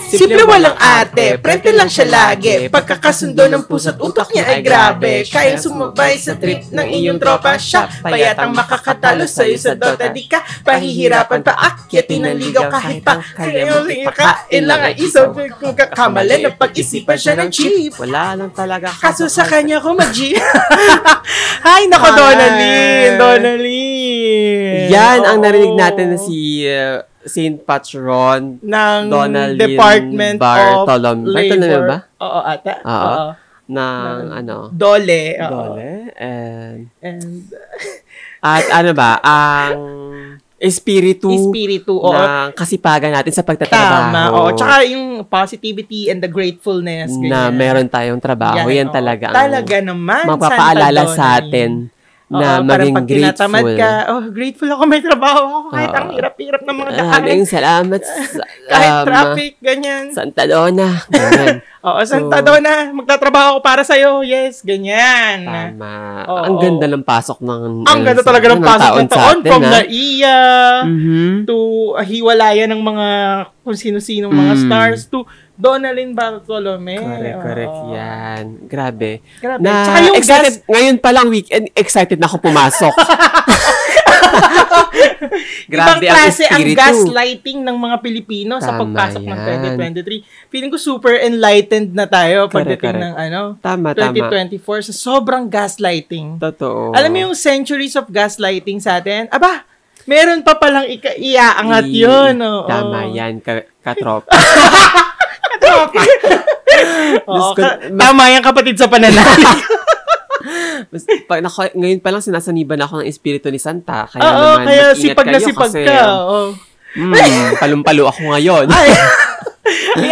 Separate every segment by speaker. Speaker 1: Simple walang ate, prente lang siya lagi. Pagkakasundo ng puso't utak niya ay grabe. Kayang sumabay sa trip ng inyong tropa siya. Payat ang makakatalo sa'yo sa Dota di ka. Pahihirapan pa akyatin ng ligaw kahit pa. Kaya yung kakain lang ang isaw kung kakamali na pag-isipan siya ng cheap.
Speaker 2: Wala lang talaga.
Speaker 1: Kaso sa kanya ko mag-G. Ay, nako,
Speaker 2: Ay.
Speaker 1: Donalyn! Donalyn!
Speaker 2: Yan ang
Speaker 1: Oo.
Speaker 2: narinig natin na si uh, Saint Patron
Speaker 1: ng
Speaker 2: Donalyn
Speaker 1: Department
Speaker 2: Bartolome.
Speaker 1: of Labor.
Speaker 2: Bartolome ba?
Speaker 1: Oo, ata.
Speaker 2: Oo.
Speaker 1: Oo.
Speaker 2: ng ano.
Speaker 1: Dole. oo.
Speaker 2: Dole. And,
Speaker 1: And
Speaker 2: at ano ba? Ang espiritu
Speaker 1: espiritu. Oo.
Speaker 2: ng kasipagan natin sa pagtatrabaho.
Speaker 1: Tama. Oo. Tsaka yung positivity and the gratefulness.
Speaker 2: na
Speaker 1: ganyan.
Speaker 2: meron tayong trabaho. Yan,
Speaker 1: oo.
Speaker 2: talaga ang
Speaker 1: Talaga naman.
Speaker 2: mapapaalala
Speaker 1: Santa
Speaker 2: sa
Speaker 1: Donalyn.
Speaker 2: atin
Speaker 1: Oo,
Speaker 2: na
Speaker 1: parang
Speaker 2: maging
Speaker 1: pag tinatamad
Speaker 2: grateful.
Speaker 1: ka, oh, grateful ako may trabaho ako kahit
Speaker 2: Oo.
Speaker 1: ang hirap-hirap ng mga daanan.
Speaker 2: Ah, Maraming salamat. sa-
Speaker 1: kahit
Speaker 2: um,
Speaker 1: traffic, ganyan.
Speaker 2: Santa Dona. Ganyan.
Speaker 1: Oo, Santa Dona, magtatrabaho ako para sa'yo. Yes, ganyan.
Speaker 2: Tama.
Speaker 1: Oo.
Speaker 2: ang ganda ng pasok ng
Speaker 1: Ang ganda talaga ng pasok ng taon from E, ah.
Speaker 2: na
Speaker 1: Naiya
Speaker 2: Mm. Mm-hmm.
Speaker 1: to ah, hiwalayan ng mga kung sino-sino mga
Speaker 2: Mm.
Speaker 1: stars to Donalyn Bartolome.
Speaker 2: Correct,
Speaker 1: Oo.
Speaker 2: correct. Yan. Grabe.
Speaker 1: Grabe.
Speaker 2: Na,
Speaker 1: Tsaka yung
Speaker 2: excited,
Speaker 1: gas,
Speaker 2: ngayon pa lang weekend, excited na ako pumasok.
Speaker 1: ibang klase ang,
Speaker 2: espiritu.
Speaker 1: gaslighting ng mga Pilipino sa
Speaker 2: Tama
Speaker 1: pagpasok ng
Speaker 2: yan.
Speaker 1: 2023. Feeling ko super enlightened na tayo
Speaker 2: Correct,
Speaker 1: pagdating
Speaker 2: correct.
Speaker 1: ng ano,
Speaker 2: Tama, tama.
Speaker 1: 2024 sa sobrang gaslighting.
Speaker 2: Totoo.
Speaker 1: Alam mo yung centuries of gaslighting sa atin? Aba, meron pa palang ika- iaangat
Speaker 2: I-
Speaker 1: yun. oo.
Speaker 2: Tama yan, ka- katrop.
Speaker 1: Oo,
Speaker 2: Diyos ko,
Speaker 1: ka- tama yan kapatid sa pananalig.
Speaker 2: Mas, pag, nako- ngayon pa lang sinasaniban ako ng espiritu ni Santa. Kaya
Speaker 1: Oo,
Speaker 2: naman,
Speaker 1: kaya
Speaker 2: mag-ingat
Speaker 1: sipag na
Speaker 2: kayo
Speaker 1: sipag
Speaker 2: kasi,
Speaker 1: ka. oo.
Speaker 2: Mm, palumpalo ako ngayon.
Speaker 1: oh. Ay,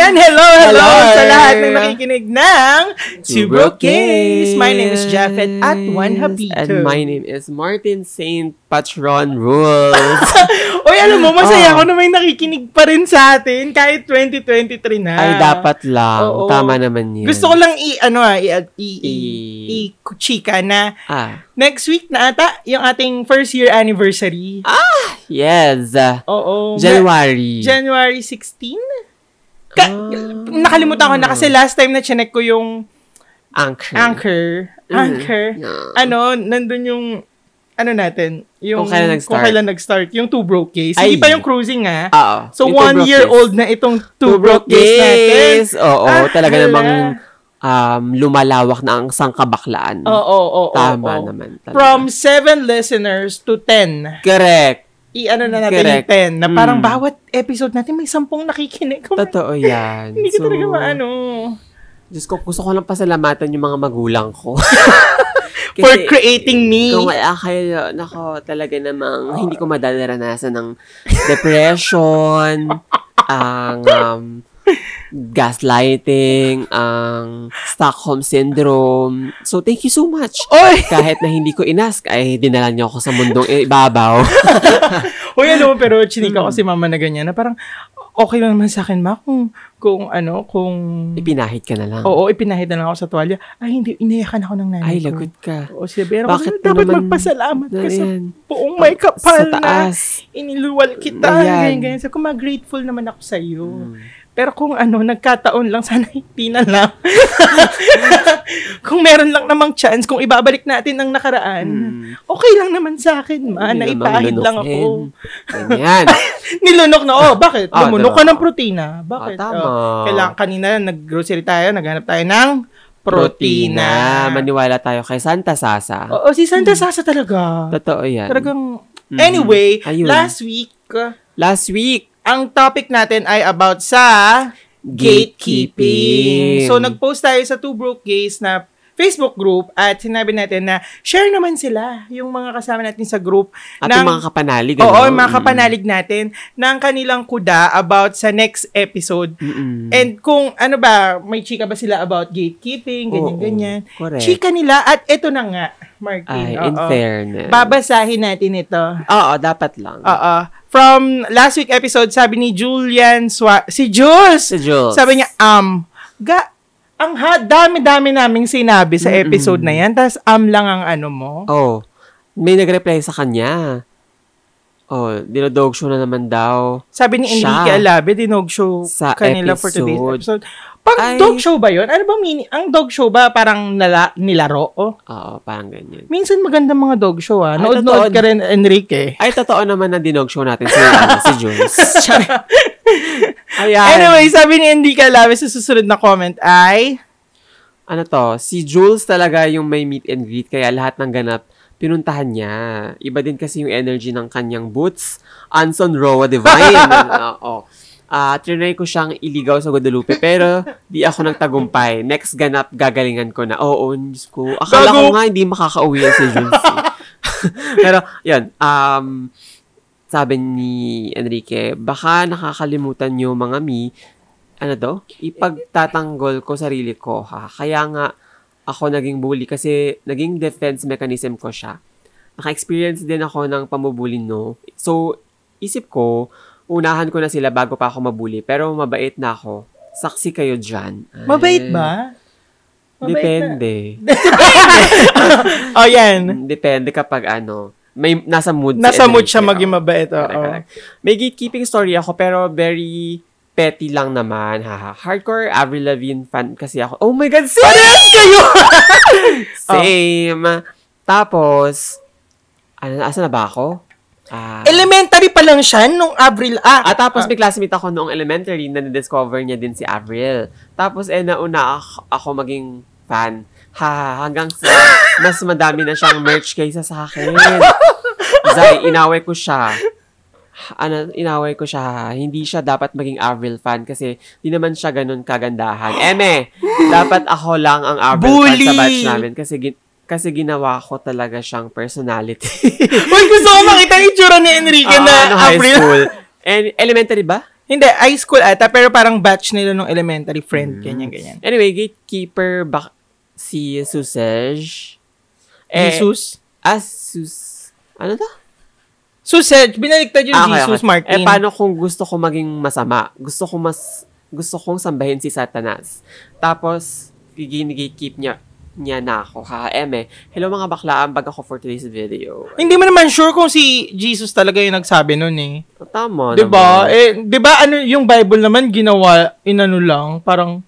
Speaker 1: Ayan, hello, hello,
Speaker 2: Hello.
Speaker 1: sa lahat ng nakikinig ng
Speaker 2: Subo
Speaker 1: Subo Case. My name is Japheth at Juan Habito.
Speaker 2: And my name is Martin Saint Patron Rules.
Speaker 1: Uy, alam mo, masaya
Speaker 2: Oo.
Speaker 1: ako na may nakikinig pa rin sa atin kahit 2023 na.
Speaker 2: Ay, dapat lang.
Speaker 1: Ah, Oo.
Speaker 2: Tama naman yun.
Speaker 1: Gusto ko lang i, ano ah, i, i, i, i,
Speaker 2: I-
Speaker 1: kuchika na
Speaker 2: Ah,
Speaker 1: Next week na ata yung ating first year anniversary.
Speaker 2: yes.
Speaker 1: Oo. Ma-
Speaker 2: January.
Speaker 1: January 16? Ka-
Speaker 2: Ah.
Speaker 1: Nakalimutan ko na kasi last time na chinek ko yung
Speaker 2: Ah, Anchor.
Speaker 1: Anchor.
Speaker 2: Mm.
Speaker 1: Anchor.
Speaker 2: Yeah.
Speaker 1: Ano, nandun yung ano natin, yung
Speaker 2: Kung kailan nag-start.
Speaker 1: kung kailan nag-start, yung Two Broke Case.
Speaker 2: Ay.
Speaker 1: Hindi pa yung cruising ah.
Speaker 2: Oo.
Speaker 1: So,
Speaker 2: Yung
Speaker 1: one
Speaker 2: two
Speaker 1: year
Speaker 2: broke
Speaker 1: old na itong
Speaker 2: Two
Speaker 1: Two, Broke
Speaker 2: broke
Speaker 1: Case natin.
Speaker 2: days. Oo,
Speaker 1: Ah,
Speaker 2: talaga
Speaker 1: hala.
Speaker 2: namang um, lumalawak na ang sangkabaklaan.
Speaker 1: Oo, oo, oo.
Speaker 2: Tama
Speaker 1: oo.
Speaker 2: naman. Talaga.
Speaker 1: From seven listeners to 10.
Speaker 2: Correct.
Speaker 1: i-ano na natin
Speaker 2: Correct.
Speaker 1: yung 10 na parang
Speaker 2: Mm.
Speaker 1: bawat episode natin may sampung nakikinig. Kung
Speaker 2: Totoo yan.
Speaker 1: Hindi ko
Speaker 2: So,
Speaker 1: talaga maano.
Speaker 2: Diyos ko, gusto ko lang pasalamatan yung mga magulang ko.
Speaker 1: For
Speaker 2: Kasi-
Speaker 1: creating me.
Speaker 2: Kung wala kayo, nako, talaga namang
Speaker 1: Oh.
Speaker 2: hindi ko madadaranasan ng depression, ang um, gaslighting, ang Stockholm Syndrome. So, thank you so much.
Speaker 1: Oy!
Speaker 2: Kahit na hindi ko inask, ay dinala niyo ako sa mundong ibabaw.
Speaker 1: Hoy, ano, pero chinika ko
Speaker 2: Hmm.
Speaker 1: si mama na ganyan na parang okay lang naman sa akin, ma, kung, kung ano, kung...
Speaker 2: Ipinahit ka na lang.
Speaker 1: Oo, ipinahid na lang ako sa tuwalya. Ay, hindi, inayakan ako ng nanay
Speaker 2: ay,
Speaker 1: ko.
Speaker 2: lagot ka.
Speaker 1: Oo, sinabi na ako,
Speaker 2: Bakit mo
Speaker 1: dapat
Speaker 2: naman-
Speaker 1: magpasalamat ka sa
Speaker 2: Ayan.
Speaker 1: buong may kapal
Speaker 2: Sa
Speaker 1: na
Speaker 2: taas.
Speaker 1: iniluwal kita.
Speaker 2: Ayan. Hmm.
Speaker 1: Ganyan, ganyan. So, kung grateful naman ako sa'yo. Pero kung ano, nagkataon lang, sana hindi na lang. kung meron lang namang chance, kung ibabalik natin ang nakaraan, okay lang naman sa akin, ma.
Speaker 2: Hmm. Hindi namang
Speaker 1: Naipahid lang ako.
Speaker 2: lunukin. Ganyan.
Speaker 1: Nilunok na, oh, bakit?
Speaker 2: Ah,
Speaker 1: Lumunok
Speaker 2: diba?
Speaker 1: ka ng protina. Bakit?
Speaker 2: Ah, tama.
Speaker 1: Oh, kailangan kanina, nag-grocery tayo, naghanap tayo ng protina.
Speaker 2: Protina. Hmm. Maniwala tayo kay Santa Sasa.
Speaker 1: Oo, si Santa Sasa talaga.
Speaker 2: Totoo yan.
Speaker 1: Talagang,
Speaker 2: Mhm.
Speaker 1: anyway,
Speaker 2: Ayun.
Speaker 1: last week, uh,
Speaker 2: Last week,
Speaker 1: ang topic natin ay about sa gatekeeping.
Speaker 2: Gatekeeping.
Speaker 1: So, nag-post tayo sa Two Broke Gays na Facebook group at sinabi natin na share naman sila yung mga kasama natin sa group
Speaker 2: at
Speaker 1: ng
Speaker 2: yung mga kapanalig.
Speaker 1: Oo,
Speaker 2: ano?
Speaker 1: yung mga kapanalig natin ng kanilang kuda about sa next episode.
Speaker 2: Mm-mm.
Speaker 1: And kung ano ba, may chika ba sila about gatekeeping,
Speaker 2: Oo,
Speaker 1: ganyan-ganyan.
Speaker 2: correct.
Speaker 1: Chika nila at eto na nga, Martin.
Speaker 2: Ay,
Speaker 1: oo.
Speaker 2: in fairness.
Speaker 1: Babasahin natin ito.
Speaker 2: Oo, dapat lang.
Speaker 1: Oo. From last week episode, sabi ni Julian Swa- si Jules,
Speaker 2: Si Jules.
Speaker 1: sabi niya, um, ga, ang ha, dami-dami naming sinabi sa episode na yan, tas am lang ang ano mo.
Speaker 2: Oh, may nag-reply sa kanya. Oh, dinodog show na naman daw.
Speaker 1: Sabi ni Enrique
Speaker 2: Siya.
Speaker 1: Alabe, dinog show
Speaker 2: Sa
Speaker 1: kanila for today's
Speaker 2: episode.
Speaker 1: episode. Pag
Speaker 2: Ay.
Speaker 1: dog show ba yun? Ano ba mini? Ang dog show ba parang nala, nilaro? Oh.
Speaker 2: Oo, parang ganyan.
Speaker 1: Minsan maganda mga dog show ah.
Speaker 2: Ay,
Speaker 1: Nood-nood
Speaker 2: totoo.
Speaker 1: ka rin, Enrique.
Speaker 2: Ay, totoo naman na dinog show natin si, ano, si Jules. Ayan.
Speaker 1: Anyway, sabi ni Enrique Alabe sa susunod na comment ay,
Speaker 2: ano to, si Jules talaga yung may meet and greet kaya lahat ng ganap pinuntahan niya. Iba din kasi yung energy ng kanyang boots. Anson Roa Divine. Oo. Ah, trinay ko siyang iligaw sa Guadalupe pero di ako nagtagumpay. Next ganap, gagalingan ko na. Oo, Diyos ko. Akala ko
Speaker 1: Gago!
Speaker 2: nga hindi makakauwi yan si Jules. eh. pero, yun. Um, sabi ni Enrique, baka nakakalimutan niyo mga mi, ano to, ipagtatanggol ko sarili ko ha. Kaya nga ako naging bully kasi naging defense mechanism ko siya. Naka-experience din ako ng pamubuli no. So, isip ko, unahan ko na sila bago pa ako mabuli. Pero mabait na ako. Saksi kayo dyan. Ay,
Speaker 1: mabait ba? Mabait
Speaker 2: Depende.
Speaker 1: na. Oh, yan.
Speaker 2: Depende kapag ano, may nasa mood. si
Speaker 1: Nasa mood siya
Speaker 2: Enrique,
Speaker 1: maging
Speaker 2: oo.
Speaker 1: mabait. oh,
Speaker 2: Correct,
Speaker 1: Oo.
Speaker 2: correct. May gatekeeping story ako pero very petty lang naman. Haha. Hardcore Avril Lavigne fan kasi ako. Oh my God, same! same! Tapos, ano, asa na ba ako? Ah.
Speaker 1: Elementary pa lang siya nung Avril ah. Act.
Speaker 2: At tapos may classmate ako noong elementary na discover niya din si Avril. Tapos eh nauna ako, ako maging fan. Ha, hanggang sa mas madami na siyang merch kaysa sa akin. Zay, inaway ko siya. Ano, inaway ko siya. Hindi siya dapat maging Avril fan kasi di naman siya ganun kagandahan. Eme, dapat ako lang ang Avril fan sa
Speaker 1: Bully!
Speaker 2: batch namin kasi gin- kasi ginawa ko talaga siyang personality.
Speaker 1: Uy, gusto ko makita yung itsura ni Enrique
Speaker 2: Ah,
Speaker 1: na
Speaker 2: ano, high
Speaker 1: Avril.
Speaker 2: school. And, elementary ba?
Speaker 1: Hindi, high school ata, pero parang batch nila nung elementary
Speaker 2: Hmm.
Speaker 1: friend, ganyan, ganyan.
Speaker 2: Anyway, gatekeeper bak si Eh, Susage. Eh,
Speaker 1: Jesus?
Speaker 2: As Sus... ah, Ano to?
Speaker 1: Susage, eh, binaliktad yung
Speaker 2: Ah, okay, okay.
Speaker 1: Jesus Martin.
Speaker 2: Eh, paano kung gusto ko maging masama? Gusto ko mas... Gusto kong sambahin si Satanas. Tapos, gigini-gatekeep niya niya na ako. Ha, eme. Hello mga bakla, ambag ako for today's video.
Speaker 1: Hindi mo naman sure kung si Jesus talaga yung nagsabi nun eh.
Speaker 2: Tama
Speaker 1: 'Di ba?
Speaker 2: naman.
Speaker 1: Eh, 'di ba ano yung Bible naman ginawa inano lang, parang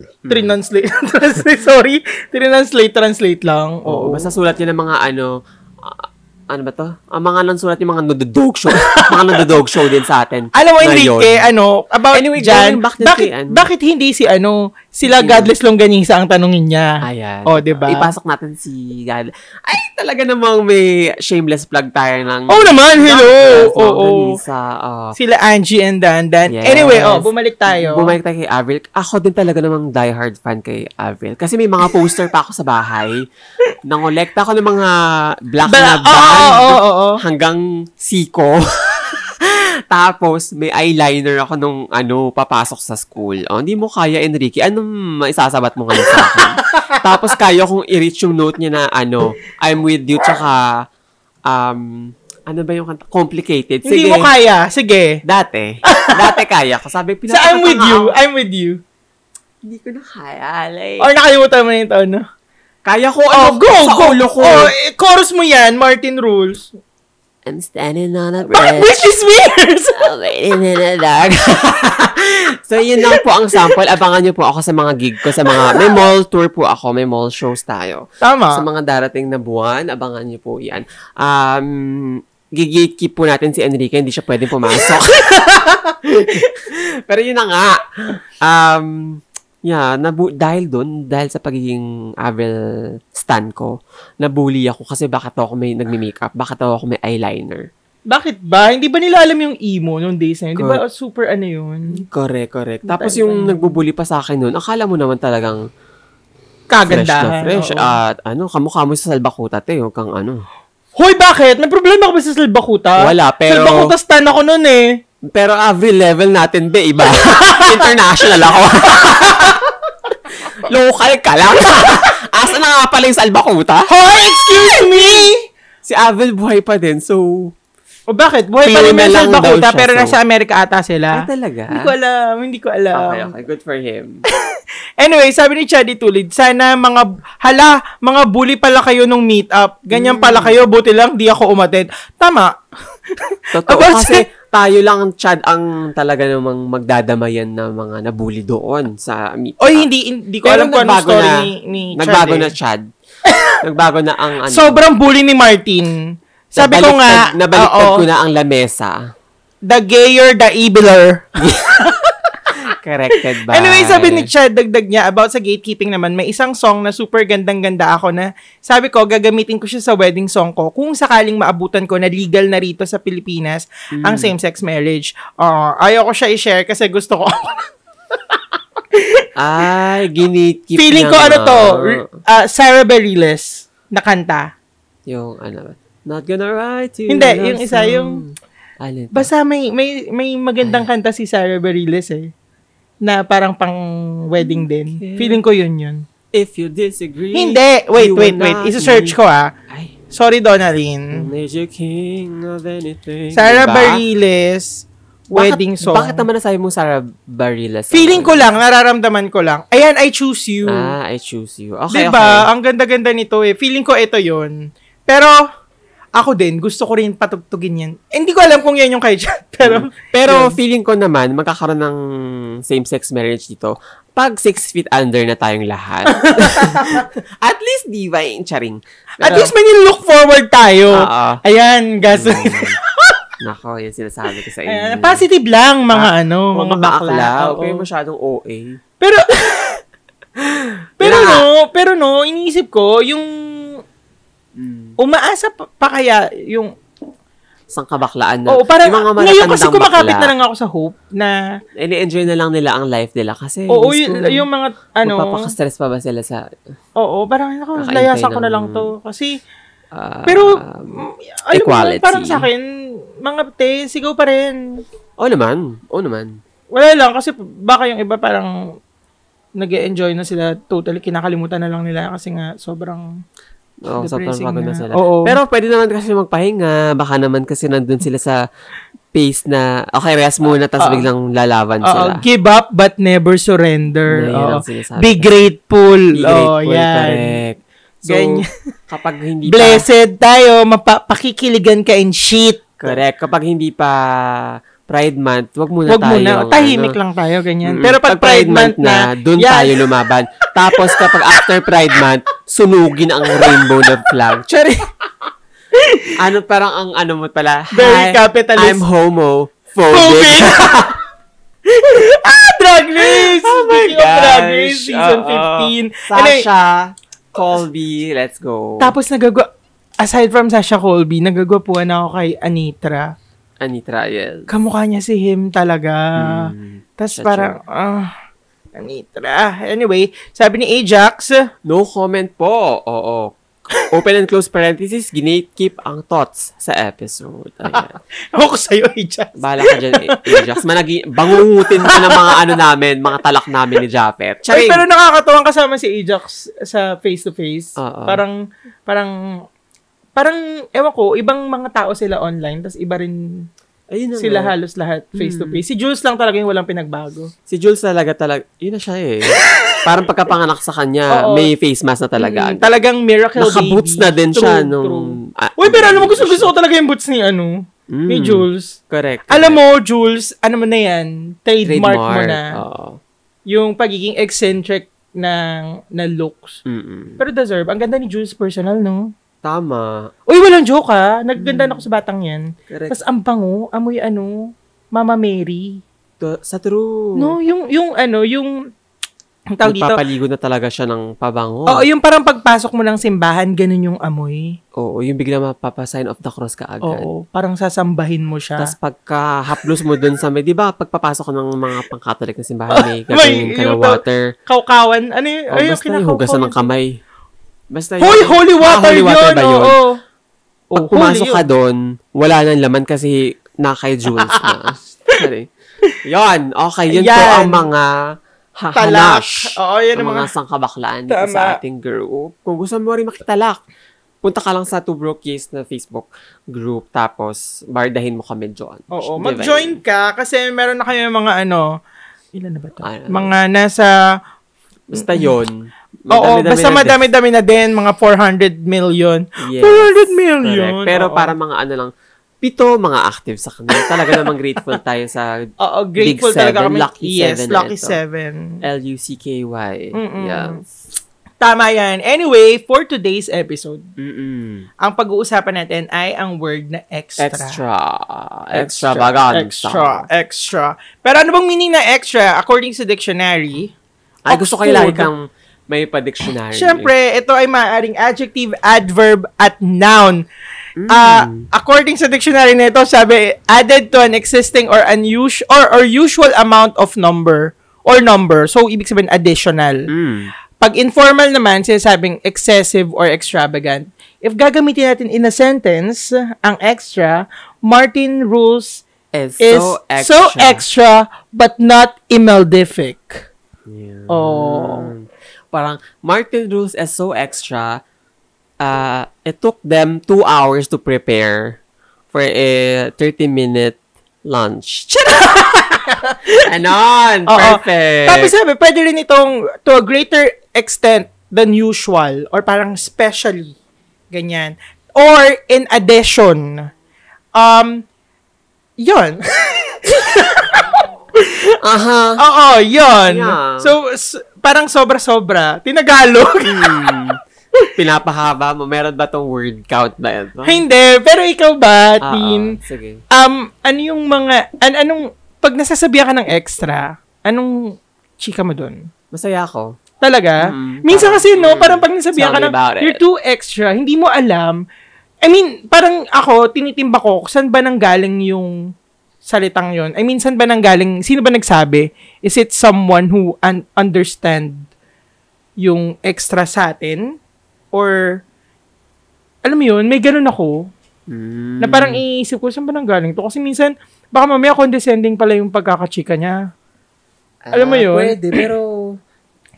Speaker 2: Hmm.
Speaker 1: trinanslate, translate, sorry, trinanslate, translate lang.
Speaker 2: Oo,
Speaker 1: Oo.
Speaker 2: basta sulat niya ng mga ano, ah, ano ba to? Ang mga nang sulat yung mga nandodog show. mga nandodog show din sa atin.
Speaker 1: Alam mo,
Speaker 2: ngayon.
Speaker 1: Enrique, ano, about
Speaker 2: Anyway,
Speaker 1: dyan,
Speaker 2: going back dun
Speaker 1: bakit,
Speaker 2: kay ano.
Speaker 1: bakit hindi si, ano, sila Godless Longganisa ang tanungin niya?
Speaker 2: Ayan.
Speaker 1: Oh, 'di ba?
Speaker 2: Ipasok natin si God. Ay, talaga namang may shameless plug tayo ng...
Speaker 1: Oh naman, hello!
Speaker 2: Yes,
Speaker 1: Oo.
Speaker 2: Longganisa, oh.
Speaker 1: Sila Angie and Dandan.
Speaker 2: Yes.
Speaker 1: Anyway, oh, bumalik tayo.
Speaker 2: Bumalik tayo kay Avril. Ako din talaga namang diehard fan kay Avril. Kasi may mga poster pa ako sa bahay. Nangolekta ako ng mga black
Speaker 1: Ba-
Speaker 2: na
Speaker 1: oo,
Speaker 2: band.
Speaker 1: oo, oo, oo.
Speaker 2: Hanggang siko. Tapos, may eyeliner ako nung ano, papasok sa school. Oh, hindi mo kaya, Enrique. Anong maisasabat mo ngayon sa akin? Tapos, kaya kong i-reach yung note niya na ano, I'm with you, tsaka, um, ano ba yung kanta? Complicated.
Speaker 1: Hindi mo kaya. Sige.
Speaker 2: Dati. Dati kaya ko. Sabi,
Speaker 1: Sa I'm with you. I'm with you.
Speaker 2: Hindi ko na kaya. Like,
Speaker 1: Or nakalimutan mo na yung taon, no?
Speaker 2: kaya ko, ano,
Speaker 1: Oh, go,
Speaker 2: sa
Speaker 1: go.
Speaker 2: ulo ko.
Speaker 1: Oh, eh, chorus mo yan, Martin Rules.
Speaker 2: I'm standing on a
Speaker 1: Bakit
Speaker 2: bridge.
Speaker 1: Britney Spears?
Speaker 2: I'm waiting in the dark. so, yun lang po ang sample. Abangan nyo po ako sa mga gig ko. Sa mga, may mall tour po ako. May mall shows tayo. Sa
Speaker 1: Tama.
Speaker 2: mga darating na buwan, abangan nyo po yan. Um, gigit-keep po natin si Enrique, hindi siya pwedeng pumasok. Pero yun na nga. Um, yeah, nabu- dahil dun, dahil sa pagiging Avril stan ko, nabully ako kasi bakit ako may nagme-makeup, bakit ako may eyeliner.
Speaker 1: Bakit ba? Hindi ba nila alam yung emo nung days na yun? Di ba oh, super ano yun?
Speaker 2: Correct, correct. Tapos yung nagbubully pa sa akin nun, akala mo naman talagang fresh na
Speaker 1: Kagandahan.
Speaker 2: fresh.
Speaker 1: oo.
Speaker 2: At ano, kamukha mo sa salbakuta, te, huwag kang ano.
Speaker 1: Hoy, bakit? May problema ka ba sa Salbakuta?
Speaker 2: Wala, pero-
Speaker 1: Salbakuta stan ako nun eh.
Speaker 2: Pero Avril level natin, be, iba. International ako. Local ka lang. Asa na nga pala yung Salbakuta?
Speaker 1: Hoy, excuse me!
Speaker 2: Si Avril buhay pa din, so...
Speaker 1: O bakit? Buhay
Speaker 2: Pili
Speaker 1: pa rin
Speaker 2: na
Speaker 1: yung
Speaker 2: lang daw
Speaker 1: Salbakuta,
Speaker 2: siya,
Speaker 1: pero
Speaker 2: so-
Speaker 1: nasa Amerika ata sila.
Speaker 2: Ay, talaga? Ah,
Speaker 1: Hindi ko alam, hindi ko alam.
Speaker 2: Okay, okay. Good for him.
Speaker 1: Anyway, sabi ni Chaddy Tulid, sana mga, hala, mga bully pala kayo nung meet up. Ganyan pala
Speaker 2: Mm.
Speaker 1: kayo, buti lang di ako umattend. Tama.
Speaker 2: Totoo
Speaker 1: Aba,
Speaker 2: kasi tayo lang ang Chad ang talaga namang magdadamayan ng mga nabully doon sa meet.
Speaker 1: O hindi, hindi ko
Speaker 2: Pero
Speaker 1: alam kung anong
Speaker 2: nagbago
Speaker 1: story
Speaker 2: na.
Speaker 1: ni, ni Chad.
Speaker 2: Nagbago
Speaker 1: eh.
Speaker 2: na Chad. nagbago na ang ano.
Speaker 1: Sobrang bully ni Martin. Sabi ko
Speaker 2: Nabaliktad-
Speaker 1: nga,
Speaker 2: nabaliktad
Speaker 1: oo,
Speaker 2: ko na ang lamesa.
Speaker 1: the gayer, the eviler.
Speaker 2: Corrected by.
Speaker 1: Anyway, sabi ni Chad, dagdag niya, about sa gatekeeping naman, may isang song na super gandang-ganda ako na sabi ko, gagamitin ko siya sa wedding song ko kung sakaling maabutan ko na legal na rito sa Pilipinas
Speaker 2: Hmm.
Speaker 1: ang same-sex marriage. Uh, ayaw ko siya i-share kasi gusto ko.
Speaker 2: Ay, ginitkeep
Speaker 1: Feeling
Speaker 2: niya
Speaker 1: ko ano
Speaker 2: nga.
Speaker 1: to, r- uh, Sarah Bareilles na kanta.
Speaker 2: Yung ano ba? Not gonna write you.
Speaker 1: Hindi,
Speaker 2: a love
Speaker 1: yung isa,
Speaker 2: song.
Speaker 1: yung-
Speaker 2: Alin?
Speaker 1: Basta may, may, may magandang kanta si Sarah Bareilles eh na parang pang wedding din.
Speaker 2: Okay.
Speaker 1: Feeling ko yun yun.
Speaker 2: If you disagree.
Speaker 1: Hindi! Wait,
Speaker 2: you
Speaker 1: wait,
Speaker 2: will
Speaker 1: wait.
Speaker 2: not
Speaker 1: Isa-search
Speaker 2: be-
Speaker 1: ko ah.
Speaker 2: Ay.
Speaker 1: Sorry, Donalyn.
Speaker 2: There's your king of anything.
Speaker 1: Sarah
Speaker 2: Diba?
Speaker 1: Bareilles, wedding
Speaker 2: bakit,
Speaker 1: song.
Speaker 2: Bakit naman nasabi mo Sarah Bareilles?
Speaker 1: Feeling ko lang, nararamdaman ko lang. Ayan, I choose you.
Speaker 2: Ah, I choose you. Okay,
Speaker 1: diba?
Speaker 2: okay.
Speaker 1: Ang ganda-ganda nito eh. Feeling ko ito yon Pero, ako din, gusto ko rin patugtugin yan. Eh, Hindi ko alam kung yan yung kay Chad,
Speaker 2: Hmm.
Speaker 1: pero...
Speaker 2: Pero
Speaker 1: yun.
Speaker 2: feeling ko naman, magkakaroon ng same-sex marriage dito pag six feet under na tayong lahat. At least, di ba yung charing?
Speaker 1: at
Speaker 2: Pero- Ah,
Speaker 1: least may nilook forward tayo.
Speaker 2: Oo.
Speaker 1: Ayan, gas.
Speaker 2: Hmm. Nako, yun sinasabi ko sa inyo.
Speaker 1: Ayan, positive lang, mga ano,
Speaker 2: Ah, Mga Ah,
Speaker 1: mga bakla. Oo.
Speaker 2: Okay, masyadong OA.
Speaker 1: Pero, pero
Speaker 2: Kaya nga.
Speaker 1: no, pero no, iniisip ko, yung
Speaker 2: Mm.
Speaker 1: umaasa pa, pa kaya yung
Speaker 2: Sang kabaklaan na.
Speaker 1: Oo, parang
Speaker 2: yung mga
Speaker 1: ngayon kasi
Speaker 2: matatandang
Speaker 1: kumakapit
Speaker 2: bakla,
Speaker 1: na lang ako sa hope na
Speaker 2: Ini-enjoy na lang nila ang life nila kasi.
Speaker 1: oo,
Speaker 2: Diyos
Speaker 1: yun-
Speaker 2: ko,
Speaker 1: yung mga ano,
Speaker 2: Magpapakastress pa ba sila sa...
Speaker 1: oo, parang ako,
Speaker 2: Nakaintay
Speaker 1: layasan ko na
Speaker 2: ng-
Speaker 1: lang to. Kasi,
Speaker 2: ah,
Speaker 1: pero, mm, alam mo,
Speaker 2: equality.
Speaker 1: parang sa akin, mga te, sigaw pa rin.
Speaker 2: Oo naman. Oo naman.
Speaker 1: Wala lang, kasi baka yung iba parang nag enjoy na sila totally, kinakalimutan na lang nila kasi nga sobrang
Speaker 2: Oo, sa
Speaker 1: Depressing
Speaker 2: pagod na
Speaker 1: na.
Speaker 2: sila.
Speaker 1: Oo.
Speaker 2: Pero pwede naman kasi magpahinga. Baka naman kasi nandun sila sa pace na, okay, rest muna, tapos
Speaker 1: Oo.
Speaker 2: biglang lalaban sila.
Speaker 1: Oo, give up but never surrender.
Speaker 2: Yun ang
Speaker 1: Oo.
Speaker 2: sinasabi
Speaker 1: Be
Speaker 2: ko.
Speaker 1: grateful.
Speaker 2: Be
Speaker 1: oh,
Speaker 2: grateful,
Speaker 1: yan.
Speaker 2: correct. So,
Speaker 1: Ganyan.
Speaker 2: kapag hindi pa
Speaker 1: Blessed tayo, mapakikiligan ka in shit.
Speaker 2: Correct. Kapag hindi pa Pride Month, wag muna mm,
Speaker 1: Huwag
Speaker 2: tayo. ano?
Speaker 1: muna. Tahimik lang tayo, ganyan. Pero pag, Pride, Month na,
Speaker 2: doon
Speaker 1: yan.
Speaker 2: tayo lumaban. Tapos kapag after Pride Month, sunugin ang rainbow na flag. Sorry. ano parang ang ano mo pala?
Speaker 1: Very capitalist.
Speaker 2: I'm homo. Phobic.
Speaker 1: Pupil! ah, Drag Race!
Speaker 2: Oh my
Speaker 1: Speaking of Drag
Speaker 2: gosh.
Speaker 1: Race, Season
Speaker 2: Oo.
Speaker 1: 15. Anyway,
Speaker 2: Sasha, Colby, let's go.
Speaker 1: tapos nagagawa, aside from Sasha Colby, nagagwapuan ako kay Anitra.
Speaker 2: Anitra, yes.
Speaker 1: Kamukha niya si him talaga.
Speaker 2: Mm.
Speaker 1: Tapos
Speaker 2: Sure,
Speaker 1: parang, ah, Anitra. Anyway, sabi ni Ajax,
Speaker 2: No comment po. Oo. Open and close parenthesis, ginatekeep ang thoughts sa episode. Ayan.
Speaker 1: ako ko sa'yo, Ajax.
Speaker 2: Bala ka dyan, A- Ajax. Managi, bangungutin ka ng mga ano namin, mga talak namin ni Japet.
Speaker 1: Ay,
Speaker 2: Charing!
Speaker 1: pero nakakatawang kasama si Ajax sa face-to-face.
Speaker 2: Oo.
Speaker 1: Parang, parang, parang, ewan ko, ibang mga tao sila online, tapos iba rin
Speaker 2: Ayun na
Speaker 1: sila
Speaker 2: nga.
Speaker 1: halos lahat
Speaker 2: Hmm.
Speaker 1: face-to-face. Si Jules lang talaga yung walang pinagbago.
Speaker 2: Si Jules talaga talaga, yun na siya eh. Parang pagkapanganak sa kanya,
Speaker 1: Oo.
Speaker 2: may face mask na talaga.
Speaker 1: Mm, talagang miracle
Speaker 2: Nakaboots
Speaker 1: baby.
Speaker 2: na din
Speaker 1: True,
Speaker 2: siya
Speaker 1: true.
Speaker 2: nung... ah,
Speaker 1: Uy, pero alam mo, gusto, gusto ko talaga yung boots ni, ano, ni
Speaker 2: Mm.
Speaker 1: Jules.
Speaker 2: Correct.
Speaker 1: Alam mo, Jules, ano mo na yan, trademark, mo na
Speaker 2: Oo.
Speaker 1: yung pagiging eccentric ng, na looks.
Speaker 2: Mm-mm.
Speaker 1: Pero deserve. Ang ganda ni Jules personal, no?
Speaker 2: Tama.
Speaker 1: Uy, walang joke ha. Nagganda ako sa batang yan.
Speaker 2: Correct.
Speaker 1: Tapos ang bango, amoy ano, Mama Mary.
Speaker 2: To- sa true.
Speaker 1: No, yung, yung ano, yung, ang tawag dito.
Speaker 2: Nagpapaligo na talaga siya ng pabango.
Speaker 1: Oo, yung parang pagpasok mo ng simbahan, ganun yung amoy.
Speaker 2: Oo, yung bigla mapapasign of the cross ka agad.
Speaker 1: Oo, parang sasambahin mo siya.
Speaker 2: Tapos pagka haplos mo dun sa may, di ba, pagpapasok ng mga pang-Catholic na simbahan, may
Speaker 1: Ah, May-
Speaker 2: gagawin ka ng
Speaker 1: yung-
Speaker 2: water.
Speaker 1: Kaukawan, ano yun?
Speaker 2: O,
Speaker 1: Ay,
Speaker 2: basta yung hugasan ng kamay. Basta
Speaker 1: Hoy, holy
Speaker 2: Ah,
Speaker 1: water
Speaker 2: holy
Speaker 1: yun!
Speaker 2: water ba yun?
Speaker 1: Oo.
Speaker 2: Pag
Speaker 1: Oh,
Speaker 2: pumasok
Speaker 1: holy
Speaker 2: ka
Speaker 1: yun.
Speaker 2: doon, wala nang laman kasi nakay Jules na. Sorry. Yon, okay, yun po
Speaker 1: Ayan.
Speaker 2: ang mga
Speaker 1: Talak.
Speaker 2: hahalash.
Speaker 1: Oo, yun
Speaker 2: ang
Speaker 1: ang
Speaker 2: mga
Speaker 1: mga...
Speaker 2: sangkabaklaan dito
Speaker 1: Tama.
Speaker 2: sa ating group. Kung gusto mo rin makitalak, punta ka lang sa Two Brokies na Facebook group tapos bardahin mo kami doon. Di
Speaker 1: Oo,
Speaker 2: ba
Speaker 1: mag-join ka kasi meron na kayo mga ano, ilan na ba to?
Speaker 2: Ano?
Speaker 1: Mga nasa
Speaker 2: Basta yon
Speaker 1: Oo, basta madami-dami na din, mga 400 million.
Speaker 2: Yes,
Speaker 1: 400 million!
Speaker 2: Correct. Pero
Speaker 1: Oo.
Speaker 2: para mga ano lang, pito mga active sa kanila. Talaga namang grateful tayo sa
Speaker 1: Oo, grateful
Speaker 2: Big
Speaker 1: talaga
Speaker 2: seven,
Speaker 1: kami.
Speaker 2: lucky
Speaker 1: yes,
Speaker 2: seven na
Speaker 1: lucky
Speaker 2: ito.
Speaker 1: 7.
Speaker 2: L-U-C-K-Y.
Speaker 1: Mm-mm.
Speaker 2: Yeah.
Speaker 1: Tama yan. Anyway, for today's episode,
Speaker 2: Mm-mm.
Speaker 1: ang pag-uusapan natin ay ang word na extra.
Speaker 2: Extra. Extravaganza.
Speaker 1: Extra. Extra. Pero ano bang meaning na extra? According sa dictionary,
Speaker 2: Ay, gusto kayo lagi
Speaker 1: Oxford.
Speaker 2: kang may pa-dictionary.
Speaker 1: Siyempre, ito ay maaaring adjective, adverb, at noun.
Speaker 2: Mm.
Speaker 1: Ah, according sa dictionary nito, sabi, added to an existing or unusual or, or usual amount of number or number. So, ibig sabihin additional.
Speaker 2: Mm.
Speaker 1: Pag informal naman, sinasabing excessive or extravagant. If gagamitin natin in a sentence, ang extra, Martin rules
Speaker 2: Is,
Speaker 1: is
Speaker 2: so extra.
Speaker 1: so extra but not imeldific.
Speaker 2: Yeah.
Speaker 1: Oh.
Speaker 2: Parang, Martin Rules is so extra. Uh, it took them two hours to prepare for a 30-minute lunch. Anon!
Speaker 1: Oo.
Speaker 2: Perfect!
Speaker 1: Tapos sabi, pwede rin itong to a greater extent than usual or parang specially. Ganyan. Or in addition. Um, yon.
Speaker 2: Aha.
Speaker 1: Oo, yon.
Speaker 2: Yeah.
Speaker 1: So, s- parang sobra-sobra. Tinagalog.
Speaker 2: Hmm. Pinapahaba mo. Meron ba tong word count na ito?
Speaker 1: Hindi. Pero ikaw
Speaker 2: Ah,
Speaker 1: ba,
Speaker 2: ah.
Speaker 1: Tin?
Speaker 2: Sige.
Speaker 1: Um, ano yung mga, an anong, pag nasasabihan ka ng extra, anong chika mo dun?
Speaker 2: Masaya ako.
Speaker 1: Talaga?
Speaker 2: Mm,
Speaker 1: Minsan
Speaker 2: parang,
Speaker 1: kasi, no,
Speaker 2: mm,
Speaker 1: parang pag nasabihan
Speaker 2: tell
Speaker 1: ka
Speaker 2: me
Speaker 1: na,
Speaker 2: about it.
Speaker 1: you're too extra, hindi mo alam. I mean, parang ako, tinitimba ko, kung saan ba nang galing yung salitang yon I mean, saan ba nang galing, sino ba nagsabi? Is it someone who un- understand yung extra sa atin? Or, alam mo yun, may ganun ako,
Speaker 2: Mm.
Speaker 1: na parang iisip ko, saan ba nang galing to? Kasi minsan, baka mamaya condescending pala yung pagkakachika niya. alam mo
Speaker 2: Ah,
Speaker 1: yun?
Speaker 2: Pwede, pero...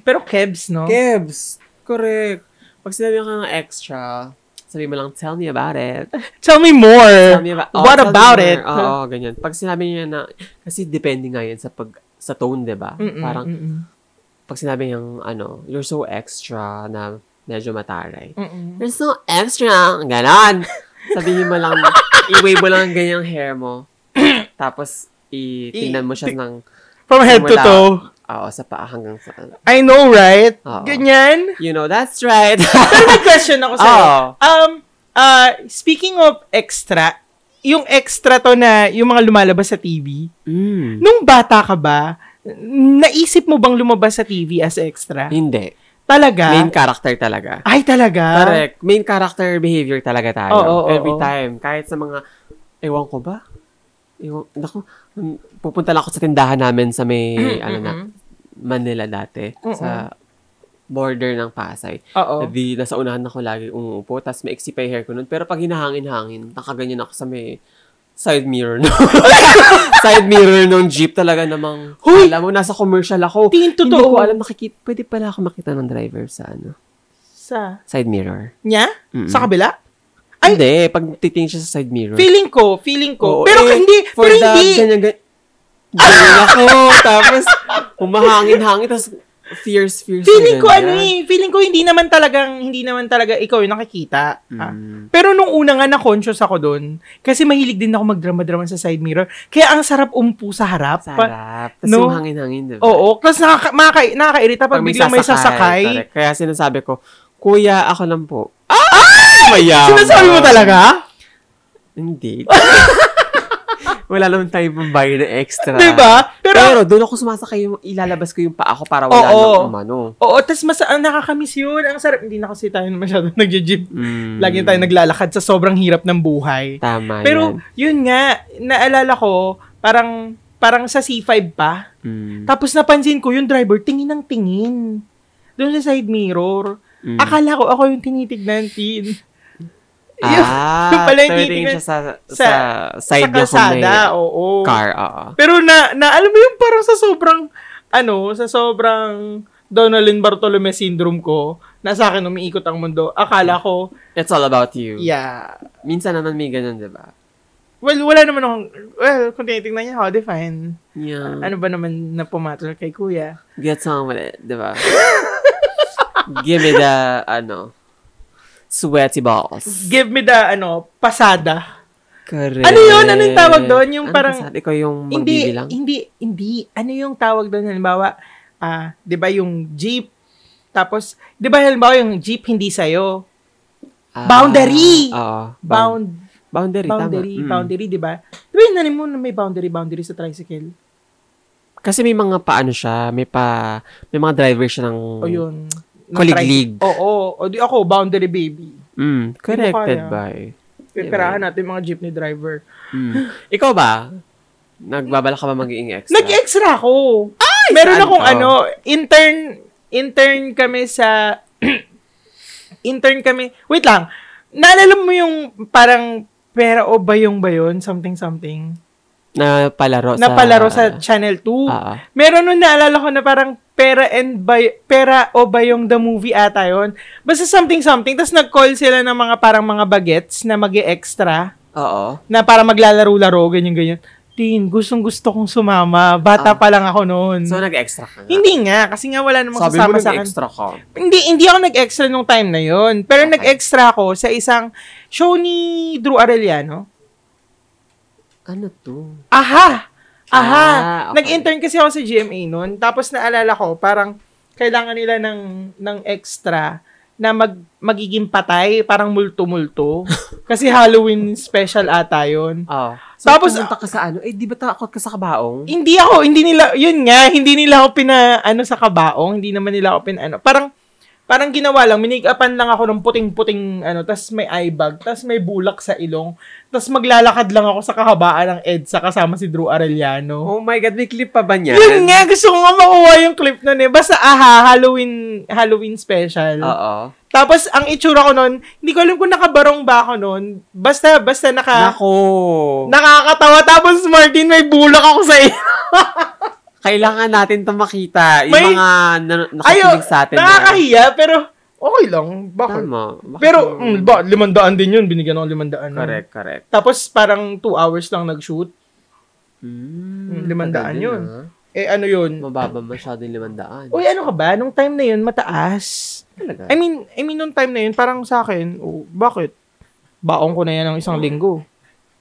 Speaker 1: Pero kebs, no?
Speaker 2: Kebs. Correct. Pag sinabi ka ng extra, sabi mo lang, tell me about it.
Speaker 1: Tell me more.
Speaker 2: Tell me about, oh,
Speaker 1: What
Speaker 2: tell me more.
Speaker 1: about
Speaker 2: Oh,
Speaker 1: it?
Speaker 2: Oo, ganyan. Pag sinabi niya na, kasi depende nga yan sa pag sa tone, di ba?
Speaker 1: Mm-mm,
Speaker 2: Parang,
Speaker 1: mm-mm.
Speaker 2: pag sinabi niyang, ano, you're so extra na medyo mataray.
Speaker 1: Mm-mm.
Speaker 2: You're so extra. Ganon. Sabihin mo lang, i-wave mo lang ganyang hair mo. Tapos, itingnan mo siya ng,
Speaker 1: From head to
Speaker 2: Wala.
Speaker 1: toe.
Speaker 2: oo, sa paa hanggang sa,
Speaker 1: I know, right?
Speaker 2: Oo.
Speaker 1: Ganyan.
Speaker 2: you know, that's right.
Speaker 1: Pero may question ako sa'yo.
Speaker 2: Oo.
Speaker 1: Um, uh, speaking of extra, yung extra to na yung mga lumalabas sa TV,
Speaker 2: mm.
Speaker 1: nung bata ka ba, n- naisip mo bang lumabas sa TV as extra?
Speaker 2: Hindi.
Speaker 1: Talaga?
Speaker 2: Main character talaga.
Speaker 1: Ay, talaga?
Speaker 2: Correct. Main character behavior talaga tayo.
Speaker 1: Ah? Oo, oo,
Speaker 2: Every
Speaker 1: oo.
Speaker 2: time. Kahit sa mga, ewan ko ba? Ewan, naku, mm, pupunta lang ako sa tindahan namin sa may,
Speaker 1: Mm-hmm,
Speaker 2: ano na, Manila dati. Sa border ng Pasay.
Speaker 1: Oo.
Speaker 2: Di, nasa unahan ako lagi umuupo. Tapos may iksi pa yung hair ko nun. Pero pag hinahangin-hangin, nakaganyan ako sa may side mirror no. side mirror nung jeep talaga namang
Speaker 1: Hoy!
Speaker 2: alam mo nasa commercial ako hindi
Speaker 1: Tin,
Speaker 2: ko
Speaker 1: totoo.
Speaker 2: alam nakikita pwede pala ako makita ng driver sa ano
Speaker 1: Sa?
Speaker 2: side mirror
Speaker 1: Niya?
Speaker 2: Mm-mm.
Speaker 1: Sa kabila?
Speaker 2: ay,
Speaker 1: Ay!
Speaker 2: hindi. Pag titingin siya sa side mirror.
Speaker 1: Feeling ko, feeling
Speaker 2: Oo,
Speaker 1: ko. pero
Speaker 2: eh,
Speaker 1: hindi,
Speaker 2: for
Speaker 1: pero
Speaker 2: the
Speaker 1: hindi. Ah!
Speaker 2: Ganyan, ganyan, ganyan ako. tapos, humahangin-hangin. Tapos, fierce, fierce.
Speaker 1: Feeling
Speaker 2: na
Speaker 1: ko ano
Speaker 2: ganyan.
Speaker 1: eh, feeling ko hindi naman talagang hindi naman talaga ikaw yung nakikita. Ah.
Speaker 2: Mm.
Speaker 1: Pero nung una nga na conscious ako doon kasi mahilig din ako magdrama-drama sa side mirror. Kaya ang sarap umpo sa harap. Pa-
Speaker 2: Sarap. Tapos
Speaker 1: No?
Speaker 2: no? hangin-hangin, diba?
Speaker 1: Oo, kasi nakaka- makaka- nakakairita pag, biglang may sasakay.
Speaker 2: correct. Kaya sinasabi ko, Kuya, ako lang po. Ah! Mayaman.
Speaker 1: Sinasabi mo talaga?
Speaker 2: Hindi. Wala naman tayo pambayad na extra.
Speaker 1: Diba? Pero-
Speaker 2: Pero, doon ako sumasakay, yung, ilalabas ko yung paa ko para wala nang
Speaker 1: Oo.
Speaker 2: umano.
Speaker 1: Oo, tas mas ang nakakamiss yun. Ang sarap. Hindi na kasi tayo masyadong nagja-jeep.
Speaker 2: Mm.
Speaker 1: Lagi tayo naglalakad sa sobrang hirap ng buhay.
Speaker 2: Tama
Speaker 1: Pero
Speaker 2: yan.
Speaker 1: yun nga, naalala ko, parang parang sa C5 pa,
Speaker 2: Mm.
Speaker 1: Tapos napansin ko yung driver, tingin ng tingin. Doon sa side mirror.
Speaker 2: Mm.
Speaker 1: Akala ko ako yung tinitignan, Tin. Yung-
Speaker 2: Ah,
Speaker 1: yung pala yung
Speaker 2: tumitingin
Speaker 1: titingnan
Speaker 2: siya sa, sa,
Speaker 1: sa-
Speaker 2: side
Speaker 1: sa
Speaker 2: niya kung may
Speaker 1: kalsada, oo.
Speaker 2: car. Oo.
Speaker 1: Pero na, na, alam mo yung parang sa sobrang, ano, sa sobrang Donalyn Bartolome syndrome ko, na sa akin umiikot ang mundo, akala ko,
Speaker 2: It's all about you.
Speaker 1: yeah.
Speaker 2: Minsan naman may ganun, di ba?
Speaker 1: Well, wala naman akong, well, kung tinitingnan niya, how define.
Speaker 2: Yeah.
Speaker 1: Ano ba naman na pumatol kay kuya?
Speaker 2: Get some with it, di ba? Give me the, ano, sweaty balls.
Speaker 1: Give me the, ano, pasada.
Speaker 2: Correct.
Speaker 1: Ano yun? Anong tawag doon? Yung parang-
Speaker 2: Ano, ikaw yung
Speaker 1: Hindi,
Speaker 2: magbibilang?
Speaker 1: hindi, hindi. Ano yung tawag doon? Halimbawa, ah, di ba yung jeep? Tapos, di ba halimbawa yung jeep hindi sa'yo?
Speaker 2: Ah,
Speaker 1: boundary!
Speaker 2: Oo. bound-
Speaker 1: Bound,
Speaker 2: boundary,
Speaker 1: boundary,
Speaker 2: tama. Mm.
Speaker 1: boundary, di ba? Di ba yung nanin mo na may boundary, boundary sa tricycle?
Speaker 2: Kasi may mga paano siya, may pa, may mga driver siya ng,
Speaker 1: O Oh, yun. ng
Speaker 2: Mm. Kuliglig.
Speaker 1: tricycle. Oo. O di ako, boundary baby.
Speaker 2: mm, corrected
Speaker 1: kaya.
Speaker 2: by.
Speaker 1: Pipirahan natin yung mga jeepney driver.
Speaker 2: Mm. Ikaw ba? Nagbabala ka ba maging extra?
Speaker 1: Nag-extra ako. Ay! Meron
Speaker 2: saan?
Speaker 1: akong
Speaker 2: Oh.
Speaker 1: ano, intern, intern kami sa, intern kami, wait lang, naalala mo yung parang pera o bayong ba yun? Something, something.
Speaker 2: na palaro sa...
Speaker 1: na palaro sa Channel 2.
Speaker 2: Ah.
Speaker 1: Meron nun naalala ko na parang pera and bay, pera o bayong the movie ata yon. Basta something something. Tapos nag-call sila ng mga parang mga bagets na mag extra
Speaker 2: Oo.
Speaker 1: na para maglalaro-laro, ganyan-ganyan. Tin, gustong gusto kong sumama.
Speaker 2: Ah.
Speaker 1: Bata pa lang ako noon.
Speaker 2: So, nag-extra ka nga.
Speaker 1: Hmm. hindi nga, kasi nga wala namang
Speaker 2: Sabi mo
Speaker 1: sasama sa akin.
Speaker 2: nag-extra ka.
Speaker 1: Hindi, hindi ako nag-extra nung time na yon. Pero
Speaker 2: Okay.
Speaker 1: nag-extra ako sa isang show ni Drew Arellano.
Speaker 2: Ano to?
Speaker 1: Aha! Aha!
Speaker 2: Ah, okay.
Speaker 1: Nag-intern kasi ako sa GMA noon. Tapos naalala ko, parang kailangan nila ng, ng extra na mag, magiging patay, parang multo-multo. kasi Halloween special ata yun.
Speaker 2: Oo.
Speaker 1: Oh. Tapos-
Speaker 2: pumunta ka sa ano? Eh, di ba takot ka sa kabaong?
Speaker 1: Hindi ako, hindi nila, yun nga, hindi nila ako pina, ano sa kabaong, hindi naman nila ako pina, ano. Parang, parang ginawa lang, minikapan lang ako ng puting-puting, ano, tas may eye bag, tas may bulak sa ilong, tas maglalakad lang ako sa kahabaan ng EDSA kasama si Drew Arellano.
Speaker 2: Oh my God, may clip pa ba niyan?
Speaker 1: Yun nga, gusto ko nga makuha yung clip nun eh. Basta aha, Halloween, Halloween special.
Speaker 2: Oo.
Speaker 1: Tapos, ang itsura ko nun, hindi ko alam kung nakabarong ba ako nun. Basta, basta naka,
Speaker 2: Nako.
Speaker 1: nakakatawa. Tapos, Martin, may bulak ako sa iyo.
Speaker 2: Kailangan natin to makita. Yung
Speaker 1: May-
Speaker 2: mga na-
Speaker 1: Ayaw,
Speaker 2: nakikinig sa atin. na-
Speaker 1: nakakahiya, pero okay lang. Bakit?
Speaker 2: Tama. Bakit
Speaker 1: Pero,
Speaker 2: mo-
Speaker 1: mm, ba, limandaan din yun. Binigyan ako limandaan. nun.
Speaker 2: Correct, correct.
Speaker 1: Tapos, parang two hours lang nag-shoot.
Speaker 2: Mm,
Speaker 1: limandaan
Speaker 2: tagal
Speaker 1: yun.
Speaker 2: ah.
Speaker 1: Eh, ano yun?
Speaker 2: Mababa masyado yung limandaan.
Speaker 1: Uy, ano ka ba? Nung time na yun, mataas.
Speaker 2: talaga.
Speaker 1: I mean, I mean, nung time na yun, parang sa akin, oh, bakit? Baon ko na yan ng isang linggo.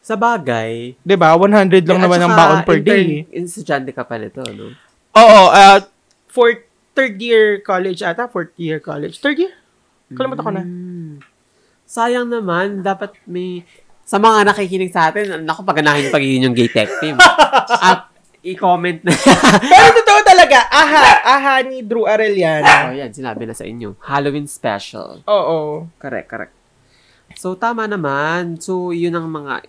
Speaker 2: Sa bagay.
Speaker 1: 'Di ba 100 lang naman ang baon per day. eh.
Speaker 2: Estudyante ka pa nito, no?
Speaker 1: Oo, uh, for third year college ata, fourth year college. Third year? Kalimutan ko na.
Speaker 2: Mm. Sayang naman, dapat may... Sa mga nakikinig sa atin, naku, paganahin pag yun yung gay tech team. At i-comment na.
Speaker 1: Pero totoo talaga, aha, aha ni Drew
Speaker 2: oh,
Speaker 1: Arellano.
Speaker 2: yan, sinabi na sa inyo. Halloween special.
Speaker 1: Oo.
Speaker 2: Correct, correct. So, tama naman. So, yun ang mga...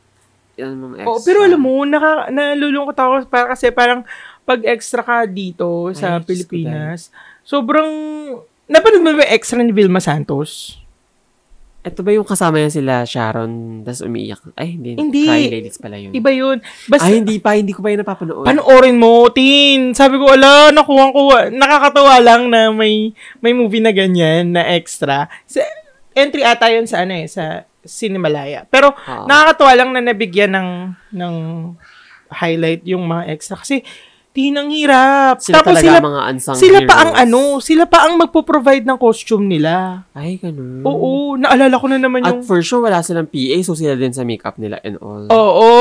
Speaker 2: Yun ang mga
Speaker 1: Oo,
Speaker 2: extra.
Speaker 1: pero alam mo, naka, nalulungkot ako para kasi parang pag extra ka dito sa
Speaker 2: Ay, Diyos ko,
Speaker 1: Pilipinas, sobrang... Napanood mo ba yung extra ni Vilma Santos?
Speaker 2: Ito ba yung kasama niya sila, Sharon, tas umiiyak? Ay, hindi.
Speaker 1: Hindi.
Speaker 2: Crying ladies pala yun.
Speaker 1: Iba yun. Basta,
Speaker 2: Ay, hindi pa. Hindi ko pa yun napapanood.
Speaker 1: Panoorin mo, tin. Sabi ko, ala, nakuha ko. Nakakatawa lang na may may movie na ganyan na extra. Sa, entry ata yun sa ano eh, sa Cinemalaya. Pero
Speaker 2: Oo.
Speaker 1: nakakatawa lang na nabigyan ng ng highlight yung mga extra kasi tin ang hirap.
Speaker 2: sila
Speaker 1: Tapos
Speaker 2: talaga
Speaker 1: sila
Speaker 2: mga unsung
Speaker 1: sila pa
Speaker 2: heroes.
Speaker 1: ang ano, sila pa ang magpo-provide ng costume nila.
Speaker 2: Ay, ganun.
Speaker 1: Oo, naalala ko na naman
Speaker 2: Hmm.
Speaker 1: yung
Speaker 2: At for sure, wala silang PA, so sila din sa makeup nila and all.
Speaker 1: Oh. Oo.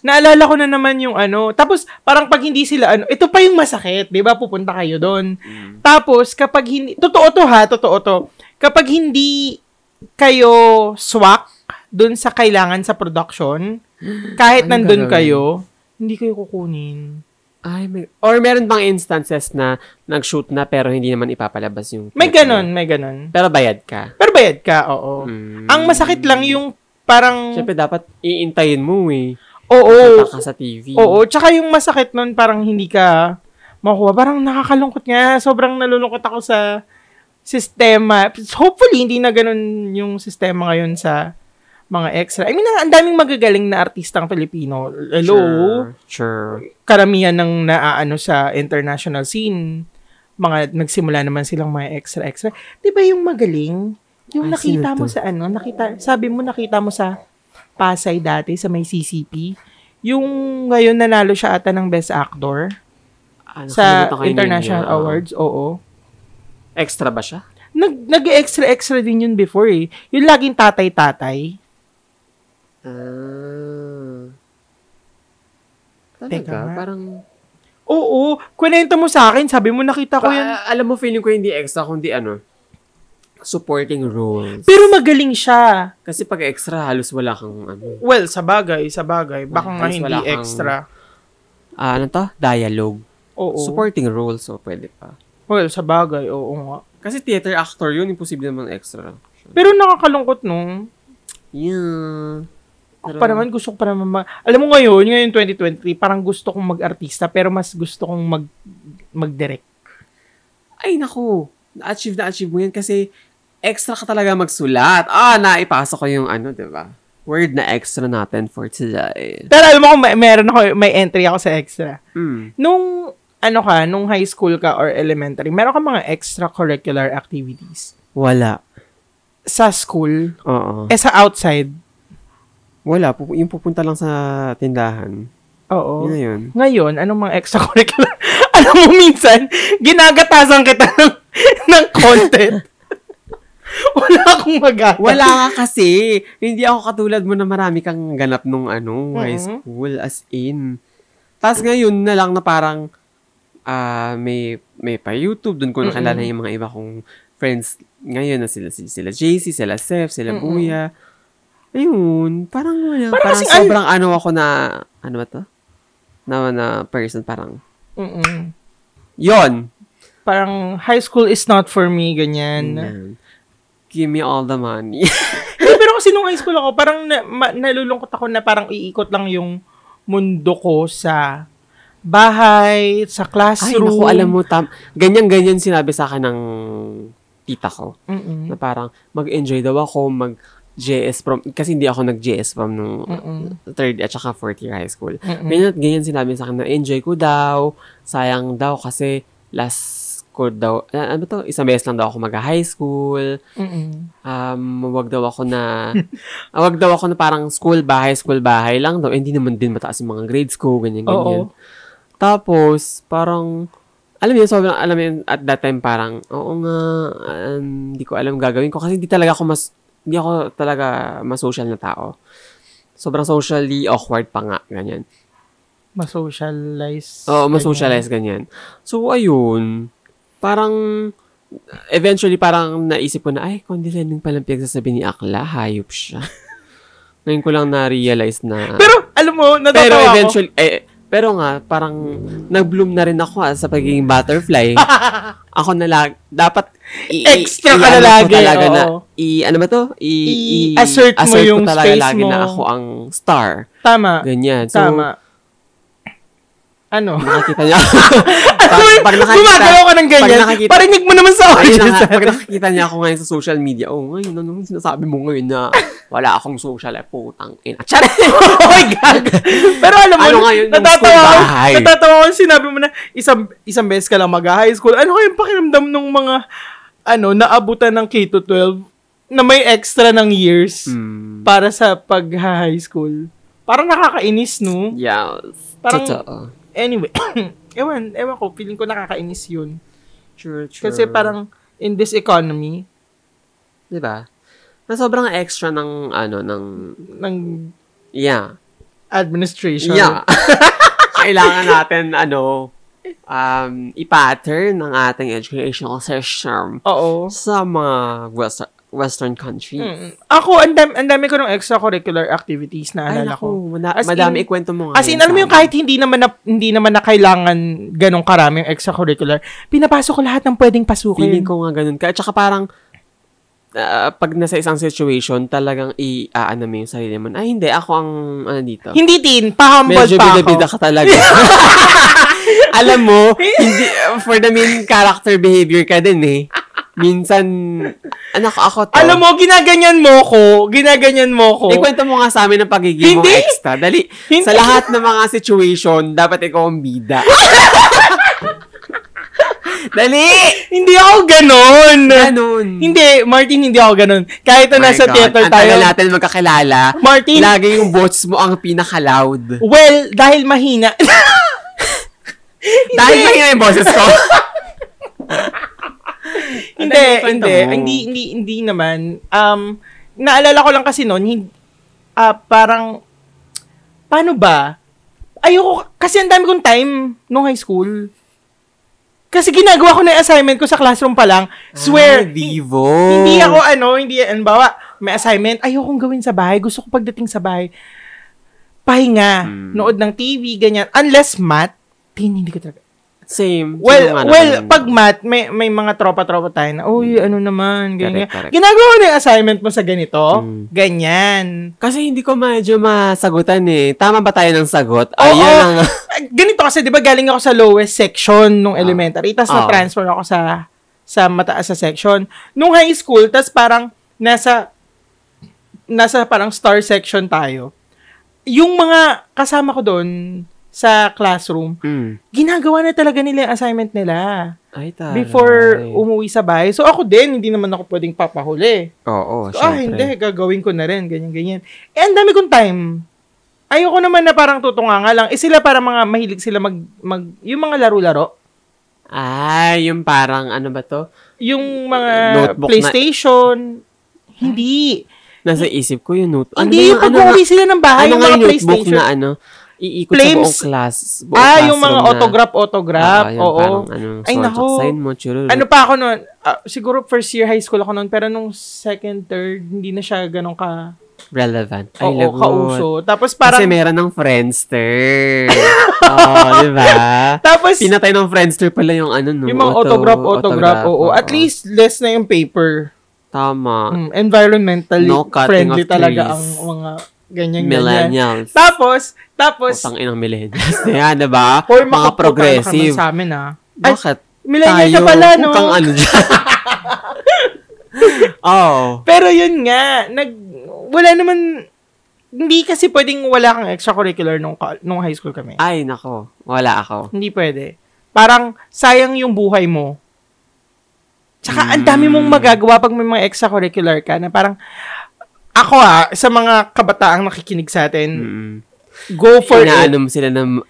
Speaker 1: Naalala ko na naman yung ano. Tapos, parang pag hindi sila ano, ito pa yung masakit, di ba? Pupunta kayo doon.
Speaker 2: Mm.
Speaker 1: Tapos, kapag hindi, totoo to ha, totoo to. Kapag hindi kayo swak doon sa kailangan sa production, kahit
Speaker 2: Ano gagawin?
Speaker 1: nandun kayo, hindi kayo kukunin.
Speaker 2: Ay, may- or meron bang instances na nag-shoot na pero hindi naman ipapalabas yung...
Speaker 1: May
Speaker 2: clip na-
Speaker 1: ganon, may ganon.
Speaker 2: Pero bayad ka.
Speaker 1: Pero bayad ka, oo.
Speaker 2: Mm.
Speaker 1: Ang masakit lang yung parang,
Speaker 2: Siyempre, dapat iintayin mo eh.
Speaker 1: oo,
Speaker 2: Punta ka sa TV.
Speaker 1: Oo, tsaka yung masakit nun, parang hindi ka makuha. Parang nakakalungkot nga. Sobrang nalulungkot ako sa sistema. Hopefully, hindi na ganun yung sistema ngayon sa mga extra. I mean, ang- ang daming magagaling na artistang Pilipino. Hello?
Speaker 2: Sure. sure.
Speaker 1: Karamihan ng naaano sa international scene. Mga nagsimula naman silang mga extra-extra. Di ba yung magaling? Yung
Speaker 2: Ay,
Speaker 1: nakita
Speaker 2: sino
Speaker 1: mo
Speaker 2: to?
Speaker 1: sa ano, nakita, sabi mo nakita mo sa Pasay dati sa may CCP. Yung ngayon nanalo siya ata ng Best Actor
Speaker 2: Ano, kalimutan ko
Speaker 1: sa
Speaker 2: yung name
Speaker 1: International
Speaker 2: niya. Oo.
Speaker 1: Awards. Oo.
Speaker 2: Extra ba siya?
Speaker 1: Nag, nag-extra-extra din yun before eh. Yung laging tatay-tatay.
Speaker 2: Ah. Talaga?
Speaker 1: Teka nga.
Speaker 2: parang...
Speaker 1: Oo, kunento mo sa akin, sabi mo nakita ko
Speaker 2: Pa-
Speaker 1: yun.
Speaker 2: alam mo, feeling ko hindi extra, kundi ano, supporting roles.
Speaker 1: Pero magaling siya.
Speaker 2: Kasi pag extra, halos wala kang ano.
Speaker 1: Well, sa bagay, sa bagay. Baka nga
Speaker 2: Halos
Speaker 1: hindi
Speaker 2: wala kang-
Speaker 1: extra.
Speaker 2: Ah, ano to? Dialogue.
Speaker 1: Oo.
Speaker 2: Supporting roles, so pwede pa.
Speaker 1: Well, sa bagay, oo nga.
Speaker 2: Kasi theater actor yun, imposible naman extra.
Speaker 1: Pero nakakalungkot nung.
Speaker 2: Yeah.
Speaker 1: Ako
Speaker 2: Pero-
Speaker 1: pa naman, gusto ko pa naman mag... Alam mo ngayon, ngayon 2023, parang gusto kong mag-artista, pero mas gusto kong mag, mag-direct.
Speaker 2: Ay, naku. Na-achieve na-achieve mo yan kasi extra ka talaga magsulat. Ah, naipasa ko yung ano, di ba? Word na extra natin for today.
Speaker 1: Pero alam mo kung may, meron ako, may entry ako sa extra. Hmm.
Speaker 2: Mm.
Speaker 1: Nung, ano ka, nung high school ka or elementary, meron ka mga extracurricular activities
Speaker 2: Wala.
Speaker 1: sa school,
Speaker 2: Oo.
Speaker 1: eh sa outside.
Speaker 2: Wala. Pup- yung pupunta lang sa tindahan.
Speaker 1: Oo.
Speaker 2: Yun na yun.
Speaker 1: Ngayon, anong mga extracurricular? Alam mo, minsan, ginagatasan kita ng, ng content. Wala akong magagawa.
Speaker 2: Wala ka kasi. Hindi ako katulad mo na marami kang ganap nung ano, high
Speaker 1: Mhm.
Speaker 2: school, as in. Tapos ngayon na lang na parang ah, may, may pa YouTube, doon ko nakilala yung mga iba kong friends ngayon na sila, sila, sila JC, sila Seth, sila Buya. Ayun, parang wala.
Speaker 1: Parang
Speaker 2: Parang,
Speaker 1: kasing an-
Speaker 2: sobrang ano ako na, ano ba to? Na, na person, parang,
Speaker 1: Mm-mm.
Speaker 2: yon
Speaker 1: Parang, high school is not for me, ganyan.
Speaker 2: Yan. Give me all the money.
Speaker 1: Eh, pero kasi nung high school ako, parang na, ma- nalulungkot ako na parang iikot lang yung mundo ko sa bahay, sa
Speaker 2: Ay,
Speaker 1: classroom.
Speaker 2: naku, alam mo, tam- ganyan-ganyan sinabi sa akin ng tita ko.
Speaker 1: Mm-mm.
Speaker 2: Na parang, mag-enjoy daw ako, mag JS prom, kasi hindi ako nag-JS prom nung third at saka fourth year high school. Ganyan at ganyan sinabi sa akin na enjoy ko daw, sayang daw kasi last ko daw, ah, ano ba to, isang beses lang daw ako mag-high school,
Speaker 1: Mm-mm.
Speaker 2: um, wag daw ako na, ah, wag daw ako na parang school, bahay, school, bahay lang daw, Eh, hindi naman din mataas yung mga grades ko, ganyan, ganyan.
Speaker 1: Oo.
Speaker 2: Tapos, parang, alam mo yun, sobrang, alam mo yun, at that time, parang, oo nga, um, hindi ko alam gagawin ko. Kasi hindi talaga ako mas, hindi ako talaga mas-social na tao. Sobrang socially awkward pa nga, ganyan.
Speaker 1: Masocialize.
Speaker 2: Oo,
Speaker 1: Ganyan.
Speaker 2: mas-socialize, ganyan. So, ayun, parang, eventually, parang naisip ko na, ay, kundi lang palang pinagsasabi ni Akla, hayop siya. Ngayon ko lang na-realize na...
Speaker 1: Pero, alam mo, natatawa
Speaker 2: Pero
Speaker 1: ako.
Speaker 2: eventually, eh, pero nga, parang nag-bloom na rin ako ah, sa pagiging butterfly. ako na lang, dapat i-
Speaker 1: Extra ka na
Speaker 2: i-ano ko
Speaker 1: lagi,
Speaker 2: talaga na,
Speaker 1: oo.
Speaker 2: i, ano ba to? I,
Speaker 1: I-
Speaker 2: i-
Speaker 1: assert mo
Speaker 2: assert ko
Speaker 1: yung
Speaker 2: talaga
Speaker 1: space
Speaker 2: lagi na
Speaker 1: mo.
Speaker 2: ako ang star.
Speaker 1: Tama.
Speaker 2: Ganyan. So,
Speaker 1: Tama. Ano?
Speaker 2: nakakita niya.
Speaker 1: Ano
Speaker 2: pag,
Speaker 1: yun?
Speaker 2: pag nakakita,
Speaker 1: Gumagawa ka ng ganyan.
Speaker 2: pag nakakita-
Speaker 1: Parinig mo naman sa
Speaker 2: Ayun
Speaker 1: audience.
Speaker 2: na nga, pag
Speaker 1: natin.
Speaker 2: nakikita niya ako ngayon sa social media, oh, ngayon, ano yung sinasabi mo ngayon na wala akong social, eh, putang ina. Charay!
Speaker 1: oh my God. Pero alam mo,
Speaker 2: Ano nga yun, yung
Speaker 1: natatawa
Speaker 2: school
Speaker 1: ako,
Speaker 2: bahay?
Speaker 1: natatawa ako, sinabi mo na, isang, isang beses ka lang mag-high school. Ano kayang pakiramdam ng mga, ano, naabutan ng K-12 na may extra ng years
Speaker 2: Hmm.
Speaker 1: para sa pag-high school? Parang nakakainis, no?
Speaker 2: Yes.
Speaker 1: Parang-
Speaker 2: Totoo.
Speaker 1: Anyway, ewan, ewan ko, feeling ko nakakainis yun.
Speaker 2: True, true.
Speaker 1: Kasi parang, in this economy,
Speaker 2: Di ba? Na sobrang extra ng, ano, ng,
Speaker 1: ng
Speaker 2: yeah.
Speaker 1: administration.
Speaker 2: Yeah. Kailangan natin, ano, um, i-pattern ng ating educational system
Speaker 1: Oo.
Speaker 2: sa mga Western, Western countries.
Speaker 1: Mm. Ako, ang dami, ang dami ko ng extracurricular activities na
Speaker 2: Ay,
Speaker 1: alala
Speaker 2: naku,
Speaker 1: ko.
Speaker 2: mada-
Speaker 1: As in-
Speaker 2: madami ikwento mo nga.
Speaker 1: As in, alam mo yung kahit hindi naman na, hindi naman na kailangan ganong karaming extracurricular, pinapasok ko lahat ng pwedeng pasukin.
Speaker 2: Feeling ko nga ganun ka. At saka parang, ah, pag nasa isang situation, talagang i-aano mo yung sarili mo. Ay, hindi. Ako ang, ano dito.
Speaker 1: Hindi din, pa-humble
Speaker 2: Medyo
Speaker 1: pa ako.
Speaker 2: bida-bida ka talaga. Alam mo, hindi, for the main character behavior ka din eh. Minsan, anak ako to.
Speaker 1: Alam mo, ginaganyan mo ko, ginaganyan mo ko.
Speaker 2: Ikwento mo nga sa amin ang pagiging
Speaker 1: Hindi.
Speaker 2: mong extra. Dali,
Speaker 1: Hindi.
Speaker 2: sa lahat ng mga situation, dapat ikaw ang bida. Dali!
Speaker 1: Hindi ako ganon!
Speaker 2: Ganun.
Speaker 1: Hindi, Martin, hindi ako ganon. Kahit na nasa
Speaker 2: Oh
Speaker 1: theater
Speaker 2: Ang tagal
Speaker 1: tayo.
Speaker 2: natin magkakilala.
Speaker 1: Martin!
Speaker 2: Lagi yung boses mo ang pinaka-loud.
Speaker 1: Well, dahil mahina.
Speaker 2: Dahil mahina yung boses ko.
Speaker 1: hindi,
Speaker 2: Ano yung kwento
Speaker 1: hindi,
Speaker 2: mo?
Speaker 1: hindi, hindi, hindi naman. Um, naalala ko lang kasi noon, hin- ah, parang, paano ba? Ayoko, kasi ang dami kong time nung high school. Kasi ginagawa ko na yung assignment ko sa classroom pa lang.
Speaker 2: Ah,
Speaker 1: Swear,
Speaker 2: Ay, Divo.
Speaker 1: Hindi ako ano, hindi, ano bawa, may assignment, ayokong gawin sa bahay, gusto ko pagdating sa bahay, pahinga,
Speaker 2: Hmm.
Speaker 1: nood ng TV, ganyan. Unless mat, tin, hindi ko talaga.
Speaker 2: Same. Sino nga
Speaker 1: Well,
Speaker 2: naman
Speaker 1: well,
Speaker 2: yung-
Speaker 1: pag mat, may, may mga tropa-tropa tayo na, uy, ano naman, ganyan.
Speaker 2: Correct, correct.
Speaker 1: Ginagawa ko na yung assignment mo sa ganito,
Speaker 2: Hmm.
Speaker 1: ganyan.
Speaker 2: Kasi hindi ko medyo masagutan eh. Tama ba tayo ng sagot?
Speaker 1: Oo.
Speaker 2: Ayun ang...
Speaker 1: Ah, Ganito kasi, di ba, galing ako sa lowest section nung elementary, tapos
Speaker 2: Ah.
Speaker 1: na-transfer ako sa sa mataas sa section. Nung high school, tapos parang nasa nasa parang star section tayo. Yung mga kasama ko doon sa classroom,
Speaker 2: Mm.
Speaker 1: ginagawa na talaga nila yung assignment nila
Speaker 2: Ay, taray.
Speaker 1: before um- umuwi sa bahay. So ako din, hindi naman ako pwedeng papahuli.
Speaker 2: Oo,
Speaker 1: So, ah, hindi, gagawin ko na rin, ganyan, ganyan. Eh, ang dami kong time. Ayoko naman na parang tutunga nga lang. Eh, sila para mga mahilig sila mag, mag yung mga laro-laro.
Speaker 2: Ay, yung parang ano ba to?
Speaker 1: Yung mga
Speaker 2: Notebook na-
Speaker 1: PlayStation. Hindi.
Speaker 2: Nasa isip ko Ano yung note.
Speaker 1: hindi yung pag uuwi sila ng
Speaker 2: ano,
Speaker 1: bahay,
Speaker 2: ano
Speaker 1: yung
Speaker 2: nga
Speaker 1: mga
Speaker 2: yung notebook
Speaker 1: PlayStation.
Speaker 2: na ano? Iikot sa
Speaker 1: Flames.
Speaker 2: buong class. Buong
Speaker 1: ah, yung mga
Speaker 2: classroom na-
Speaker 1: autograph-autograph.
Speaker 2: Ah, yun,
Speaker 1: Oo.
Speaker 2: Parang, ano,
Speaker 1: Ay,
Speaker 2: Ay,
Speaker 1: nako.
Speaker 2: Sign mo, churro.
Speaker 1: Ano pa ako noon? Ah, siguro first year high school ako noon, pero nung second, third, hindi na siya ganun ka,
Speaker 2: Relevant. Ay,
Speaker 1: oo,
Speaker 2: lagot.
Speaker 1: kauso. Tapos parang,
Speaker 2: Kasi meron ng Friendster. Oo, oh, di ba?
Speaker 1: tapos,
Speaker 2: Pinatay ng Friendster pala yung ano, no?
Speaker 1: Yung mga
Speaker 2: auto-
Speaker 1: autograph, autograph, oo. At
Speaker 2: oo.
Speaker 1: least, less na yung paper.
Speaker 2: Tama.
Speaker 1: Mm, environmentally
Speaker 2: No cutting
Speaker 1: friendly
Speaker 2: of
Speaker 1: talaga
Speaker 2: trees.
Speaker 1: ang mga ganyan-ganyan.
Speaker 2: Millennials.
Speaker 1: Tapos, tapos,
Speaker 2: Utang inang millennials. Yan, di ba?
Speaker 1: or
Speaker 2: Mga progressive.
Speaker 1: Sa amin, ah. Ay,
Speaker 2: Bakit?
Speaker 1: millennial ka
Speaker 2: Tayo,
Speaker 1: pala, no?
Speaker 2: Mukhang ano dyan. oh.
Speaker 1: Pero yun nga, nag, wala naman, hindi kasi pwedeng wala kang extracurricular nung, ka- nung high school kami.
Speaker 2: Ay, nako. Wala ako.
Speaker 1: Hindi pwede. Parang, sayang yung buhay mo. Tsaka, ang dami
Speaker 2: Hmm.
Speaker 1: mong magagawa pag may mga extracurricular ka na parang, ako ah, sa mga kabataang nakikinig sa atin,
Speaker 2: Mm.
Speaker 1: go for it.
Speaker 2: Inaanom sila ng,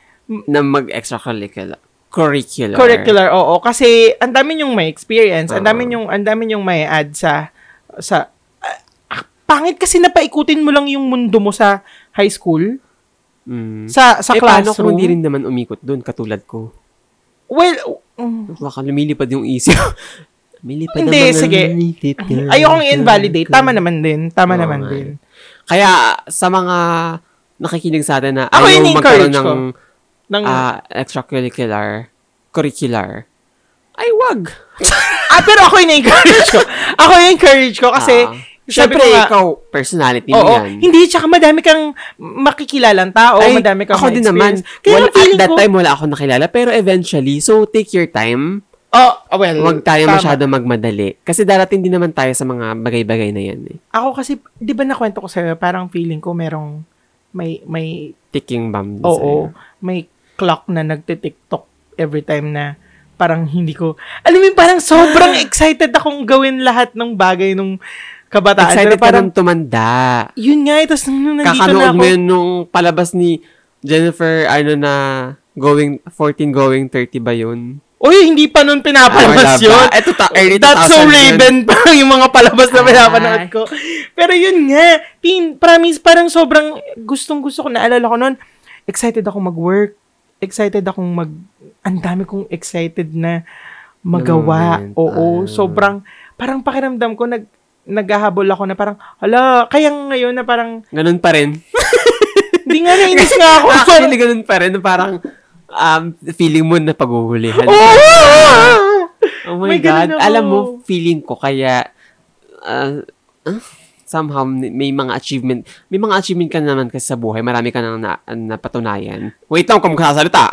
Speaker 2: ng mag-extracurricular. Curricular.
Speaker 1: Curricular, oo. Kasi, ang dami yung may experience, ang
Speaker 2: Oo.
Speaker 1: dami yung, ang dami yung may add sa, sa, ah, pangit kasi napaikutin mo lang yung mundo mo sa high school,
Speaker 2: Mm.
Speaker 1: sa, sa
Speaker 2: eh, paano kung
Speaker 1: classroom.
Speaker 2: hindi rin naman umikot doon, katulad ko?
Speaker 1: Well, mm,
Speaker 2: Baka lumilipad yung isip. lumilipad
Speaker 1: Hindi,
Speaker 2: naman ang
Speaker 1: sige.
Speaker 2: nitip ka.
Speaker 1: ayokong i-invalidate. Tama naman din. Tama
Speaker 2: Oo
Speaker 1: naman
Speaker 2: nga eh.
Speaker 1: din.
Speaker 2: Kaya, sa mga nakikinig sa atin na
Speaker 1: Ako,
Speaker 2: ayaw
Speaker 1: ini-encourage
Speaker 2: magkaroon ng
Speaker 1: Nang,
Speaker 2: ah, extracurricular, curricular, ay wag.
Speaker 1: Ah, pero ako yung encourage ko. Ako yung encourage ko kasi,
Speaker 2: Ah.
Speaker 1: sabi
Speaker 2: syempre,
Speaker 1: ko nga,
Speaker 2: ikaw, personality
Speaker 1: oo,
Speaker 2: mo yan.
Speaker 1: hindi, tsaka madami kang makikilalang tao,
Speaker 2: Ay,
Speaker 1: madami kang
Speaker 2: ako din naman.
Speaker 1: ma-experience. Kaya
Speaker 2: wala,
Speaker 1: ang feeling
Speaker 2: at that
Speaker 1: ko,
Speaker 2: time, wala ako nakilala. Pero eventually, so take your time.
Speaker 1: oh, ah, well,
Speaker 2: Huwag tayo
Speaker 1: tama.
Speaker 2: masyado magmadali. Kasi darating din naman tayo sa mga bagay-bagay na yan. Eh.
Speaker 1: Ako kasi, di ba nakwento ko sa'yo, parang feeling ko merong, may, may,
Speaker 2: Ticking bomb. din
Speaker 1: oo,
Speaker 2: Ano sa'yo.
Speaker 1: may clock na nagtitiktok every time na parang hindi ko, alam mo yun, parang sobrang excited akong gawin lahat ng bagay nung kabataan.
Speaker 2: Excited
Speaker 1: Pero
Speaker 2: ka
Speaker 1: parang,
Speaker 2: nang tumanda.
Speaker 1: yun nga, tapos nung nandito na
Speaker 2: kakanood
Speaker 1: ako,
Speaker 2: mo yun nung palabas ni Jennifer, ano na, going, 14 going 30 ba yun?
Speaker 1: Uy, hindi pa nun
Speaker 2: Ay, wala
Speaker 1: pinapalabas yun.
Speaker 2: ba? Eto ta- early
Speaker 1: That's
Speaker 2: 2000
Speaker 1: so
Speaker 2: yun.
Speaker 1: Raven pa yung mga palabas na pinapanood ko. Pero yun nga, tin, promise, parang sobrang gustong gusto ko, naalala ko nun, excited ako mag-work, excited akong mag, ang dami kong excited na magawa.
Speaker 2: Na moment.
Speaker 1: Oo,
Speaker 2: Ah.
Speaker 1: sobrang, parang pakiramdam ko, nag, naghahabol ako na parang, hala, kaya ngayon na parang,
Speaker 2: Ganun pa rin.
Speaker 1: hindi nga nainis nga ako.
Speaker 2: Actually, ganun pa rin. Parang, um, feeling mo na paghuhulihan.
Speaker 1: Oh, Oo!
Speaker 2: Oh my
Speaker 1: May
Speaker 2: God.
Speaker 1: ganun ako.
Speaker 2: Alam mo, feeling ko kaya, uh, ah, somehow, may mga achievement, may mga achievement ka naman kasi sa buhay. Marami ka nang na, napatunayan. Wait lang, kung makasalita.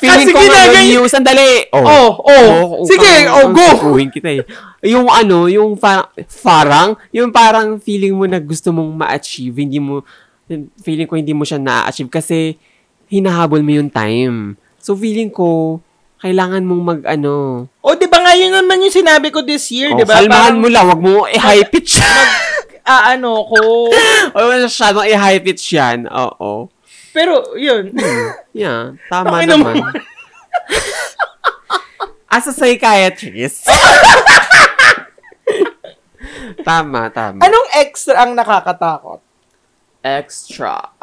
Speaker 2: feeling
Speaker 1: Kasi
Speaker 2: ko nga
Speaker 1: ginagay-
Speaker 2: yung sandali.
Speaker 1: Oh, oh. Sige, oh, go.
Speaker 2: Kukuhin kita eh. Yung ano, yung parang, farang, yung parang feeling mo na gusto mong ma-achieve, hindi mo, feeling ko hindi mo siya na-achieve kasi hinahabol mo yung time. So feeling ko, kailangan mong mag ano.
Speaker 1: O, di ba nga yun naman yung sinabi ko this year,
Speaker 2: Oh,
Speaker 1: di ba?
Speaker 2: Kalmahan mo lang, wag mo i-high pitch.
Speaker 1: Ah, ano ko.
Speaker 2: Huwag mo masyadong i-high pitch yan. Oo.
Speaker 1: Pero, yun.
Speaker 2: Yeah, tama
Speaker 1: Tangin na
Speaker 2: naman. As a psychiatrist. tama, tama.
Speaker 1: Anong extra ang nakakatakot?
Speaker 2: Extra.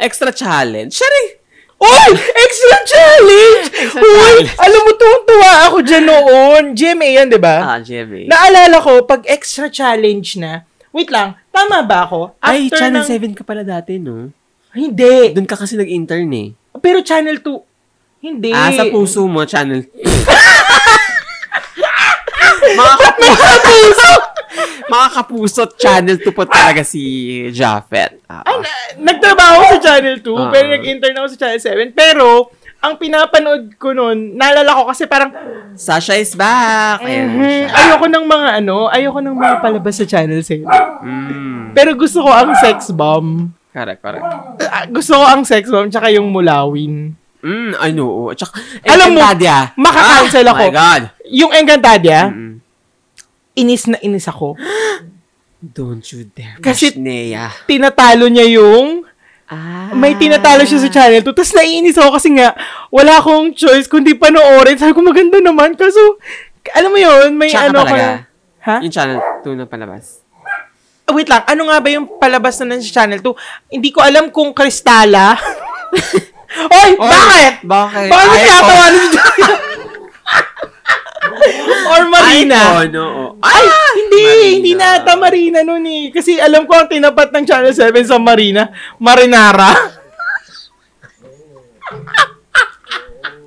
Speaker 2: Extra challenge. Sorry.
Speaker 1: Uy! Extra challenge!
Speaker 2: Extra
Speaker 1: Uy!
Speaker 2: challenge.
Speaker 1: Alam mo, tuwang-tuwa ako dyan noon. GMA yan, di ba?
Speaker 2: Ah, Jimmy.
Speaker 1: Naalala ko, pag extra challenge na, wait lang, tama ba ako?
Speaker 2: Ay,
Speaker 1: After
Speaker 2: Channel
Speaker 1: ng-
Speaker 2: 7 ka pala dati, no?
Speaker 1: Hindi.
Speaker 2: Doon ka kasi nag-intern eh.
Speaker 1: Pero Channel 2, hindi.
Speaker 2: Ah, sa puso mo, Channel. mga kapuso! mga kapuso, Channel 2 po talaga si Japheth. Ah,
Speaker 1: Ay, na- nagtrabaho ako sa Channel 2,
Speaker 2: Ah.
Speaker 1: pero nag-intern ako sa Channel 7. Pero, ang pinapanood ko noon, naalala ko kasi parang,
Speaker 2: Sasha is back! Ayan
Speaker 1: mhm,
Speaker 2: siya.
Speaker 1: ayoko ng mga ano, ayoko ng mga palabas sa Channel 7.
Speaker 2: Mm,
Speaker 1: Pero gusto ko ang sex bomb.
Speaker 2: correct, correct.
Speaker 1: Ah, gusto ko ang sex bomb tsaka yung mulawin.
Speaker 2: Mm, I know. At saka,
Speaker 1: Alam mo,
Speaker 2: Encantadia.
Speaker 1: makakancel ako.
Speaker 2: Oh eh, my God.
Speaker 1: Yung Encantadia,
Speaker 2: Mm-mm.
Speaker 1: inis na inis ako.
Speaker 2: Don't you dare.
Speaker 1: Kasi-
Speaker 2: Bash Nea.
Speaker 1: Tinatalo niya yung,
Speaker 2: Ah.
Speaker 1: may tinatalo siya sa channel 2. Tapos naiinis ako kasi nga, wala akong choice kundi panoorin. Sabi ko, maganda naman. Kaso, alam mo yun, may
Speaker 2: Tsaka
Speaker 1: ano
Speaker 2: talaga.
Speaker 1: ka- Ha?
Speaker 2: Yung channel 2 na palabas.
Speaker 1: Ah, Wait lang, ano nga ba yung palabas na nasa channel 2? Hindi ko alam kung Kristala. Oy,
Speaker 2: Oy,
Speaker 1: bakit?
Speaker 2: Bakit?
Speaker 1: Bakit
Speaker 2: Ay,
Speaker 1: kaya
Speaker 2: oh.
Speaker 1: tawanan si Or Marina.
Speaker 2: Ay, oh, no, no.
Speaker 1: Ay, hindi,
Speaker 2: Marina.
Speaker 1: hindi na ata Marina nun eh. Kasi alam ko ang tinapat ng Channel 7 sa Marina, Marinara.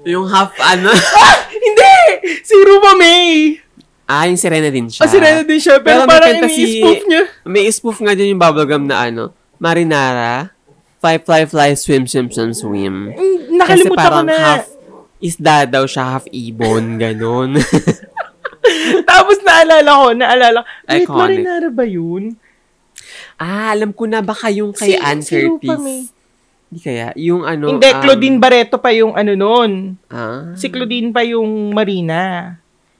Speaker 2: Yung half, ano?
Speaker 1: Ah! hindi! Si Ruba May.
Speaker 2: ah, yung Serena din siya.
Speaker 1: Ah, si Rena din siya, pero,
Speaker 2: may
Speaker 1: parang
Speaker 2: kanta si-
Speaker 1: ini-spoof niya.
Speaker 2: May spoof nga dyan yung bubblegum na ano, Marinara, Fly, fly, fly, swim, swim, swim, swim.
Speaker 1: Mm,
Speaker 2: Kasi
Speaker 1: Nakalimutan ko
Speaker 2: parang
Speaker 1: na.
Speaker 2: half isda daw siya, half ibon, ganun.
Speaker 1: Tapos naalala ko, naalala ko. Wait,
Speaker 2: Iconic.
Speaker 1: Marinara ba yun?
Speaker 2: ah, alam ko na, baka yung kay
Speaker 1: Si-
Speaker 2: Ann
Speaker 1: si Rupa May.
Speaker 2: Curtis. Hindi kaya, yung ano,
Speaker 1: Hindi,
Speaker 2: um,
Speaker 1: Claudine Barreto pa yung ano nun.
Speaker 2: Ah,
Speaker 1: Si Claudine pa yung Marina.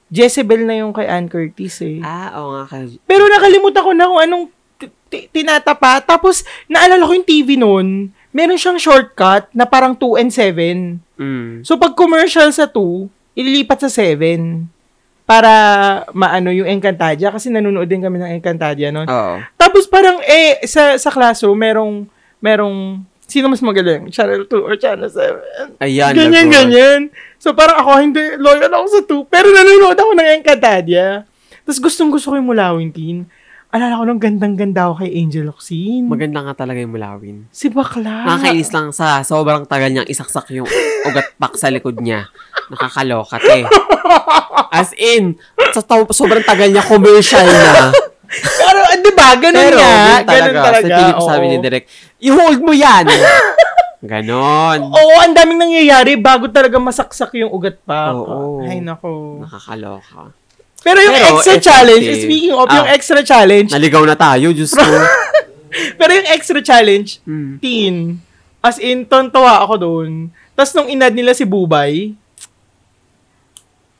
Speaker 1: Jezebel na yung kay Ann Curtis eh.
Speaker 2: ah, oo nga kay
Speaker 1: Pero nakalimutan ko na kung anong ti- ti- tinatapa. Tapos, naalala ko yung TV noon, meron siyang shortcut na parang 2 and 7.
Speaker 2: Mm.
Speaker 1: So, pag commercial sa 2, ililipat sa 7 para maano yung Encantadia kasi nanonood din kami ng Encantadia noon.
Speaker 2: Oo.
Speaker 1: Tapos parang eh sa sa classroom merong merong sino mas magaling? Channel 2 or Channel 7?
Speaker 2: Ayan,
Speaker 1: ganyan,
Speaker 2: lagot.
Speaker 1: ganyan. So, parang ako, hindi, loyal ako sa two. Pero nanonood ako ng Encantadia. Tapos, gustong gusto ko yung Mulawin Teen. Alala ko nung gandang-ganda ako kay Angel Oxin.
Speaker 2: Maganda nga talaga yung mulawin.
Speaker 1: si Bakla.
Speaker 2: Nakakainis lang sa sobrang tagal niyang isaksak yung ugat pak sa likod niya. Nakakaloka, te. As in, sa to- sobrang tagal niya commercial na.
Speaker 1: Pero, ah, di ba? Ganun
Speaker 2: Pero,
Speaker 1: nga.
Speaker 2: yun talaga,
Speaker 1: ganun talaga.
Speaker 2: sa tinig ko
Speaker 1: oo.
Speaker 2: sabi ni Direk, i-hold mo yan! Ganon.
Speaker 1: Oo, ang daming nangyayari bago talaga masaksak yung ugat pa.
Speaker 2: Oo.
Speaker 1: Ay, nako.
Speaker 2: Nakakaloka.
Speaker 1: Pero yung
Speaker 2: Pero,
Speaker 1: extra
Speaker 2: effective.
Speaker 1: challenge, speaking of yung
Speaker 2: Ah.
Speaker 1: extra challenge,
Speaker 2: Naligaw na tayo, Diyos ko.
Speaker 1: pero yung extra challenge,
Speaker 2: Mm.
Speaker 1: teen. As in, tontawa ako doon. Tapos nung inad nila si Bubay,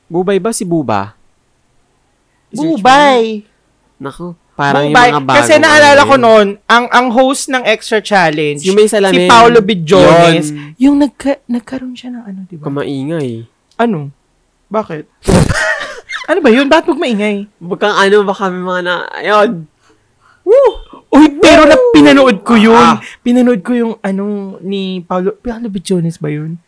Speaker 2: Bubay ba si Buba? Search mo.
Speaker 1: Bubay.
Speaker 2: Naku, parang
Speaker 1: Bubay.
Speaker 2: yung mga bago.
Speaker 1: Kasi naalala ko
Speaker 2: ano
Speaker 1: noon, ang ang host ng Extra Challenge,
Speaker 2: Yung may salamin.
Speaker 1: si Paolo Bidjones,
Speaker 2: Yun.
Speaker 1: yung nagka, nagkaroon siya ng ano, di
Speaker 2: yun.
Speaker 1: ba?
Speaker 2: Kamaingay.
Speaker 1: ano? Bakit? ano ba yun? Bakit huwag maingay?
Speaker 2: Baka ano, baka may mga na... Ayun.
Speaker 1: Woo! Uy, pero na pinanood ko yun.
Speaker 2: Ah.
Speaker 1: Pinanood ko yung ano ni Paolo, Paolo Bidjones ba yun?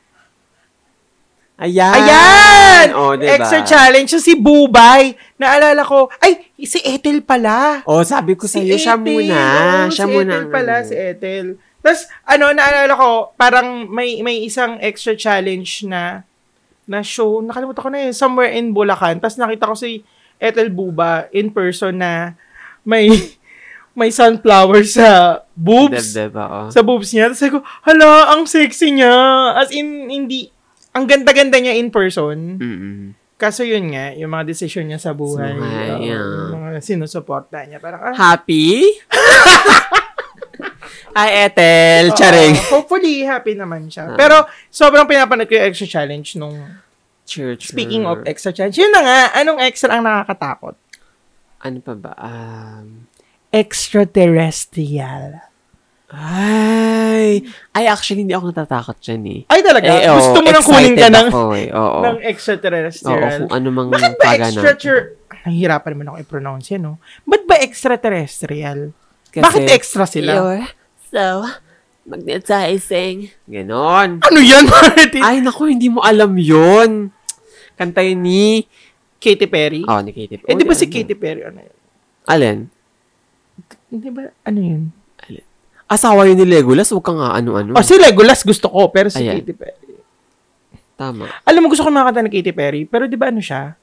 Speaker 2: Ayan!
Speaker 1: Ayan!
Speaker 2: Ah. Oh, diba?
Speaker 1: Extra Challenge. Yung si Bubay. Naalala ko, ay, si Ethel pala.
Speaker 2: Oh, sabi ko sa'yo, siya muna.
Speaker 1: oo,
Speaker 2: siya
Speaker 1: si
Speaker 2: muna. ang
Speaker 1: Ethel pala,
Speaker 2: ano.
Speaker 1: si Ethel. Tapos, ano, naalala ko, parang may, may isang extra challenge na na show. Nakalimutan ko na yun. Somewhere in Bulacan. Tapos nakita ko si Ethel Buba in person na may may sunflower sa boobs.
Speaker 2: Deb-deb, oo.
Speaker 1: Sa boobs niya. Tapos sabi ko, hala, ang sexy niya. As in, hindi, ang ganda-ganda niya in person.
Speaker 2: Mm-mm.
Speaker 1: Kaso yun nga, yung mga desisyon niya sa buhay,
Speaker 2: Hmm.
Speaker 1: um,
Speaker 2: Sa buhay,
Speaker 1: oo,
Speaker 2: yeah.
Speaker 1: yung mga sinusuporta niya, parang, ah,
Speaker 2: Happy? Ay, Ethel, charing. Hmm.
Speaker 1: Oo, hopefully, happy naman siya. Pero, sobrang pinapanood ko yung extra challenge nung...
Speaker 2: Sure, sure.
Speaker 1: Speaking of extra challenge, yun na nga, anong extra ang nakakatakot?
Speaker 2: ano pa ba? Um,
Speaker 1: Extraterrestrial.
Speaker 2: ay, ay actually hindi ako natatakot dyan eh.
Speaker 1: Ay, talaga?
Speaker 2: Eh, oo,
Speaker 1: gusto mo nang kunin ka
Speaker 2: excited
Speaker 1: ng,
Speaker 2: Ako, eh. Oo,
Speaker 1: ng
Speaker 2: oo,
Speaker 1: extraterrestrial?
Speaker 2: kung ano mang
Speaker 1: Bakit ba
Speaker 2: paga na.
Speaker 1: extrater... Nahihirapan naman ako i-pronounce yan, no? Ba't ba extraterrestrial? Bakit extra sila?
Speaker 2: So, magnetizing. Ganon.
Speaker 1: Ano yan, Martin?
Speaker 2: Ay, naku, hindi mo alam yon Kanta yun ni...
Speaker 1: Katy Perry?
Speaker 2: Oh, ni Katy Perry.
Speaker 1: eh, di
Speaker 2: Oh,
Speaker 1: ba
Speaker 2: ano?
Speaker 1: si Katy Perry? Ano yun?
Speaker 2: Alin?
Speaker 1: Di ba, ano yun?
Speaker 2: Asawa yun ni Legolas, huwag ka nga ano-ano.
Speaker 1: Oh, si Legolas gusto ko, pero si
Speaker 2: Hmm. Ayan.
Speaker 1: Katy Perry.
Speaker 2: Tama.
Speaker 1: Alam mo, gusto ko makakanta ni Katy Perry, pero di ba ano siya?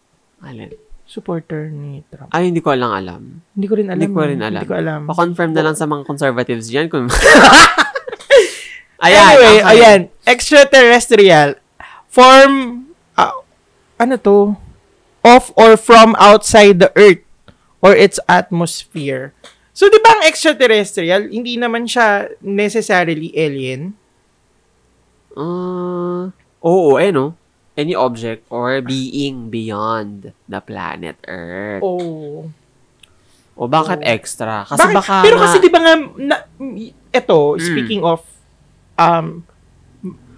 Speaker 2: Alin?
Speaker 1: Supporter ni Trump.
Speaker 2: Ay, hindi ko lang alam.
Speaker 1: Hindi ko rin alam.
Speaker 2: Hindi ko
Speaker 1: eh.
Speaker 2: rin alam.
Speaker 1: Hindi ko alam.
Speaker 2: Pa-confirm na lang sa mga conservatives dyan. Kung... okay.
Speaker 1: anyway, ayan. Extraterrestrial. Form, ah, ano to? Of or from outside the Earth or its atmosphere. So, di ba ang extraterrestrial, hindi naman siya necessarily alien?
Speaker 2: Ah, oo, eh no? Any object or being beyond the planet Earth.
Speaker 1: Oh.
Speaker 2: O Oh. bakit extra? Kasi
Speaker 1: Bakit?
Speaker 2: baka
Speaker 1: Pero
Speaker 2: nga- Hmm.
Speaker 1: kasi di ba nga, na, eto, speaking of, um,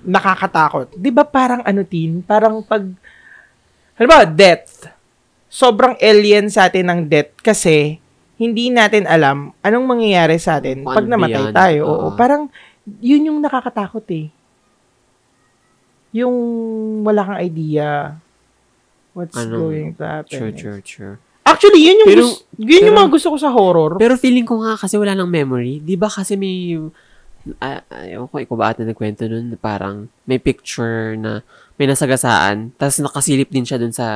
Speaker 1: nakakatakot. Di ba parang ano, Tin? Parang pag, alam ba, death. Sobrang alien sa atin ang death kasi hindi natin alam anong mangyayari sa atin
Speaker 2: Kung
Speaker 1: pag
Speaker 2: ano
Speaker 1: namatay
Speaker 2: beyond,
Speaker 1: tayo.
Speaker 2: oo.
Speaker 1: Oo, parang yun yung nakakatakot eh. Yung wala kang idea what's
Speaker 2: Ano?
Speaker 1: going to happen.
Speaker 2: True, true, true.
Speaker 1: Actually, yun yung,
Speaker 2: Pero-
Speaker 1: gusto, yun yung
Speaker 2: pero-
Speaker 1: mga gusto ko sa horror.
Speaker 2: Pero feeling ko nga kasi wala nang memory. Di ba kasi may... Uh, ayaw ko, ikaw ba ata nagkwento nun na parang may picture na may nasagasaan tapos nakasilip din siya dun sa...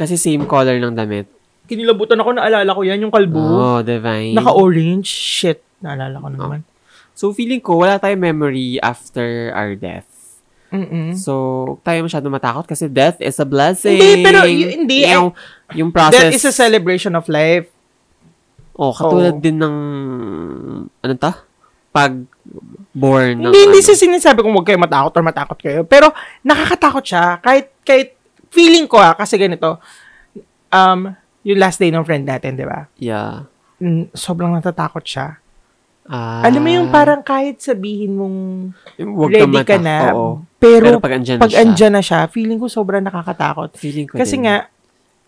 Speaker 2: Kasi same color ng damit.
Speaker 1: kinilabutan ako, naalala ko yan, yung kalbo.
Speaker 2: Oh, divine.
Speaker 1: Naka-orange. Shit, naalala ko naman.
Speaker 2: so, feeling ko, wala tayong memory after our death.
Speaker 1: Mm-mm.
Speaker 2: So, tayo masyado matakot kasi death is a blessing.
Speaker 1: Hindi, pero y- hindi, eh.
Speaker 2: Yung, yung process.
Speaker 1: That is a celebration of life.
Speaker 2: oh, katulad
Speaker 1: Oo.
Speaker 2: din ng, ano ta? Pag born ng
Speaker 1: hindi, hindi
Speaker 2: ano.
Speaker 1: siya sinasabi kung huwag kayo matakot or matakot kayo. Pero, nakakatakot siya. Kahit, kahit, feeling ko ah, kasi ganito, um, yung last day ng friend natin, di ba?
Speaker 2: Yeah.
Speaker 1: Mm, sobrang natatakot siya.
Speaker 2: Ah,
Speaker 1: Alam mo yung parang kahit sabihin mong
Speaker 2: yung huwag
Speaker 1: ready
Speaker 2: mata-
Speaker 1: ka na,
Speaker 2: Oo. Pero,
Speaker 1: pero,
Speaker 2: pag andyan na
Speaker 1: pag
Speaker 2: siya,
Speaker 1: andyan na siya, feeling ko sobrang nakakatakot.
Speaker 2: feeling ko
Speaker 1: Kasi
Speaker 2: din.
Speaker 1: nga,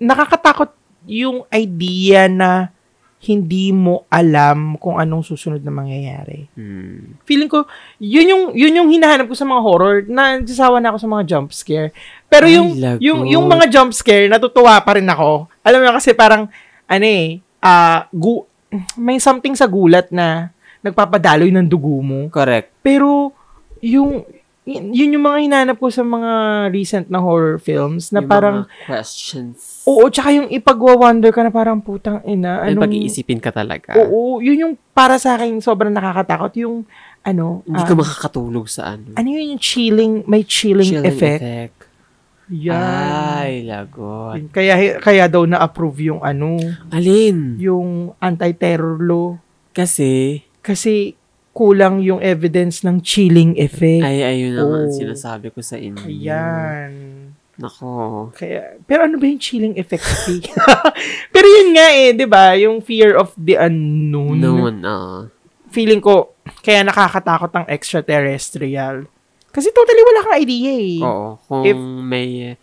Speaker 1: nakakatakot yung idea na hindi mo alam kung anong susunod na mangyayari.
Speaker 2: Hmm.
Speaker 1: Feeling ko, yun yung, yun yung hinahanap ko sa mga horror, na nagsasawa na ako sa mga jump scare. Pero
Speaker 2: Ay,
Speaker 1: yung,
Speaker 2: lagot.
Speaker 1: yung, yung mga jump scare, natutuwa pa rin ako. Alam mo yun, kasi parang, ano eh, ah, gu- may something sa gulat na nagpapadaloy ng dugo mo.
Speaker 2: Correct.
Speaker 1: Pero, yung, yun, yun yung mga hinahanap ko sa mga recent na horror films na
Speaker 2: Yung
Speaker 1: parang,
Speaker 2: mga questions.
Speaker 1: Oo, tsaka yung ipagwa-wonder ka na parang putang ina.
Speaker 2: May
Speaker 1: Anong,
Speaker 2: pag-iisipin ka talaga.
Speaker 1: Oo, yun yung para sa akin sobrang nakakatakot. Yung, ano,
Speaker 2: Hindi
Speaker 1: ah,
Speaker 2: ka makakatulog sa ano.
Speaker 1: ano yun yung chilling, may chilling,
Speaker 2: Chilling Ah.
Speaker 1: effect. Yan.
Speaker 2: Ay, lagot.
Speaker 1: Yun, Kaya, kaya daw na-approve yung ano,
Speaker 2: Alin?
Speaker 1: yung anti-terror law.
Speaker 2: Kasi,
Speaker 1: Kasi kulang yung evidence ng chilling effect.
Speaker 2: ay, ayun naman
Speaker 1: Oo.
Speaker 2: sinasabi ko sa inyo.
Speaker 1: Ayan.
Speaker 2: Nako.
Speaker 1: Kaya, pero ano ba yung chilling effect? Ate? pero yun nga eh, di ba? Yung fear of the unknown.
Speaker 2: Noon, ah.
Speaker 1: feeling ko, kaya nakakatakot ang extraterrestrial. Kasi totally wala kang idea eh.
Speaker 2: Oo. Kung
Speaker 1: If-
Speaker 2: may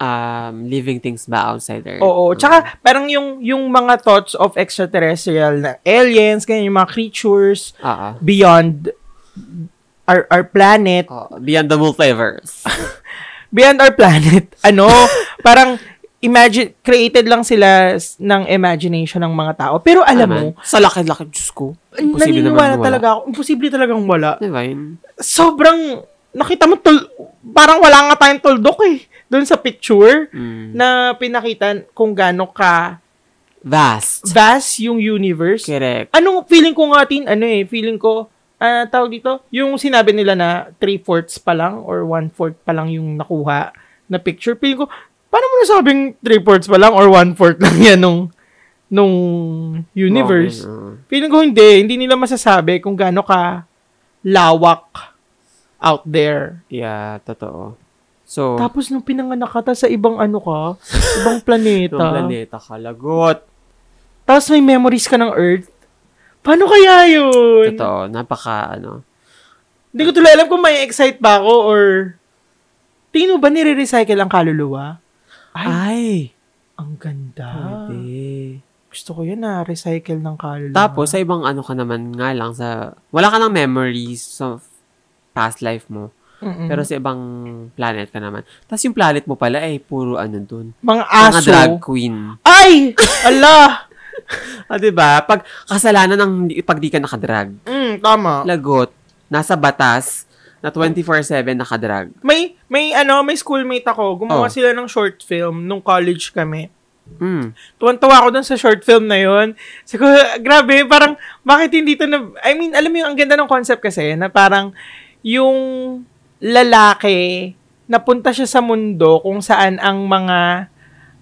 Speaker 2: um, living things ba outside Earth.
Speaker 1: Oo. Tsaka, parang yung, yung mga thoughts of extraterrestrial na aliens, ganyan, yung mga creatures
Speaker 2: Ah, ah.
Speaker 1: beyond our, our planet.
Speaker 2: Oo. Beyond the multiverse.
Speaker 1: Beyond our planet. Ano? parang, imagine, created lang sila s- ng imagination ng mga tao. Pero alam mo,
Speaker 2: Naman. Sa laki-laki, Diyos ko. Imposible
Speaker 1: naniniwala
Speaker 2: naman
Speaker 1: talaga ako. Imposible talagang wala.
Speaker 2: Diba yun?
Speaker 1: sobrang nakita mo tul- parang wala nga tayong tuldok eh doon sa picture
Speaker 2: Mm.
Speaker 1: na pinakita kung gaano ka
Speaker 2: Vast.
Speaker 1: vast yung universe.
Speaker 2: Correct.
Speaker 1: Anong feeling ko nga tin ano eh feeling ko ah tawag dito yung sinabi nila na 3/4 pa lang or 1/4 pa lang yung nakuha na picture feeling ko paano mo nasabing 3/4 pa lang or 1/4 lang yan nung nung universe.
Speaker 2: Okay,
Speaker 1: Feeling ko hindi, hindi nila masasabi kung gaano ka lawak out there.
Speaker 2: yeah, totoo. So,
Speaker 1: Tapos nung pinanganak ka, tas sa ibang ano ka, Oh.
Speaker 2: yung
Speaker 1: ibang planeta,
Speaker 2: planeta kalagot.
Speaker 1: tapos may memories ka ng Earth, paano kaya yun?
Speaker 2: Totoo, napaka ano.
Speaker 1: Hindi ko tuloy alam kung may excite ba ako or tingin mo ba nire-recycle ang kaluluwa? Ay,
Speaker 2: Ay,
Speaker 1: ang ganda.
Speaker 2: pwede.
Speaker 1: Gusto ko yun na recycle ng kaluluwa.
Speaker 2: Ah. Tapos, sa ibang ano ka naman nga lang sa... Wala ka ng memories of past life mo.
Speaker 1: Mm-mm.
Speaker 2: Pero sa ibang planet ka naman. Tapos yung planet mo pala ay puro ano dun.
Speaker 1: mga
Speaker 2: Mga
Speaker 1: aso.
Speaker 2: drag queen.
Speaker 1: Ay! Ala!
Speaker 2: Ah, di ba? Pag kasalanan ng di- pag di ka nakadrag.
Speaker 1: mm, tama.
Speaker 2: Lagot. Nasa batas na 24-7 nakadrag.
Speaker 1: May, may ano, may schoolmate ako.
Speaker 2: Oh.
Speaker 1: Gumawa sila ng short film nung college kami.
Speaker 2: Mm.
Speaker 1: Tuwan-tuwa ako dun sa short film na yun. Sabi ko, grabe, parang, bakit hindi to na, I mean, alam mo yung, ang ganda ng concept kasi, na parang, yung lalaki, napunta siya sa mundo kung saan ang mga,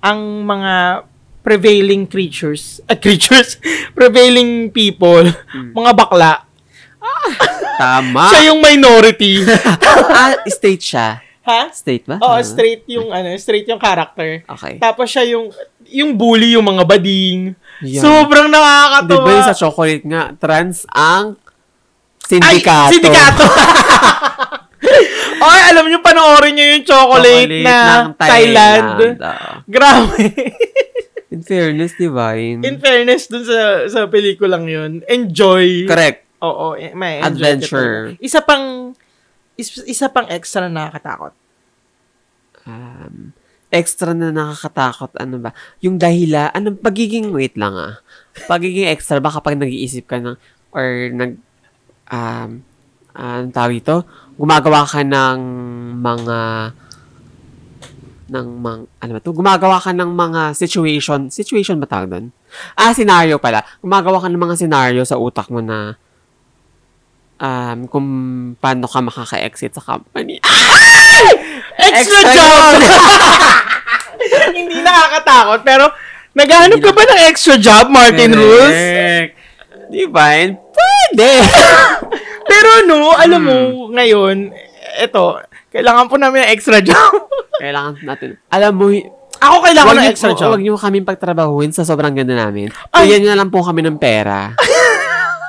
Speaker 1: ang mga prevailing creatures, ah, creatures, prevailing people,
Speaker 2: Hmm.
Speaker 1: mga bakla.
Speaker 2: Tama.
Speaker 1: Siya yung minority.
Speaker 2: ah, state siya.
Speaker 1: ha?
Speaker 2: State ba?
Speaker 1: Oo,
Speaker 2: Ah.
Speaker 1: straight yung, ano, straight yung character.
Speaker 2: Okay.
Speaker 1: Tapos siya yung, yung bully, yung mga bading.
Speaker 2: Yan. Di
Speaker 1: Sobrang nakakatawa.
Speaker 2: ba yung sa chocolate nga, trans ang
Speaker 1: Ay,
Speaker 2: sindikato.
Speaker 1: sindikato. Ay, alam nyo, panoorin nyo yung chocolate, na
Speaker 2: ng
Speaker 1: Thailand.
Speaker 2: Oo.
Speaker 1: Grabe.
Speaker 2: In fairness, divine.
Speaker 1: In fairness, dun sa, sa pelikulang yun, enjoy.
Speaker 2: Correct.
Speaker 1: Oo, eh, may enjoy
Speaker 2: Adventure.
Speaker 1: ka talaga. Isa pang, is- isa pang extra na nakakatakot.
Speaker 2: Um, extra na nakakatakot, ano ba? Yung dahila, ano, pagiging, wait lang ah. Pagiging extra ba kapag nag-iisip ka ng, or nag, um, anong tawag ito? Gumagawa ka ng mga, ng mga, ano ba to? Gumagawa ka ng mga situation, situation ba tawag doon? Ah, scenario pala. Gumagawa ka ng mga scenario sa utak mo na, um, kung paano ka makaka-exit sa company.
Speaker 1: Extra,
Speaker 2: Extra
Speaker 1: job! Hindi nakakatakot, pero naghahanap ka ba ng extra job, Martin Rules?
Speaker 2: Correct. Divine, pwede.
Speaker 1: Pero no, alam mo, ngayon, eto, kailangan po namin ng extra job.
Speaker 2: Kailangan natin. Alam mo,
Speaker 1: Ako kailangan
Speaker 2: wag
Speaker 1: ng
Speaker 2: niyo,
Speaker 1: extra
Speaker 2: po-
Speaker 1: job.
Speaker 2: Wag niyo kami pagtrabahuin sa sobrang ganda namin.
Speaker 1: Ay!
Speaker 2: Tuyan niyo na lang po kami ng pera.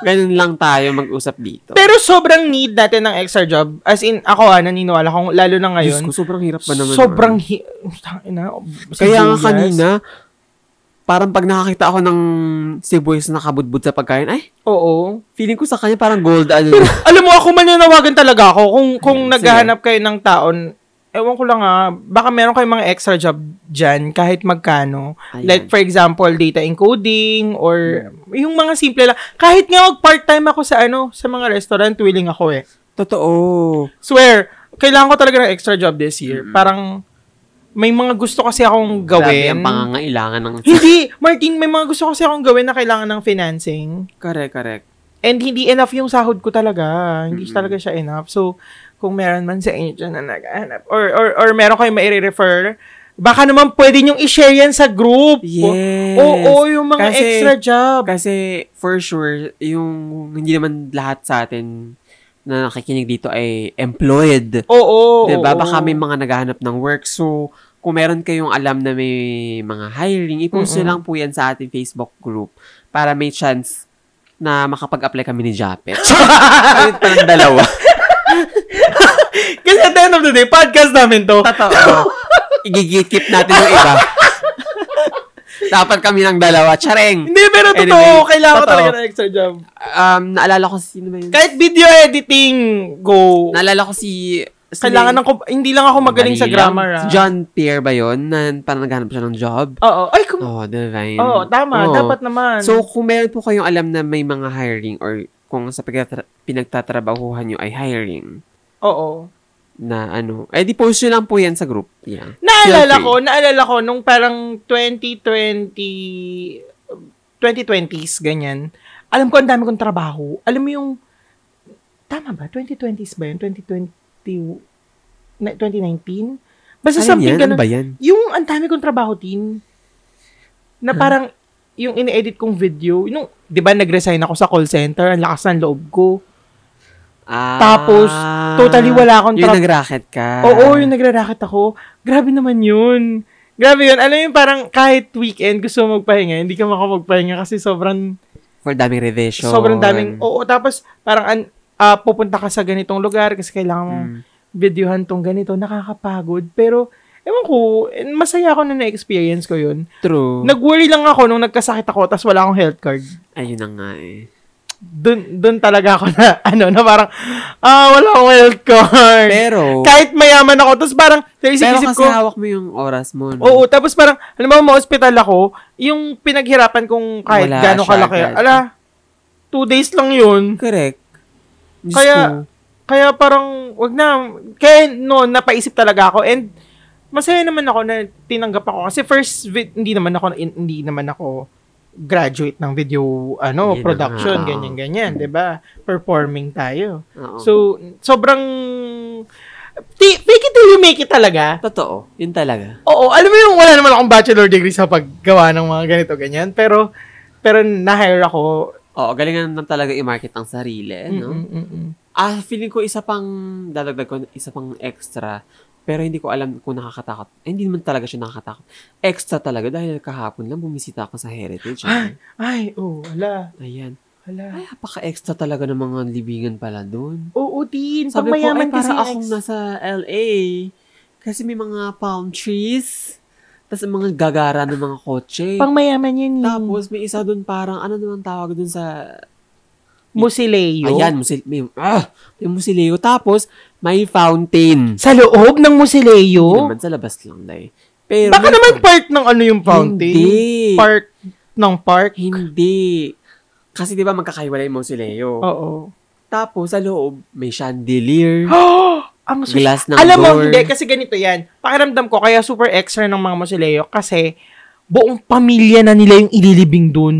Speaker 2: Ganun lang tayo mag-usap dito.
Speaker 1: Pero sobrang need natin ng extra job. As in, ako ah, naniniwala kong lalo na
Speaker 2: Diyos
Speaker 1: ngayon.
Speaker 2: ko, sobrang hirap pa naman.
Speaker 1: sobrang
Speaker 2: naman.
Speaker 1: hi- Tang ina, oh, si
Speaker 2: Kaya nga
Speaker 1: Julius.
Speaker 2: kanina, parang pag nakakita ako ng si Boys na nakabudbud sa pagkain, ay,
Speaker 1: Oo.
Speaker 2: feeling ko sa kanya parang gold, ano.
Speaker 1: Pero alam mo, ako mananawagan talaga ako kung, kung
Speaker 2: Sige.
Speaker 1: naghahanap kayo ng taon. Ewan ko lang ah, baka meron kayong mga extra job dyan kahit magkano.
Speaker 2: Ayan. Hmm.
Speaker 1: Like for example, data encoding or yung mga simple lang. Kahit nga mag part-time ako sa ano, sa mga restaurant, willing ako eh.
Speaker 2: Totoo.
Speaker 1: Swear, kailangan ko talaga ng extra job this year. Parang, may mga gusto kasi akong
Speaker 2: Grabe
Speaker 1: gawin.
Speaker 2: ang pangangailangan ng...
Speaker 1: hindi, Martin, may mga gusto kasi akong gawin na kailangan ng financing.
Speaker 2: correct, correct.
Speaker 1: And hindi enough yung sahod ko talaga. Hindi talaga siya enough. So, kung meron man sa inyo dyan na naghahanap, or, or, or meron kayo maire-refer, baka naman pwede nyong i-share yan sa group.
Speaker 2: Yes.
Speaker 1: Oo, yung mga
Speaker 2: Kasi-
Speaker 1: extra job.
Speaker 2: Kasi for sure, yung hindi naman lahat sa atin na nakikinig dito ay employed.
Speaker 1: Oo, oo,
Speaker 2: 'Di ba?
Speaker 1: oo.
Speaker 2: diba, Baka may mga naghahanap ng work. So, kung meron kayong alam na may mga hiring, i-post nyo lang po yan sa ating Facebook group para may chance na makapag-apply kami ni Japet. Ayun pa ng dalawa.
Speaker 1: Kasi at the end of the day, podcast namin to.
Speaker 2: Totoo. Igigikip Ano, natin yung iba. Dapat kami ng dalawa. Chareng!
Speaker 1: Hindi, pero totoo,
Speaker 2: Anyway,
Speaker 1: kailangan ko
Speaker 2: totoo.
Speaker 1: talaga ng extra job.
Speaker 2: Um, naalala ko sino ba yun?
Speaker 1: Kahit video editing, go.
Speaker 2: Naalala ko si... si-
Speaker 1: Kailangan ng, ko- hindi lang ako magaling sa
Speaker 2: Madali
Speaker 1: grammar,
Speaker 2: lang.
Speaker 1: ah.
Speaker 2: Si John Pierre ba yun? Na parang naghanap siya ng job?
Speaker 1: Oo, ay, kum-
Speaker 2: Oo, oh, divine.
Speaker 1: oo, tama,
Speaker 2: Oo.
Speaker 1: dapat naman.
Speaker 2: So, kung meron po kayong alam na may mga hiring or kung sa pagtatra- pinagtatrabahuhan nyo ay hiring
Speaker 1: oo.
Speaker 2: na ano, eh di post nyo lang po yan sa group. Yeah.
Speaker 1: Naalala
Speaker 2: Feel
Speaker 1: ko, naalala ko nung parang 2020 2020s ganyan. Alam ko ang dami kong trabaho. Alam mo yung tama ba 2020s ba yun? 2020 na- 2019? Basta
Speaker 2: Ayun
Speaker 1: something
Speaker 2: yan, ano
Speaker 1: ganun.
Speaker 2: ba yan?
Speaker 1: Yung ang dami kong trabaho din na parang yung ini-edit kong video, nung, di ba nag-resign ako sa call center, ang lakas ng loob ko.
Speaker 2: Ah,
Speaker 1: Tapos, totally wala akong
Speaker 2: Yung
Speaker 1: tra-
Speaker 2: nag-racket ka.
Speaker 1: Oo, yung nagra-racket ako. Grabe naman yun. Grabe yun. Alam mo yung parang kahit weekend gusto mo magpahinga, hindi ka makapagpahinga kasi sobrang,
Speaker 2: For daming revision. Oh.
Speaker 1: sobrang daming, oo, tapos parang an, ah, pupunta ka sa ganitong lugar kasi kailangan mong
Speaker 2: Mm.
Speaker 1: videohan tong ganito, nakakapagod. Pero, ewan ko, eh, masaya ako na na-experience ko yun.
Speaker 2: True.
Speaker 1: Nag-worry lang ako nung nagkasakit ako tapos wala akong health card.
Speaker 2: Ayun na nga eh.
Speaker 1: Doon doon talaga ako na ano na parang ah wala akong health card.
Speaker 2: Pero,
Speaker 1: Kahit mayaman ako tapos parang
Speaker 2: pero
Speaker 1: naisip-isip
Speaker 2: kasi
Speaker 1: ko.
Speaker 2: hawak mo yung oras mo. no?
Speaker 1: Oo, tapos parang alam mo ma-hospital ako, yung pinaghirapan kong kahit
Speaker 2: Wala
Speaker 1: gaano
Speaker 2: siya
Speaker 1: kalaki.
Speaker 2: agad.
Speaker 1: Ala, two days lang yun.
Speaker 2: Correct. Diyos
Speaker 1: Kaya-
Speaker 2: ko.
Speaker 1: Kaya parang, wag na. Kaya noon, napaisip talaga ako. And, masaya naman ako na tinanggap ako. Kasi first, vid- hindi naman ako, in- hindi naman ako graduate ng video ano
Speaker 2: Hindi naman.
Speaker 1: production
Speaker 2: Oo.
Speaker 1: ganyan ganyan 'di ba performing tayo
Speaker 2: Oo.
Speaker 1: so sobrang ti- fake it till you make it talaga
Speaker 2: totoo. Yun talaga.
Speaker 1: oo alam mo yung wala naman akong bachelor degree sa paggawa ng mga ganito ganyan pero pero na-hire ako
Speaker 2: Oo, galingan naman talaga i-market ang sarili, no?
Speaker 1: Mm, mm, mm, mm.
Speaker 2: Ah, feeling ko isa pang, dadagdag ko, isa pang extra. Pero hindi ko alam kung nakakatakot. Eh, hindi naman talaga siya nakakatakot. Extra talaga dahil kahapon lang bumisita ako sa Heritage. eh.
Speaker 1: ay oh wala
Speaker 2: Ayan.
Speaker 1: wala
Speaker 2: Ay, napaka-extra talaga ng mga libingan pala doon.
Speaker 1: Oo, din.
Speaker 2: Sabi ko, ay,
Speaker 1: Pangmayaman
Speaker 2: para
Speaker 1: kasi. yung
Speaker 2: akong
Speaker 1: ex-
Speaker 2: nasa LA. Kasi may mga palm trees. Tapos ang mga gagara ng mga kotse.
Speaker 1: Pangmayaman yun. eh.
Speaker 2: Tapos may isa doon parang, ano naman tawag doon sa
Speaker 1: Musileo.
Speaker 2: Ayan, musil, may, ah, may musileo. Tapos, may fountain.
Speaker 1: Sa loob ng
Speaker 2: Hindi
Speaker 1: Musileo?
Speaker 2: naman sa labas lang dahil. Pero,
Speaker 1: Oh? Baka
Speaker 2: may-
Speaker 1: naman part ng ano yung fountain?
Speaker 2: Hindi.
Speaker 1: Part ng park?
Speaker 2: Hindi. Kasi di ba magkakaiwala yung musileo.
Speaker 1: Oo.
Speaker 2: Tapos, sa loob, may chandelier.
Speaker 1: Ang sus-
Speaker 2: glass ng
Speaker 1: Alam mo,
Speaker 2: door.
Speaker 1: hindi. Kasi ganito yan. Pakiramdam ko, kaya super extra ng mga Musileo kasi buong pamilya na nila yung ililibing dun.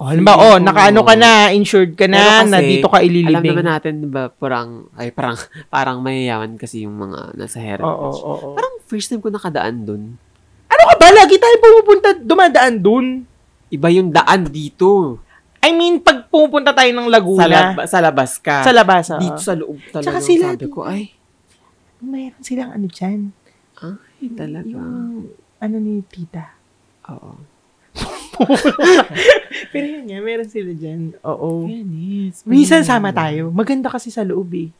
Speaker 1: O, alam ba, oh,
Speaker 2: Oo.
Speaker 1: nakaano ka na, insured ka
Speaker 2: Pero
Speaker 1: na,
Speaker 2: kasi,
Speaker 1: na dito ka ililibing.
Speaker 2: Alam naman natin, di ba, parang, ay, parang, parang mayayaman kasi yung mga nasa heritage.
Speaker 1: Oo, oo, oo.
Speaker 2: Parang first time ko nakadaan dun.
Speaker 1: Ano ka ba? Lagi tayo pumupunta, dumadaan dun.
Speaker 2: Iba yung daan dito.
Speaker 1: I mean, pag pumupunta tayo ng Laguna.
Speaker 2: Sa, lab- sa labas ka.
Speaker 1: Sa labas, oo.
Speaker 2: Dito sa loob talaga.
Speaker 1: Tsaka sila-
Speaker 2: Sabi ko, ay,
Speaker 1: Mayroon silang ano dyan.
Speaker 2: ay, talaga.
Speaker 1: Yung ano ni tita.
Speaker 2: Oo.
Speaker 1: Pero yun nga, meron sila dyan. Oo.
Speaker 2: Venice.
Speaker 1: Minsan sama tayo. Maganda kasi sa loob eh.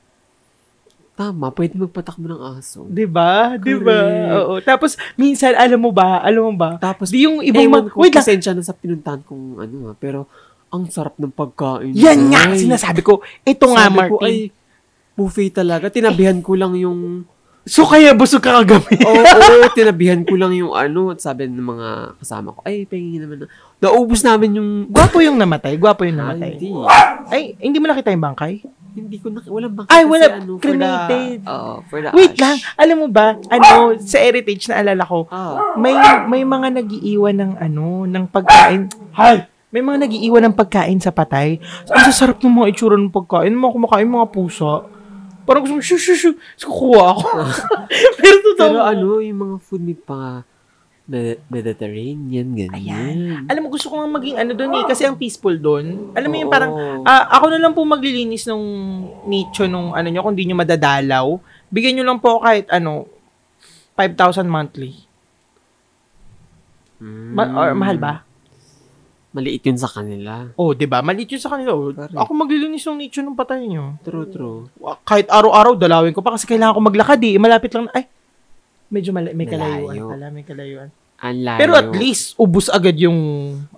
Speaker 2: Tama, pwede magpatakbo ng aso.
Speaker 1: 'Di ba? 'Di ba?
Speaker 2: Correct.
Speaker 1: Oo. Tapos minsan alam mo ba, alam mo ba?
Speaker 2: Tapos,
Speaker 1: Di yung ibang
Speaker 2: ewan
Speaker 1: mag-
Speaker 2: ko,
Speaker 1: eh, Wait lang.
Speaker 2: pasensya na sa pinuntahan kong ano, ah, pero ang sarap ng pagkain.
Speaker 1: Yan nga
Speaker 2: Ay,
Speaker 1: sinasabi ko. Ito nga
Speaker 2: sabi ko, ay,
Speaker 1: Martin.
Speaker 2: buffet talaga. Tinabihan ko lang yung,
Speaker 1: so kaya busog ka kagabi.
Speaker 2: oo, tinabihan ko lang yung ano, at sabi ng mga kasama ko, ay, pahingin naman na. Naubos namin yung,
Speaker 1: Gwapo yung namatay. Gwapo yung
Speaker 2: Ah,
Speaker 1: namatay.
Speaker 2: hindi.
Speaker 1: Ay, hindi mo nakita yung bangkay?
Speaker 2: Hindi ko na, walang bakit.
Speaker 1: Ay,
Speaker 2: kasi
Speaker 1: wala,
Speaker 2: for the-
Speaker 1: cremated.
Speaker 2: Oo, for the
Speaker 1: Wait
Speaker 2: ash.
Speaker 1: lang. Alam mo ba, ano, sa heritage na alala ko,
Speaker 2: Ah,
Speaker 1: may may mga nagiiwan ng ano, ng pagkain. Hay! May mga nagiiwan ng pagkain sa patay. Ang sasarap ng mga itsura ng pagkain. Mga kumakain mga pusa. Parang gusto mo, shoo, shoo, shoo. Tapos kukuha ako. Pero totoo.
Speaker 2: pero ano, yung mga food may pa Med- Mediterranean, ganyan.
Speaker 1: Alam mo, gusto ko nga maging ano doon eh. Kasi ang peaceful doon. Alam mo yung
Speaker 2: Oo.
Speaker 1: parang, ah, ako na lang po maglilinis nung nicho nung ano nyo, kung di nyo madadalaw. Bigyan nyo lang po ako kahit ano, 5,000 monthly. Ma-
Speaker 2: Mm.
Speaker 1: or mahal ba?
Speaker 2: Maliit yun sa kanila.
Speaker 1: Oh, 'di ba? Maliit 'yun sa kanila. Oh,
Speaker 2: Correct.
Speaker 1: Ako maglilinis ng nicho ng patay niyo.
Speaker 2: True, true.
Speaker 1: Wa- Kahit araw-araw dalawin ko pa kasi kailangan ko maglakad eh. Malapit lang ay medyo mala- may
Speaker 2: Malayo.
Speaker 1: kalayuan pala, may kalayuan.
Speaker 2: Ang layo.
Speaker 1: Pero at least ubus agad yung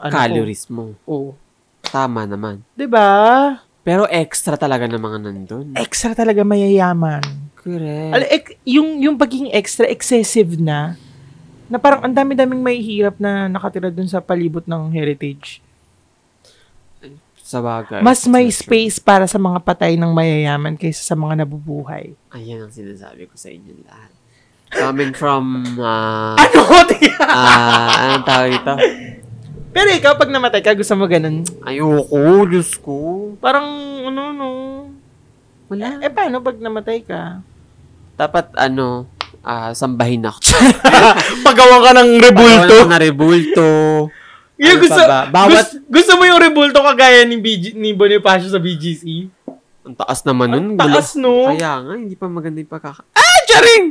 Speaker 1: ano
Speaker 2: calories mo.
Speaker 1: ko. Oh.
Speaker 2: Tama naman.
Speaker 1: 'Di ba?
Speaker 2: Pero extra talaga ng mga nandun.
Speaker 1: Extra talaga mayayaman.
Speaker 2: Correct.
Speaker 1: Al- ek- yung yung pagiging extra excessive na na parang ang dami-daming mahihirap na nakatira dun sa palibot ng heritage.
Speaker 2: sa bagay.
Speaker 1: Mas may
Speaker 2: True,
Speaker 1: space para sa mga patay ng mayayaman kaysa sa mga nabubuhay.
Speaker 2: true. Ayan ang sinasabi ko sa inyo lahat. Coming from, ah,
Speaker 1: Ano? Tingnan-
Speaker 2: ah, anong tawag ito?
Speaker 1: Pero ikaw, pag namatay ka, gusto mo ganun.
Speaker 2: Ayoko, Diyos ko.
Speaker 1: Parang, ano, no.
Speaker 2: Wala.
Speaker 1: Eh, paano pag namatay ka?
Speaker 2: Dapat, ano, ah, sambahin ako.
Speaker 1: Pagawa ka ng
Speaker 2: Pagawa na rebulto. Ano
Speaker 1: Yung
Speaker 2: pa
Speaker 1: gusto,
Speaker 2: ba? Bawat,
Speaker 1: gusto, gusto mo yung rebulto kagaya ni, BG, ni Bonifacio sa BGC?
Speaker 2: ang taas naman nun.
Speaker 1: Ang taas, no?
Speaker 2: Kaya nga, hindi pa maganda yung pagkaka... Ah, charing!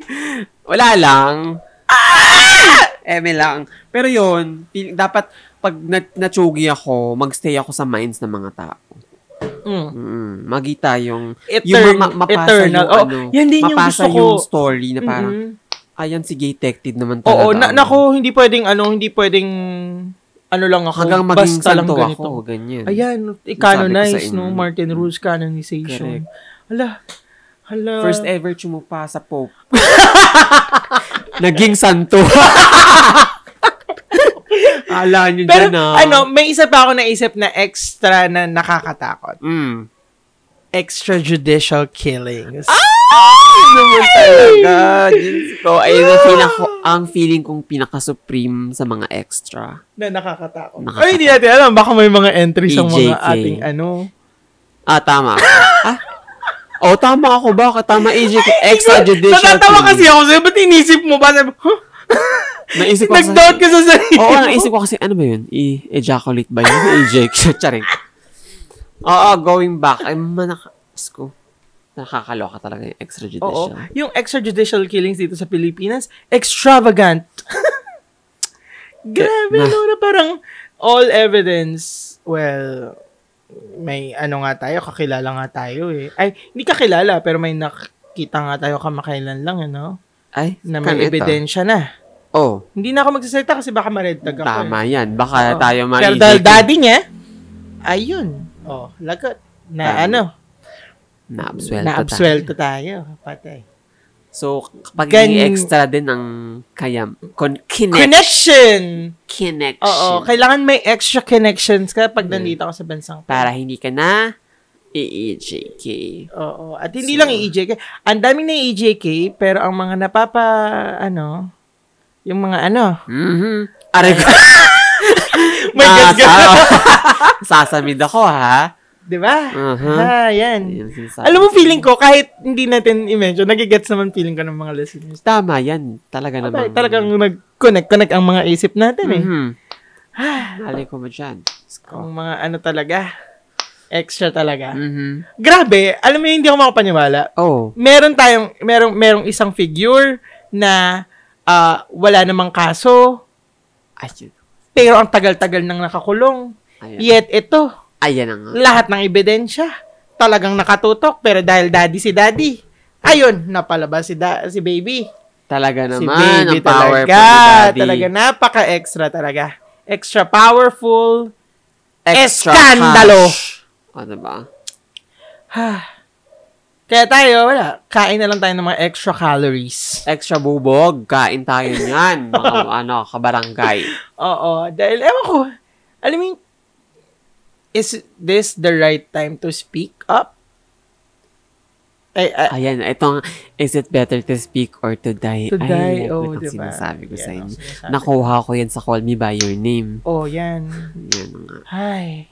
Speaker 2: Wala lang. Ah! Eme lang. Pero yun, pil- dapat pag na- natsugi ako, magstay ako sa minds ng mga tao.
Speaker 1: Mm.
Speaker 2: Mm, magita yung...
Speaker 1: Etern-
Speaker 2: yung ma- ma- mapasa
Speaker 1: eternal.
Speaker 2: yung
Speaker 1: Oh,
Speaker 2: ano.
Speaker 1: yan din yung
Speaker 2: mapasa
Speaker 1: gusto ko.
Speaker 2: yung story na parang,
Speaker 1: Mm-mm.
Speaker 2: ayan si gay detective naman talaga.
Speaker 1: Mm-hmm. Oo,
Speaker 2: ano.
Speaker 1: na, nako, hindi pwedeng ano, hindi pwedeng ano lang ako.
Speaker 2: Hanggang maging
Speaker 1: basta lang
Speaker 2: santo
Speaker 1: ganito.
Speaker 2: ako, ganyan.
Speaker 1: Ayan,
Speaker 2: Sabi ko
Speaker 1: i-canonize,
Speaker 2: sa inyo.
Speaker 1: no? Martin Rules canonization. Hala, hala.
Speaker 2: First ever tsumupa sa Pope. Naging santo. Ala nyo
Speaker 1: Pero
Speaker 2: dyan ah.
Speaker 1: ano, may isa pa ako naisip na extra na nakakatakot.
Speaker 2: Mm.
Speaker 1: Extrajudicial killings.
Speaker 2: Naman talaga. Diyos ko. Ayun ang, pinaka- ang feeling kong pinaka-supreme sa mga extra.
Speaker 1: Na nakakatakot.
Speaker 2: Nakakatakot.
Speaker 1: Ay, hindi natin alam. Baka may mga entries ang mga
Speaker 2: EJK.
Speaker 1: ating ano.
Speaker 2: Ah, tama. ako. ah? Oh, tama ako ba? Tama, AJ. Extrajudicial.
Speaker 1: Natatawa
Speaker 2: killing.
Speaker 1: kasi ako sa'yo. Ba't inisip mo ba? Sabi, huh?
Speaker 2: Naisip ko kasi-
Speaker 1: Nag-doubt ka sa sarili
Speaker 2: Oo,
Speaker 1: mo.
Speaker 2: naisip ko kasi, ano ba yun? I-ejaculate ba yun? I-ejection. Charing. Oo, going back. Ay, manakas ko. Nakakaloka talaga yung
Speaker 1: Oo.
Speaker 2: extrajudicial.
Speaker 1: Yung extrajudicial killings dito sa Pilipinas, extravagant. Grabe,
Speaker 2: Na-
Speaker 1: no? Na parang all evidence, well, may ano nga tayo, kakilala nga tayo eh. Ay, hindi kakilala, pero may nakita nga tayo kamakailan lang, ano?
Speaker 2: Ay, ah,
Speaker 1: Na may
Speaker 2: kanito.
Speaker 1: ebidensya na.
Speaker 2: Oo,
Speaker 1: Hindi na ako magsasalita kasi baka mared tag ako. eh.
Speaker 2: tama yan. Baka
Speaker 1: Oo.
Speaker 2: tayo ma
Speaker 1: Pero dahil daddy niya, ayun. Oh, lagot.
Speaker 2: Tama.
Speaker 1: Na ano,
Speaker 2: Naabswelto tayo.
Speaker 1: naabswelto tayo. Patay.
Speaker 2: So, kapag Gan...
Speaker 1: Gan-
Speaker 2: extra din ang kayam. Con- connect-
Speaker 1: Connection!
Speaker 2: connection.
Speaker 1: Oo, kailangan may extra connections ka pag nandito ka sa bansang.
Speaker 2: Para hindi ka na E i-EJK.
Speaker 1: Oo, at hindi
Speaker 2: So-
Speaker 1: lang i-EJK. Ang daming na EJK, pero ang mga napapa, ano, yung mga ano.
Speaker 2: Mm-hmm. Aray ko.
Speaker 1: My God,
Speaker 2: Nasa- Sasamid ako, ha?
Speaker 1: Di ba?
Speaker 2: Uh-huh.
Speaker 1: Ah, yan.
Speaker 2: Yun ang sinasabi
Speaker 1: Alam mo,
Speaker 2: ko.
Speaker 1: feeling ko, kahit hindi natin i-mention, nagigets naman feeling ko ng mga listeners.
Speaker 2: Tama yan. Talaga
Speaker 1: Abay,
Speaker 2: naman.
Speaker 1: talagang nag-connect, connect ang mga isip natin eh.
Speaker 2: Mhm. Alay ko mo dyan. Diyos ko.
Speaker 1: Ang mga ano talaga, extra talaga.
Speaker 2: Mhm.
Speaker 1: Grabe, alam mo, hindi ako makapaniwala.
Speaker 2: Oh.
Speaker 1: meron tayong merong merong isang figure na ah, wala namang kaso
Speaker 2: Ayun.
Speaker 1: pero ang tagal-tagal nang nakakulong.
Speaker 2: Ayan.
Speaker 1: Yet ito,
Speaker 2: Ayan na nga.
Speaker 1: lahat ng ebidensya talagang nakatutok pero dahil daddy si daddy. Ayun, napalabas si da- si baby.
Speaker 2: Talaga
Speaker 1: si
Speaker 2: naman. ang
Speaker 1: baby
Speaker 2: power
Speaker 1: talaga.
Speaker 2: po ni daddy.
Speaker 1: Talaga napaka-extra talaga. Extra powerful.
Speaker 2: Extra
Speaker 1: Eskandalo.
Speaker 2: cash. O, diba?
Speaker 1: Kaya tayo, wala. Kain na lang tayo ng mga extra calories.
Speaker 2: Extra bubog. Kain tayo niyan. Mga ano, kabarangay.
Speaker 1: Oo, dahil ewan ko, alam mo, yung- is this the right time to speak up? Ay, ay,
Speaker 2: Ayan. Ito nga. Is it better to speak or to die?
Speaker 1: To
Speaker 2: Ay,
Speaker 1: die, oh,
Speaker 2: oh,
Speaker 1: diba?
Speaker 2: sinasabi ko sa
Speaker 1: Yan ang
Speaker 2: inyo.
Speaker 1: sinasabi.
Speaker 2: Nakuha ko yan sa Call Me By Your Name.
Speaker 1: oh, yan.
Speaker 2: Yan na nga.
Speaker 1: Ay.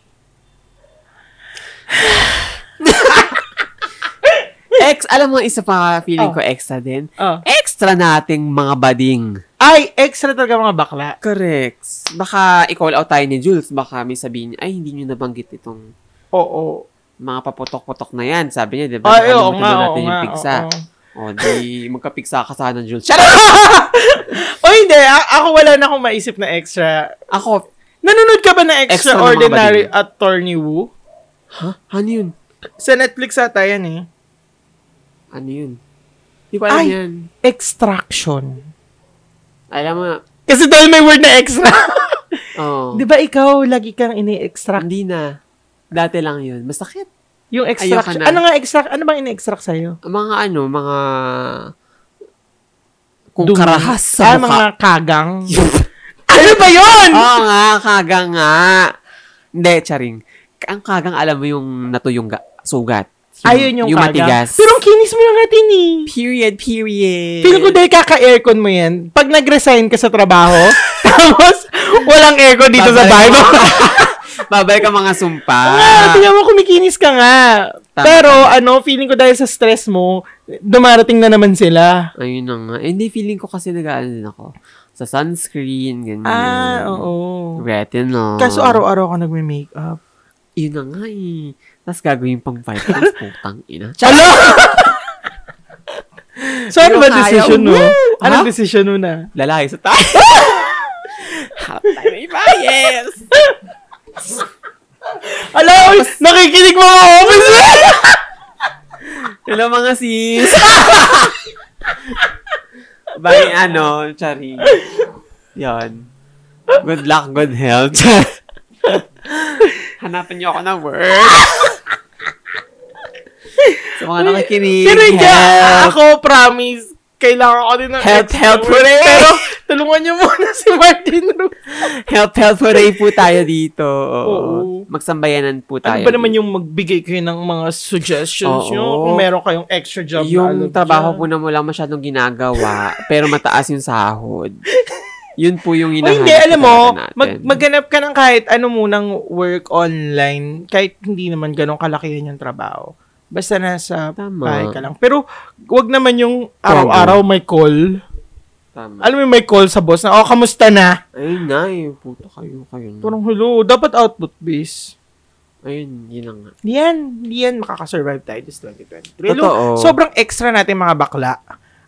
Speaker 2: Ex, alam mo, isa pa feeling
Speaker 1: Oh.
Speaker 2: ko extra din.
Speaker 1: Oh.
Speaker 2: Extra nating mga bading.
Speaker 1: Ay, extra talaga mga bakla.
Speaker 2: Correct. Baka i-call out tayo ni Jules. Baka may sabihin niya, ay, hindi niyo nabanggit itong
Speaker 1: Oo.
Speaker 2: mga paputok-putok na yan. Sabi niya, "Diba? di ba?
Speaker 1: Ay, oo
Speaker 2: Nakalimutan
Speaker 1: nga,
Speaker 2: daw
Speaker 1: oo nga,
Speaker 2: pigsa.
Speaker 1: oo.
Speaker 2: O, di magkapigsa ka sana, Jules. Shut up!
Speaker 1: O hindi, a- ako wala na akong maisip na extra.
Speaker 2: Ako,
Speaker 1: Nanonood ka ba na
Speaker 2: Extra ng mga
Speaker 1: Extraordinary
Speaker 2: bading.
Speaker 1: Attorney Woo?
Speaker 2: ha? Ano yun?
Speaker 1: Sa Netflix ata yan eh.
Speaker 2: Ano yun? Hindi ko alam
Speaker 1: Ay!
Speaker 2: yan.
Speaker 1: Extraction.
Speaker 2: Alam mo,
Speaker 1: Kasi dahil may word na extra.
Speaker 2: oh,
Speaker 1: Di ba ikaw, lagi kang ini-extract
Speaker 2: hindi na. Dati lang yun. Masakit.
Speaker 1: Yung extract,
Speaker 2: Ayoko na.
Speaker 1: ano nga extract, ano bang in-extract sa'yo?
Speaker 2: Mga ano, mga... Kung
Speaker 1: Dumi.
Speaker 2: karahas
Speaker 1: ah,
Speaker 2: sa
Speaker 1: mga
Speaker 2: mukha.
Speaker 1: kagang. ano ba yun?
Speaker 2: Oo nga, kagang nga. Hindi, charing. Ang kagang, alam mo yung natuyong ga- sugat.
Speaker 1: Ayun yung, kagang.
Speaker 2: matigas.
Speaker 1: Pero ang kinis mo lang natin eh.
Speaker 2: period, period.
Speaker 1: Feeling ko dahil kaka-aircon mo yan, pag nag-resign ka sa trabaho, tapos walang aircon dito sa bahay mo.
Speaker 2: Babay ka mga sumpa.
Speaker 1: Ah, tingnan mo, kumikinis ka nga.
Speaker 2: Tama,
Speaker 1: Pero ano, feeling ko dahil sa stress mo, dumarating na naman sila.
Speaker 2: Ayun na nga. Eh, Hindi, feeling ko kasi nag-ano din ako. Sa sunscreen, ganyan.
Speaker 1: Ah, oo.
Speaker 2: Retinol.
Speaker 1: Kaso araw-araw ka nagme-makeup.
Speaker 2: Yun na nga eh. Tapos gagawin pang vitamins, putang ina.
Speaker 1: So ano
Speaker 2: Pero
Speaker 1: ba
Speaker 2: kaya,
Speaker 1: decision mo?
Speaker 2: woo!
Speaker 1: Anong
Speaker 2: Ha?
Speaker 1: decision mo na?
Speaker 2: Lalaki sa tayo. Harap tayo ng iba, yes!
Speaker 1: Alam, uy, nakikinig mo ako.
Speaker 2: Hello mga sis! Bali ano, chari. Yan. Good luck, good health. Hanapan niyo ako ng work. Sa mga Ah, nakikinig,
Speaker 1: Pero hindi,
Speaker 2: help.
Speaker 1: ako promise, kailangan ko din ng
Speaker 2: Help,
Speaker 1: extra
Speaker 2: help,
Speaker 1: work.
Speaker 2: hooray!
Speaker 1: Pero tulungan niyo muna si Martin Ru.
Speaker 2: Help, help, hooray po tayo dito. Oo.
Speaker 1: Oo.
Speaker 2: Magsambayanan po
Speaker 1: Ano
Speaker 2: tayo.
Speaker 1: ba naman yung magbigay kayo ng mga
Speaker 2: Oo.
Speaker 1: suggestions nyo? Kung meron kayong extra job na alam
Speaker 2: Yung trabaho
Speaker 1: dyan.
Speaker 2: po na wala masyadong ginagawa, pero mataas yung sahod. Yun po yung
Speaker 1: O
Speaker 2: hinahanap
Speaker 1: hindi, alam
Speaker 2: talaga
Speaker 1: mo,
Speaker 2: natin.
Speaker 1: mag, maghanap ka ng kahit ano munang work online, kahit hindi naman ganong kalakihan yung trabaho. Basta nasa
Speaker 2: Tama.
Speaker 1: bahay ka lang. Pero, wag naman yung araw-araw may call.
Speaker 2: Tama.
Speaker 1: Alam mo yung may call sa boss na, oh, kamusta na?
Speaker 2: Ayun na, eh. Puta kayo, kayo na.
Speaker 1: Parang, hello, dapat output-based.
Speaker 2: Ayun, yun lang nga.
Speaker 1: Yan, yan makakasurvive tayo this 2023.
Speaker 2: Totoo.
Speaker 1: Hello, sobrang extra natin mga bakla.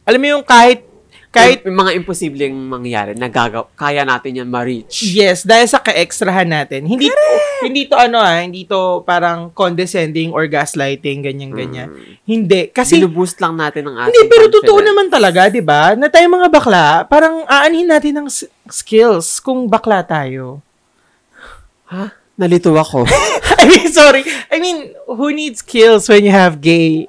Speaker 1: Alam mo yung kahit, kahit
Speaker 2: Yung- yung mga imposibleng mangyari, nagagaw, kaya natin yan ma-reach.
Speaker 1: Yes, dahil sa ka-extrahan natin. Hindi to, hindi to ano ah, hindi to parang condescending or gaslighting ganyan ganyan.
Speaker 2: Hmm.
Speaker 1: Hindi kasi
Speaker 2: Sinuboost lang natin ang ating
Speaker 1: hindi pero
Speaker 2: confidence.
Speaker 1: totoo naman talaga, 'di ba? Na tayo mga bakla, parang aanhin natin ng s- skills kung bakla tayo.
Speaker 2: Ha? Nalito ako.
Speaker 1: I mean, sorry. I mean, who needs skills when you have gay?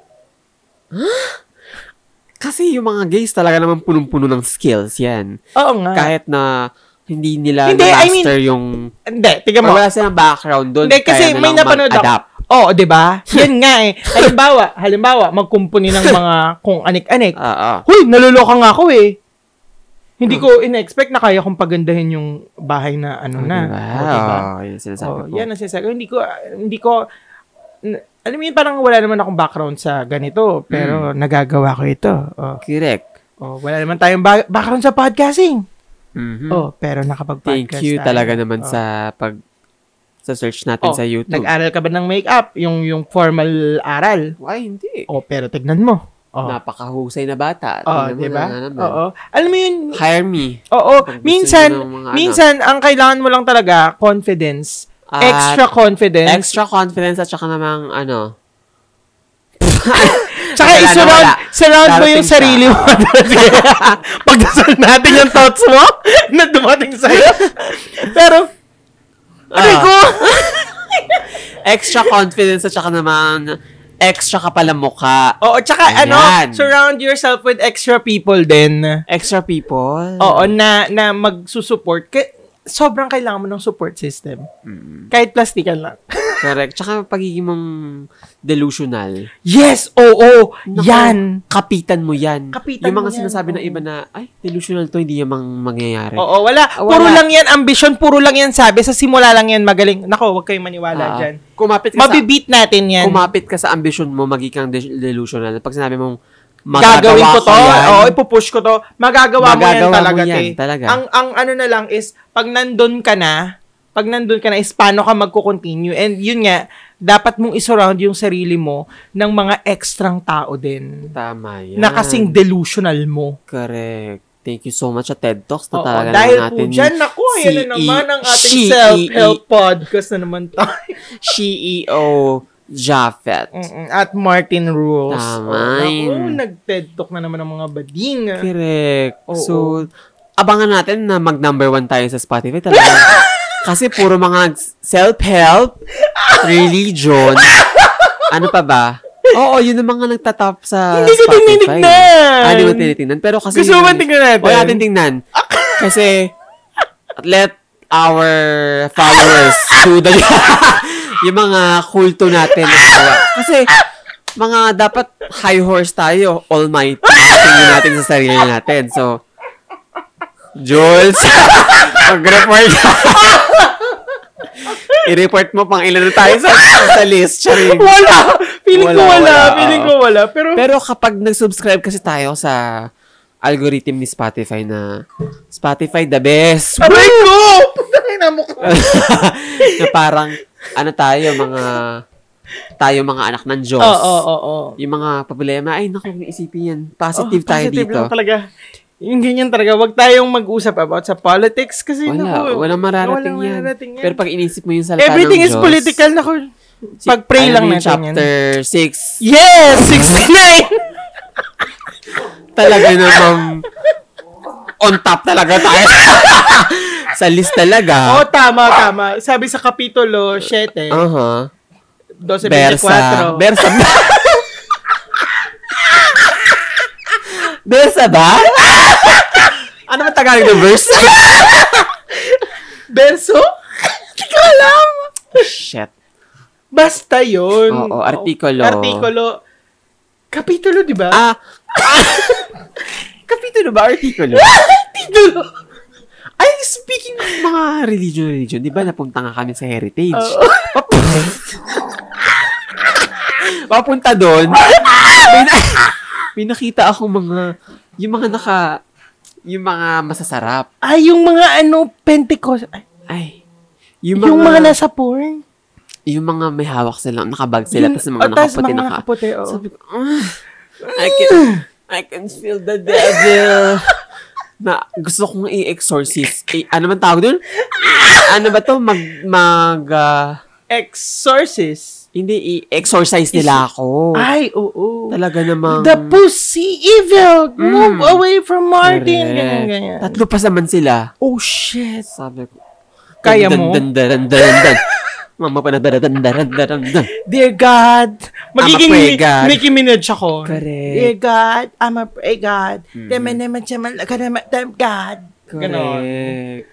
Speaker 2: Kasi yung mga gays talaga naman punong-puno ng skills yan.
Speaker 1: Oo nga.
Speaker 2: Kahit na hindi nila
Speaker 1: Ah. Hindi, I mean-
Speaker 2: na-master yung...
Speaker 1: hindi, tiga
Speaker 2: Or
Speaker 1: mo.
Speaker 2: wala silang background doon.
Speaker 1: Hindi,
Speaker 2: kaya
Speaker 1: kasi
Speaker 2: na
Speaker 1: may
Speaker 2: lang
Speaker 1: napanood
Speaker 2: mag-adapt.
Speaker 1: ako. Oo, di ba? Yan nga eh. Halimbawa, halimbawa, magkumpuni ng mga kung anik-anik.
Speaker 2: Ah, ah.
Speaker 1: Hoy, naluloka nga ako eh. Hindi ko in-expect na kaya kong pagandahin yung bahay na ano na.
Speaker 2: Diba?
Speaker 1: O, diba?
Speaker 2: Oo, yun ang sinasabi
Speaker 1: Oh,
Speaker 2: ko.
Speaker 1: yan ang sinasabi ko. Hindi ko, hindi ko, n- alam mo yun, parang wala naman akong background sa ganito, pero
Speaker 2: Hmm.
Speaker 1: nagagawa ko ito. Oh,
Speaker 2: Correct.
Speaker 1: oh, wala naman tayong ba- background sa podcasting.
Speaker 2: Mhm.
Speaker 1: Oh, pero nakapag-podcast
Speaker 2: Thank you
Speaker 1: tayo.
Speaker 2: talaga naman
Speaker 1: Oh.
Speaker 2: sa pag sa search natin
Speaker 1: Oh,
Speaker 2: sa YouTube.
Speaker 1: Nag-aral ka ba ng makeup? Yung, yung formal aral?
Speaker 2: Why hindi?
Speaker 1: Oh, pero tignan mo. Oh,
Speaker 2: Napakahusay na bata.
Speaker 1: oh
Speaker 2: Tingnan mo
Speaker 1: di ba?
Speaker 2: na nga naman.
Speaker 1: Oo. Alam mo yun,
Speaker 2: Hire me.
Speaker 1: Oo,
Speaker 2: Pag gusto
Speaker 1: minsan
Speaker 2: niyo ng mga
Speaker 1: minsan ang kailangan mo lang talaga confidence,
Speaker 2: At
Speaker 1: extra confidence.
Speaker 2: Extra confidence at saka namang ano.
Speaker 1: Tsaka
Speaker 2: Wala na,
Speaker 1: i-surround
Speaker 2: wala.
Speaker 1: surround mo
Speaker 2: Darating
Speaker 1: yung sarili mo. Pagdasal natin yung thoughts mo na dumating sa'yo. Pero,
Speaker 2: Ah.
Speaker 1: aray ko!
Speaker 2: Extra confidence at saka namang extra kapalamukha.
Speaker 1: Oo, tsaka ano,
Speaker 2: Ayan.
Speaker 1: surround yourself with extra people din.
Speaker 2: Extra people.
Speaker 1: Oo, na, na magsusupport. Ka- sobrang kailangan mo ng support system. Kahit plastikan lang.
Speaker 2: Correct. Tsaka pagiging mong delusional.
Speaker 1: Yes! Oo!
Speaker 2: Naku,
Speaker 1: Yan!
Speaker 2: Kapitan mo yan.
Speaker 1: Kapitan
Speaker 2: yung mga
Speaker 1: mo yan,
Speaker 2: sinasabi ng
Speaker 1: oo.
Speaker 2: iba na, ay, delusional to, hindi yung mang- mangyayari.
Speaker 1: Oo, wala.
Speaker 2: Ah, Wala.
Speaker 1: Puro lang yan ambition, puro lang yan sabi. Sa simula lang yan magaling. Nako, huwag kayong
Speaker 2: Ah,
Speaker 1: maniwala dyan.
Speaker 2: Kumapit ka sa
Speaker 1: Mabibit natin yan.
Speaker 2: kumapit ka sa ambisyon mo, magiging kang de- delusional. Pag sinabi mong,
Speaker 1: Gagawin ko to.
Speaker 2: yan,
Speaker 1: Oo, ipupush ko to. Magagawa, mo yan
Speaker 2: Magagawa mo
Speaker 1: talaga,
Speaker 2: yan,
Speaker 1: te.
Speaker 2: talaga.
Speaker 1: Ang, ang ano na lang is, pag nandun ka na, pag nandun ka na is paano ka magko-continue. And yun nga, dapat mong isurround yung sarili mo ng mga ekstrang tao din.
Speaker 2: tama yan.
Speaker 1: Na kasing delusional mo.
Speaker 2: Correct. Thank you so much sa TED Talks na
Speaker 1: Oo,
Speaker 2: talaga
Speaker 1: dahil
Speaker 2: naman
Speaker 1: po
Speaker 2: natin. E
Speaker 1: dyan, naku, ayan na
Speaker 2: si-
Speaker 1: naman ang ating
Speaker 2: she-
Speaker 1: self-help podcast na naman tayo.
Speaker 2: CEO Japheth.
Speaker 1: Mm-mm, At Martin Rules.
Speaker 2: Tama.
Speaker 1: Oh, nag-TED Talk na naman ang mga bading.
Speaker 2: Correct.
Speaker 1: Oo.
Speaker 2: So, abangan natin na mag number one tayo sa Spotify talaga. Kasi puro mga self-help, religion, ano pa ba? Oo, yun ang mga nagtatap sa
Speaker 1: Hindi ko
Speaker 2: Spotify.
Speaker 1: tinitignan.
Speaker 2: Ah, hindi mo tinitignan. Pero kasi...
Speaker 1: Gusto mo ba tingnan natin?
Speaker 2: Huwag natin tingnan. kasi, let our followers do the... yung mga kulto natin. Kasi, mga dapat high horse tayo, almighty. Tingnan natin sa sarili natin. So, Jules, mag-report ka. I-report mo pang ilan na tayo sa, sa list. Charing.
Speaker 1: Wala! Feeling ko
Speaker 2: Wala,
Speaker 1: wala.
Speaker 2: wala, oo.
Speaker 1: Feeling ko wala. Pero,
Speaker 2: Pero kapag nag-subscribe kasi tayo sa algorithm ni Spotify na Spotify the best.
Speaker 1: aray ko! Putangin na mo ko.
Speaker 2: na parang ano tayo mga tayo mga anak ng Diyos.
Speaker 1: Oo, oo, oo.
Speaker 2: Yung mga problema, ay naku, isipin yan. Positive
Speaker 1: Oh,
Speaker 2: tayo
Speaker 1: positive
Speaker 2: dito.
Speaker 1: lang talaga. Yung ganyan talaga. Huwag tayong mag-usap about sa politics kasi
Speaker 2: Wala,
Speaker 1: naku,
Speaker 2: walang mararating,
Speaker 1: walang
Speaker 2: yan.
Speaker 1: mararating yan.
Speaker 2: Pero pag inisip mo yung salita
Speaker 1: everything
Speaker 2: ng
Speaker 1: is
Speaker 2: Diyos,
Speaker 1: political na ko.
Speaker 2: si-
Speaker 1: Pag-pray
Speaker 2: ano
Speaker 1: lang
Speaker 2: yung
Speaker 1: natin yan.
Speaker 2: chapter 6.
Speaker 1: Yes! 69!
Speaker 2: Talaga naman. on top talaga tayo. Sa list
Speaker 1: Oo,
Speaker 2: talaga.
Speaker 1: Oh, tama, tama. Sabi sa Kapitulo 7,
Speaker 2: Aha.
Speaker 1: 12.24.
Speaker 2: Uh-huh. Bersa. Bersa ba? Bersa ba? ano ba Tagalog ng verse?
Speaker 1: Berso? Hindi ko alam.
Speaker 2: Shit.
Speaker 1: Basta yun.
Speaker 2: Oo, artikulo.
Speaker 1: Artikulo. Kapitulo, di ba?
Speaker 2: Ah. Kapitulo ba? Artikulo?
Speaker 1: Artikulo.
Speaker 2: Ay, speaking of mga religion, religion, di ba napunta nga kami sa heritage?
Speaker 1: Oo.
Speaker 2: Papunta doon. may, na- may nakita ako mga, yung mga naka, yung mga masasarap.
Speaker 1: Ay, yung mga ano, Pentecost. Ay,
Speaker 2: Ay. Yung mga,
Speaker 1: yung mga nasa porn.
Speaker 2: yung mga may hawak sila, nakabag sila,
Speaker 1: Yung-
Speaker 2: tapos mga
Speaker 1: oh, tas
Speaker 2: nakaputi
Speaker 1: mga
Speaker 2: naka...
Speaker 1: nakaputi, oo.
Speaker 2: Sabi ko, "Ugh, I can, I can feel the devil. na gusto kong i-exorcist. I, ano man tawag doon? Ano ba to? Mag, mag, ah,
Speaker 1: Exorcist.
Speaker 2: hindi, i-exorcise nila ako.
Speaker 1: Ay, oo.
Speaker 2: Talaga namang...
Speaker 1: Ah, The pussy evil. Move away from Martin.
Speaker 2: Mm. Correct.
Speaker 1: Ganyan, ganyan.
Speaker 2: Tatlo pa naman sila.
Speaker 1: Oh, shit.
Speaker 2: Sabi ko.
Speaker 1: Kaya mo?
Speaker 2: Dan, dan, dan, dan, dan. Mama pa na dan, dan, dan, dan, dan.
Speaker 1: Dear God. Magiging
Speaker 2: I'm a pray
Speaker 1: Mi-
Speaker 2: God.
Speaker 1: Nicki Minaj ako.
Speaker 2: Correct.
Speaker 1: Dear God, I'm a pray God.
Speaker 2: Mm-hmm.
Speaker 1: Temen naman siya man, ka naman, tem God. Ganon.
Speaker 2: Correct.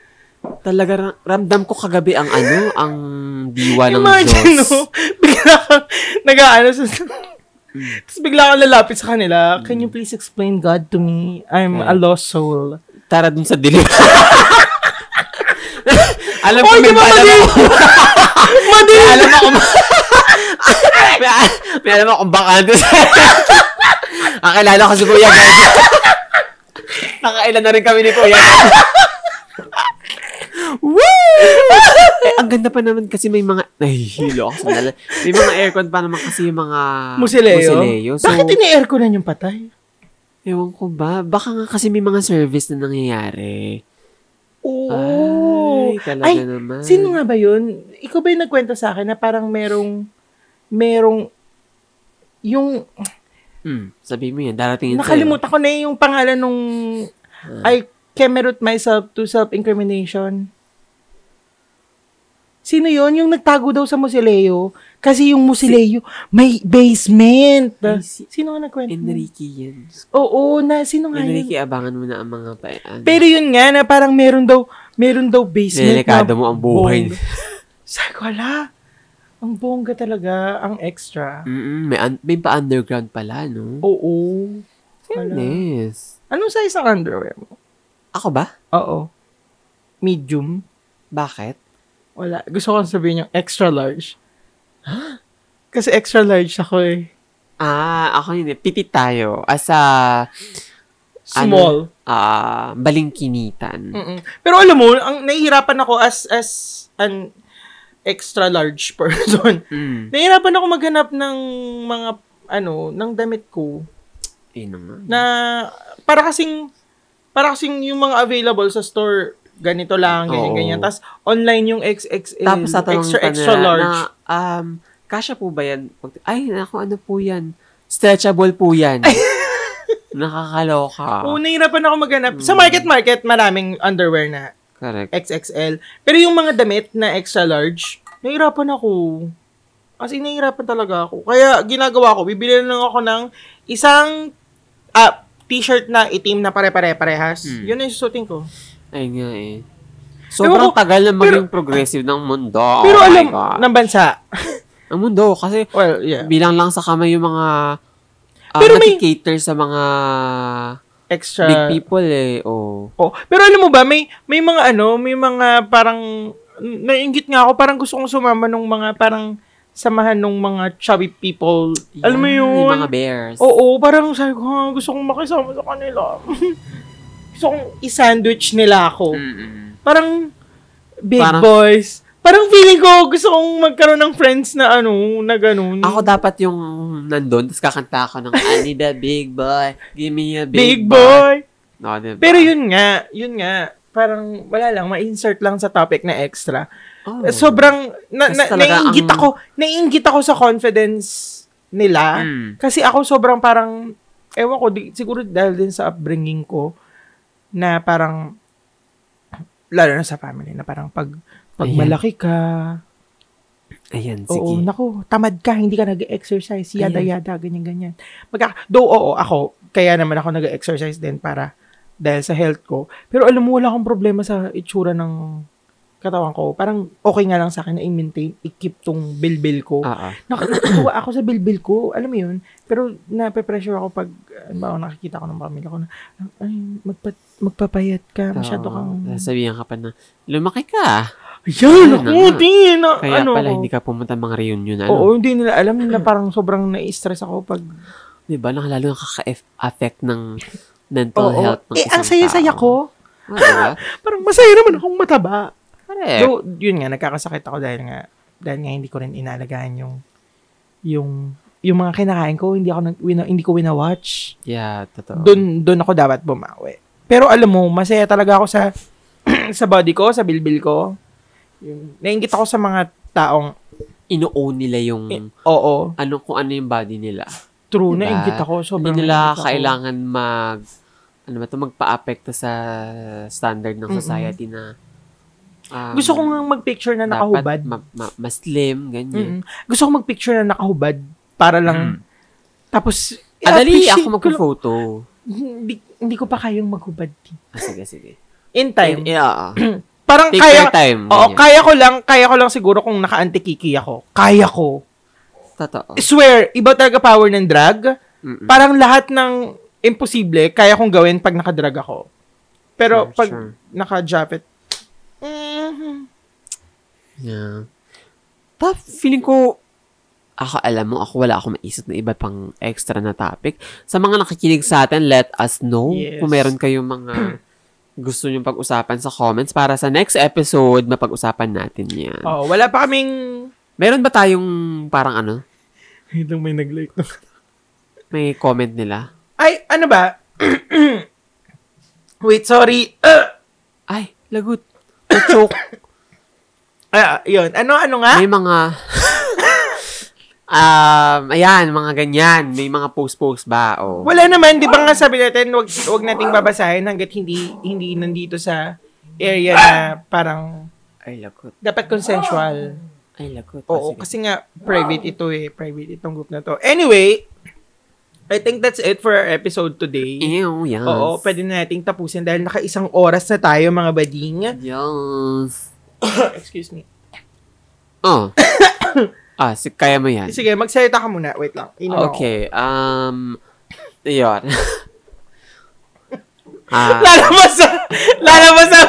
Speaker 2: Talaga, ra- ramdam ko kagabi ang ano, ang diwa ng
Speaker 1: Imagine,
Speaker 2: Diyos.
Speaker 1: no? Bigla kang, nag-ano, sa...
Speaker 2: Mm.
Speaker 1: Tapos bigla kang lalapit sa kanila, Can you please explain God to me? I'm a lost soul.
Speaker 2: Tara dun sa dilim. alam ko
Speaker 1: Oy,
Speaker 2: may
Speaker 1: di ba
Speaker 2: alam
Speaker 1: mali?
Speaker 2: ako,
Speaker 1: Madi!
Speaker 2: may alam ako, may, may alam akong bakante sa Ang kilala ko si Kuya Gan. Nakailan na rin kami ni Kuya Gan. Eh, ang ganda pa naman kasi may mga... Nahihilo ako sa dala. May mga aircon pa naman kasi yung mga...
Speaker 1: Musileo?
Speaker 2: Ah, Musileo. So,
Speaker 1: Bakit ini-aircon na yung patay?
Speaker 2: Ewan ko ba? Baka nga kasi may mga service na nangyayari.
Speaker 1: Oo.
Speaker 2: Ay, talaga naman.
Speaker 1: Sino nga ba yun? Ikaw ba yung nagkwento sa akin na parang merong, merong, yung,
Speaker 2: Hmm, sabi mo yan. Darating yan Hmm.
Speaker 1: nakalimutan ko na yung pangalan nung,
Speaker 2: Ah.
Speaker 1: I camerot myself to self-incrimination. Sino yon Yung nagtago daw sa Musileo. Kasi yung Musileo, may basement.
Speaker 2: Ay, si-
Speaker 1: Sino nga nagkwento?
Speaker 2: Sa'yo. Enrique yan.
Speaker 1: Oo, na, sino nga yun?
Speaker 2: Enrique, abangan mo na ang mga pa. ano.
Speaker 1: Pero yun nga, na parang meron daw, meron daw basement
Speaker 2: Delikado
Speaker 1: na
Speaker 2: mo ang buhay.
Speaker 1: bongga. Sabi ko, ala, ang bongga talaga, ang extra.
Speaker 2: Mm-mm, may, un- may pa-underground pala,
Speaker 1: Oh,
Speaker 2: no?
Speaker 1: Oo. Wala.
Speaker 2: Fairness.
Speaker 1: Anong size ang underwear mo?
Speaker 2: Ako ba?
Speaker 1: Oo. Medium?
Speaker 2: Bakit?
Speaker 1: Wala. Gusto kong sabihin yung extra large. Kasi extra large ako eh.
Speaker 2: Ah, ako hindi. Pitit tayo. As a... ano,
Speaker 1: Small.
Speaker 2: Ah, balingkinitan.
Speaker 1: Mm-mm. Pero alam mo, ang nahihirapan ako as as an extra large person.
Speaker 2: Mm.
Speaker 1: Nahihirapan ako maghanap ng mga ano, ng damit ko.
Speaker 2: Yun na nga.
Speaker 1: na para kasing para kasing yung mga available sa store ganito lang ganyan
Speaker 2: Oo.
Speaker 1: ganyan tapos online yung XXL
Speaker 2: Tapos tatanungin
Speaker 1: extra
Speaker 2: pa
Speaker 1: extra
Speaker 2: nila
Speaker 1: large
Speaker 2: Na, um, kasha po ba yan? Pag- Ay, naku, ano po yan? Stretchable po yan.
Speaker 1: Oo,
Speaker 2: Nakakaloka.
Speaker 1: nahirapan ako maghanap. Sa market market, maraming underwear na
Speaker 2: Correct.
Speaker 1: XXL. Pero yung mga damit na extra large, nahirapan ako. As in, nahirapan talaga ako. Kaya ginagawa ko, bibili na lang ako ng isang ah, t-shirt na itim na pare-pare-parehas.
Speaker 2: Mm.
Speaker 1: Yun ang susutin ko.
Speaker 2: Ay nga eh. Sobrang
Speaker 1: Ewan ko,
Speaker 2: tagal na maging
Speaker 1: pero-
Speaker 2: progressive ng mundo.
Speaker 1: Pero
Speaker 2: oh
Speaker 1: alam,
Speaker 2: my God.
Speaker 1: ng bansa.
Speaker 2: Ang mundo, kasi
Speaker 1: Well, yeah.
Speaker 2: bilang lang sa kamay yung mga uh,
Speaker 1: Pero may-
Speaker 2: cater sa mga
Speaker 1: Extra.
Speaker 2: big people eh. Oh.
Speaker 1: Oh, pero alam mo ba, may may mga ano, may mga parang nainggit nga ako, parang gusto kong sumama nung mga, parang samahan nung mga chubby people. Alam mo
Speaker 2: Yan,
Speaker 1: yun?
Speaker 2: Yung mga bears.
Speaker 1: Oo, parang sabi ko, "Ha, gusto kong makisama sa kanila. gusto kong isandwich nila ako.
Speaker 2: Mm-mm.
Speaker 1: Parang big
Speaker 2: Hmm. Parang-
Speaker 1: boys. Parang feeling ko, gusto kong magkaroon ng friends na ano, na ganun.
Speaker 2: Ako dapat yung nandun, tapos kakanta ako ng I need a big boy, give me a big,
Speaker 1: big boy.
Speaker 2: No, diba?
Speaker 1: Pero yun nga, yun nga. Parang wala lang, ma-insert lang sa topic na extra.
Speaker 2: Oh.
Speaker 1: Eh, Sobrang, na,
Speaker 2: Kasi
Speaker 1: na,
Speaker 2: talaga
Speaker 1: naiingit
Speaker 2: ang-
Speaker 1: ako, naiingit ako sa confidence nila.
Speaker 2: Mm.
Speaker 1: Kasi ako sobrang parang, ewan ko, di, siguro dahil din sa upbringing ko, na parang, lalo na sa family, na parang pag, pag
Speaker 2: Ayan.
Speaker 1: malaki ka,
Speaker 2: Ayan,
Speaker 1: oo,
Speaker 2: sige.
Speaker 1: naku, tamad ka, hindi ka nag-exercise, yada,
Speaker 2: Ayan.
Speaker 1: yada, ganyan, ganyan. Magka, though, oo, ako, kaya naman ako nag-exercise din para, dahil sa health ko. Pero alam mo, wala akong problema sa itsura ng katawan ko. Parang okay nga lang sa akin na i-maintain, i-keep tong bilbil ko.
Speaker 2: Ah, ah.
Speaker 1: Nakakatuwa ako sa bilbil ko. Alam mo yun? Pero nape-pressure ako pag ano ba, nakikita ko ng pamilya ko na, ay, magpa, magpapayat ka. Masyado
Speaker 2: Oo.
Speaker 1: kang...
Speaker 2: Sasabihan ka pa na, lumaki ka. Ayun
Speaker 1: Ayan, ako,
Speaker 2: na nga.
Speaker 1: tingin na,
Speaker 2: Kaya
Speaker 1: ano
Speaker 2: pala
Speaker 1: ako.
Speaker 2: hindi ka pumunta mga reunion. Ano?
Speaker 1: Oo, hindi nila alam na parang sobrang na-stress ako pag...
Speaker 2: Di ba? Nakalalo nakaka-affect ng mental
Speaker 1: Oo.
Speaker 2: health ng
Speaker 1: Eh, ang
Speaker 2: isang
Speaker 1: saya-saya
Speaker 2: tao.
Speaker 1: ko.
Speaker 2: Ah, di ba?
Speaker 1: Parang masaya naman akong mataba.
Speaker 2: Correct.
Speaker 1: So, yun nga, nagkakasakit ako dahil nga, dahil nga hindi ko rin inaalagaan yung, yung, yung mga kinakain ko, hindi ako, nag, wina, hindi ko winawatch.
Speaker 2: yeah, totoo.
Speaker 1: doon doon ako dapat bumawi. Pero alam mo, masaya talaga ako sa sa body ko, sa bilbil ko. Yung nainggit ako sa mga taong
Speaker 2: Ino-own nila yung
Speaker 1: Eh, oo,
Speaker 2: ano kung ano yung body nila.
Speaker 1: true,
Speaker 2: Diba?
Speaker 1: nainggit ako sobrang.
Speaker 2: Hindi nila
Speaker 1: nainggit ako.
Speaker 2: kailangan mag ano ba to magpa-apekto sa standard ng
Speaker 1: Mm-mm.
Speaker 2: society na um,
Speaker 1: Gusto ko nga magpicture na nakahubad.
Speaker 2: dapat ma, ma- mas slim ganyan.
Speaker 1: Mm-mm. Gusto ko magpicture na nakahubad para
Speaker 2: Mm.
Speaker 1: lang tapos
Speaker 2: Adali
Speaker 1: i-appreciate
Speaker 2: Ah, ako
Speaker 1: ko lang-
Speaker 2: magpo-photo.
Speaker 1: Hindi, hindi ko pa kayang maghubad.
Speaker 2: Ah, sige, sige.
Speaker 1: In time.
Speaker 2: Eh, ah, ah.
Speaker 1: parang
Speaker 2: Take
Speaker 1: kaya
Speaker 2: your time.
Speaker 1: Oo,
Speaker 2: ganyan.
Speaker 1: kaya ko lang, kaya ko lang siguro kung naka-antikiki ako. Kaya ko.
Speaker 2: Totoo.
Speaker 1: Swear, iba talaga power ng drag.
Speaker 2: Mm-mm.
Speaker 1: parang lahat ng imposible kaya kong gawin pag nakadrag ako. Pero
Speaker 2: Sure,
Speaker 1: pag
Speaker 2: sure.
Speaker 1: naka-japet, mhm.
Speaker 2: Yeah. Pa, feeling ko, ako alam mo, ako wala akong maisip na iba pang extra na topic. Sa mga nakikinig sa atin, let us know
Speaker 1: Yes.
Speaker 2: kung meron kayong mga gusto nyo pag-usapan sa comments para sa next episode, mapag-usapan natin yan.
Speaker 1: Oh, wala pa kaming...
Speaker 2: Meron ba tayong parang ano,
Speaker 1: Hidang may nag-like
Speaker 2: may comment nila?
Speaker 1: Ay, ano ba? Wait, sorry. Ah,
Speaker 2: Ay, lagot. Choke.
Speaker 1: ah, yun. Ano, ano nga?
Speaker 2: May mga... um, ayan, mga ganyan. May mga post-post ba? Oh. O,
Speaker 1: Wala naman, di ba nga sabi natin, wag, wag nating babasahin hanggat hindi, hindi nandito sa area na parang
Speaker 2: Ay, lagot.
Speaker 1: dapat consensual.
Speaker 2: Ay, lagot. Ah,
Speaker 1: Oo,
Speaker 2: sige.
Speaker 1: kasi nga private ito eh, private itong group na to. Anyway, I think that's it for our episode today.
Speaker 2: Ew, yes.
Speaker 1: Oo, pwede na nating tapusin dahil naka-isang oras na tayo mga bading.
Speaker 2: Yes.
Speaker 1: Excuse me.
Speaker 2: Oh. ah, si kaya mo yan.
Speaker 1: Sige, magsalita ka muna. Wait lang. Inom ako.
Speaker 2: Okay, um, yun. ah,
Speaker 1: Lalabas sa, lalabas sa,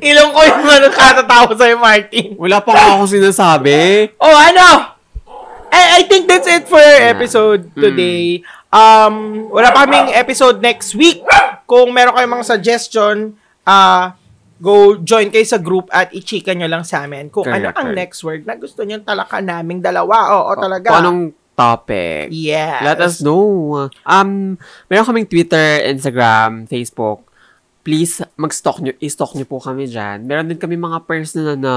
Speaker 1: ilong ko yung ano, katatawa sa'yo, Martin.
Speaker 2: wala pa nga akong sinasabi.
Speaker 1: Oh, ano? I, I think that's it for our episode
Speaker 2: Mm.
Speaker 1: today. Um, wala pa kaming episode next week. Kung meron kayong mga suggestion, ah, go join kayo sa group at i-chika nyo lang sa amin kung ano
Speaker 2: Correct,
Speaker 1: ang
Speaker 2: correct. Oh,
Speaker 1: next word na gusto nyo talaka naming dalawa. Oo, talaga.
Speaker 2: Kung anong topic.
Speaker 1: Yes.
Speaker 2: Let us know. Um, meron kaming Twitter, Instagram, Facebook. Please, mag-stalk nyo, i-stalk nyo po kami dyan. Meron din kami mga personal na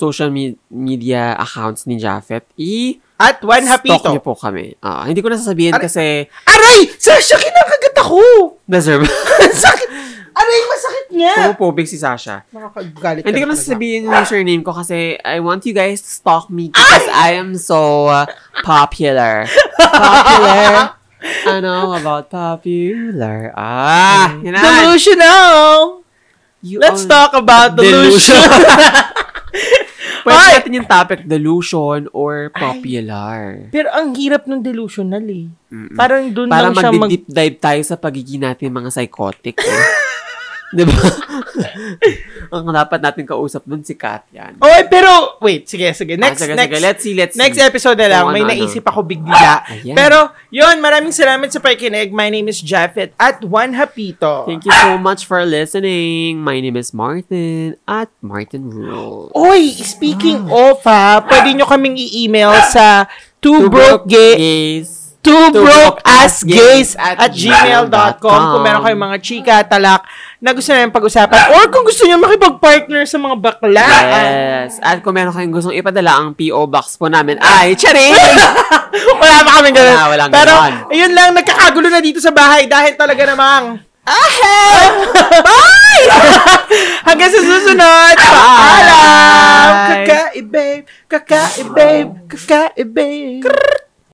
Speaker 2: social me- media accounts ni Japheth. I-
Speaker 1: At one
Speaker 2: Stalk niyo
Speaker 1: hapito.
Speaker 2: po kami. Ah, hindi ko na sasabihin
Speaker 1: Aray!
Speaker 2: kasi
Speaker 1: Aray! Sasha, kinakagat ako!
Speaker 2: deserve.
Speaker 1: Sakit! Aray, masakit niya!
Speaker 2: Homophobic si Sasha.
Speaker 1: Nakakagalit ka
Speaker 2: Hindi ko na
Speaker 1: talaga.
Speaker 2: sasabihin yung surname ko kasi I want you guys to stalk me because I am so uh, popular. Popular. I know about popular. Ah, yun na. Oh,
Speaker 1: Delusional!
Speaker 2: You
Speaker 1: Mm.
Speaker 2: are-
Speaker 1: Let's talk about delusion.
Speaker 2: Pwede
Speaker 1: Ay!
Speaker 2: natin yung topic delusion or popular.
Speaker 1: Pero ang hirap ng delusional eh.
Speaker 2: Mm-mm.
Speaker 1: Parang doon
Speaker 2: Para
Speaker 1: lang siya mag...
Speaker 2: mag-deep dive tayo sa pagiging natin mga psychotic. eh. Di ba? Ang dapat natin kausap nun si Kat yan.
Speaker 1: Oy, pero, wait, sige, sige.
Speaker 2: Ah,
Speaker 1: Oh, Next,
Speaker 2: sige,
Speaker 1: next,
Speaker 2: sige. Let's see, let's
Speaker 1: next
Speaker 2: see.
Speaker 1: episode na lang.
Speaker 2: Kung
Speaker 1: May
Speaker 2: ano-ano.
Speaker 1: naisip ako bigla.
Speaker 2: Ayan.
Speaker 1: Pero, yun, maraming salamat sa pakikinig. My name is Japheth at Juan Hapito.
Speaker 2: Thank you so much for listening. My name is Martin at Martin Rule.
Speaker 1: Oy, speaking
Speaker 2: Ah.
Speaker 1: of ha, pwede nyo kaming i-email sa two broke gay
Speaker 2: gays.
Speaker 1: two broke ass
Speaker 2: gays
Speaker 1: gays at
Speaker 2: at
Speaker 1: gmail.com kung meron kayong mga chika, talak na gusto namin pag-usapan or kung gusto nyo makipag-partner sa mga bakla.
Speaker 2: Yes. At kung meron kayong gustong ipadala, ang P.O. Box po namin ay, charing!
Speaker 1: Wala pa kami ganun.
Speaker 2: Wala, walang
Speaker 1: Pero,
Speaker 2: ganon.
Speaker 1: ayun lang, nagkakagulo na dito sa bahay dahil talaga namang
Speaker 2: Bye!
Speaker 1: Hanggang sa susunod, paalam! Kakaibab, kakaibab, kakaibab.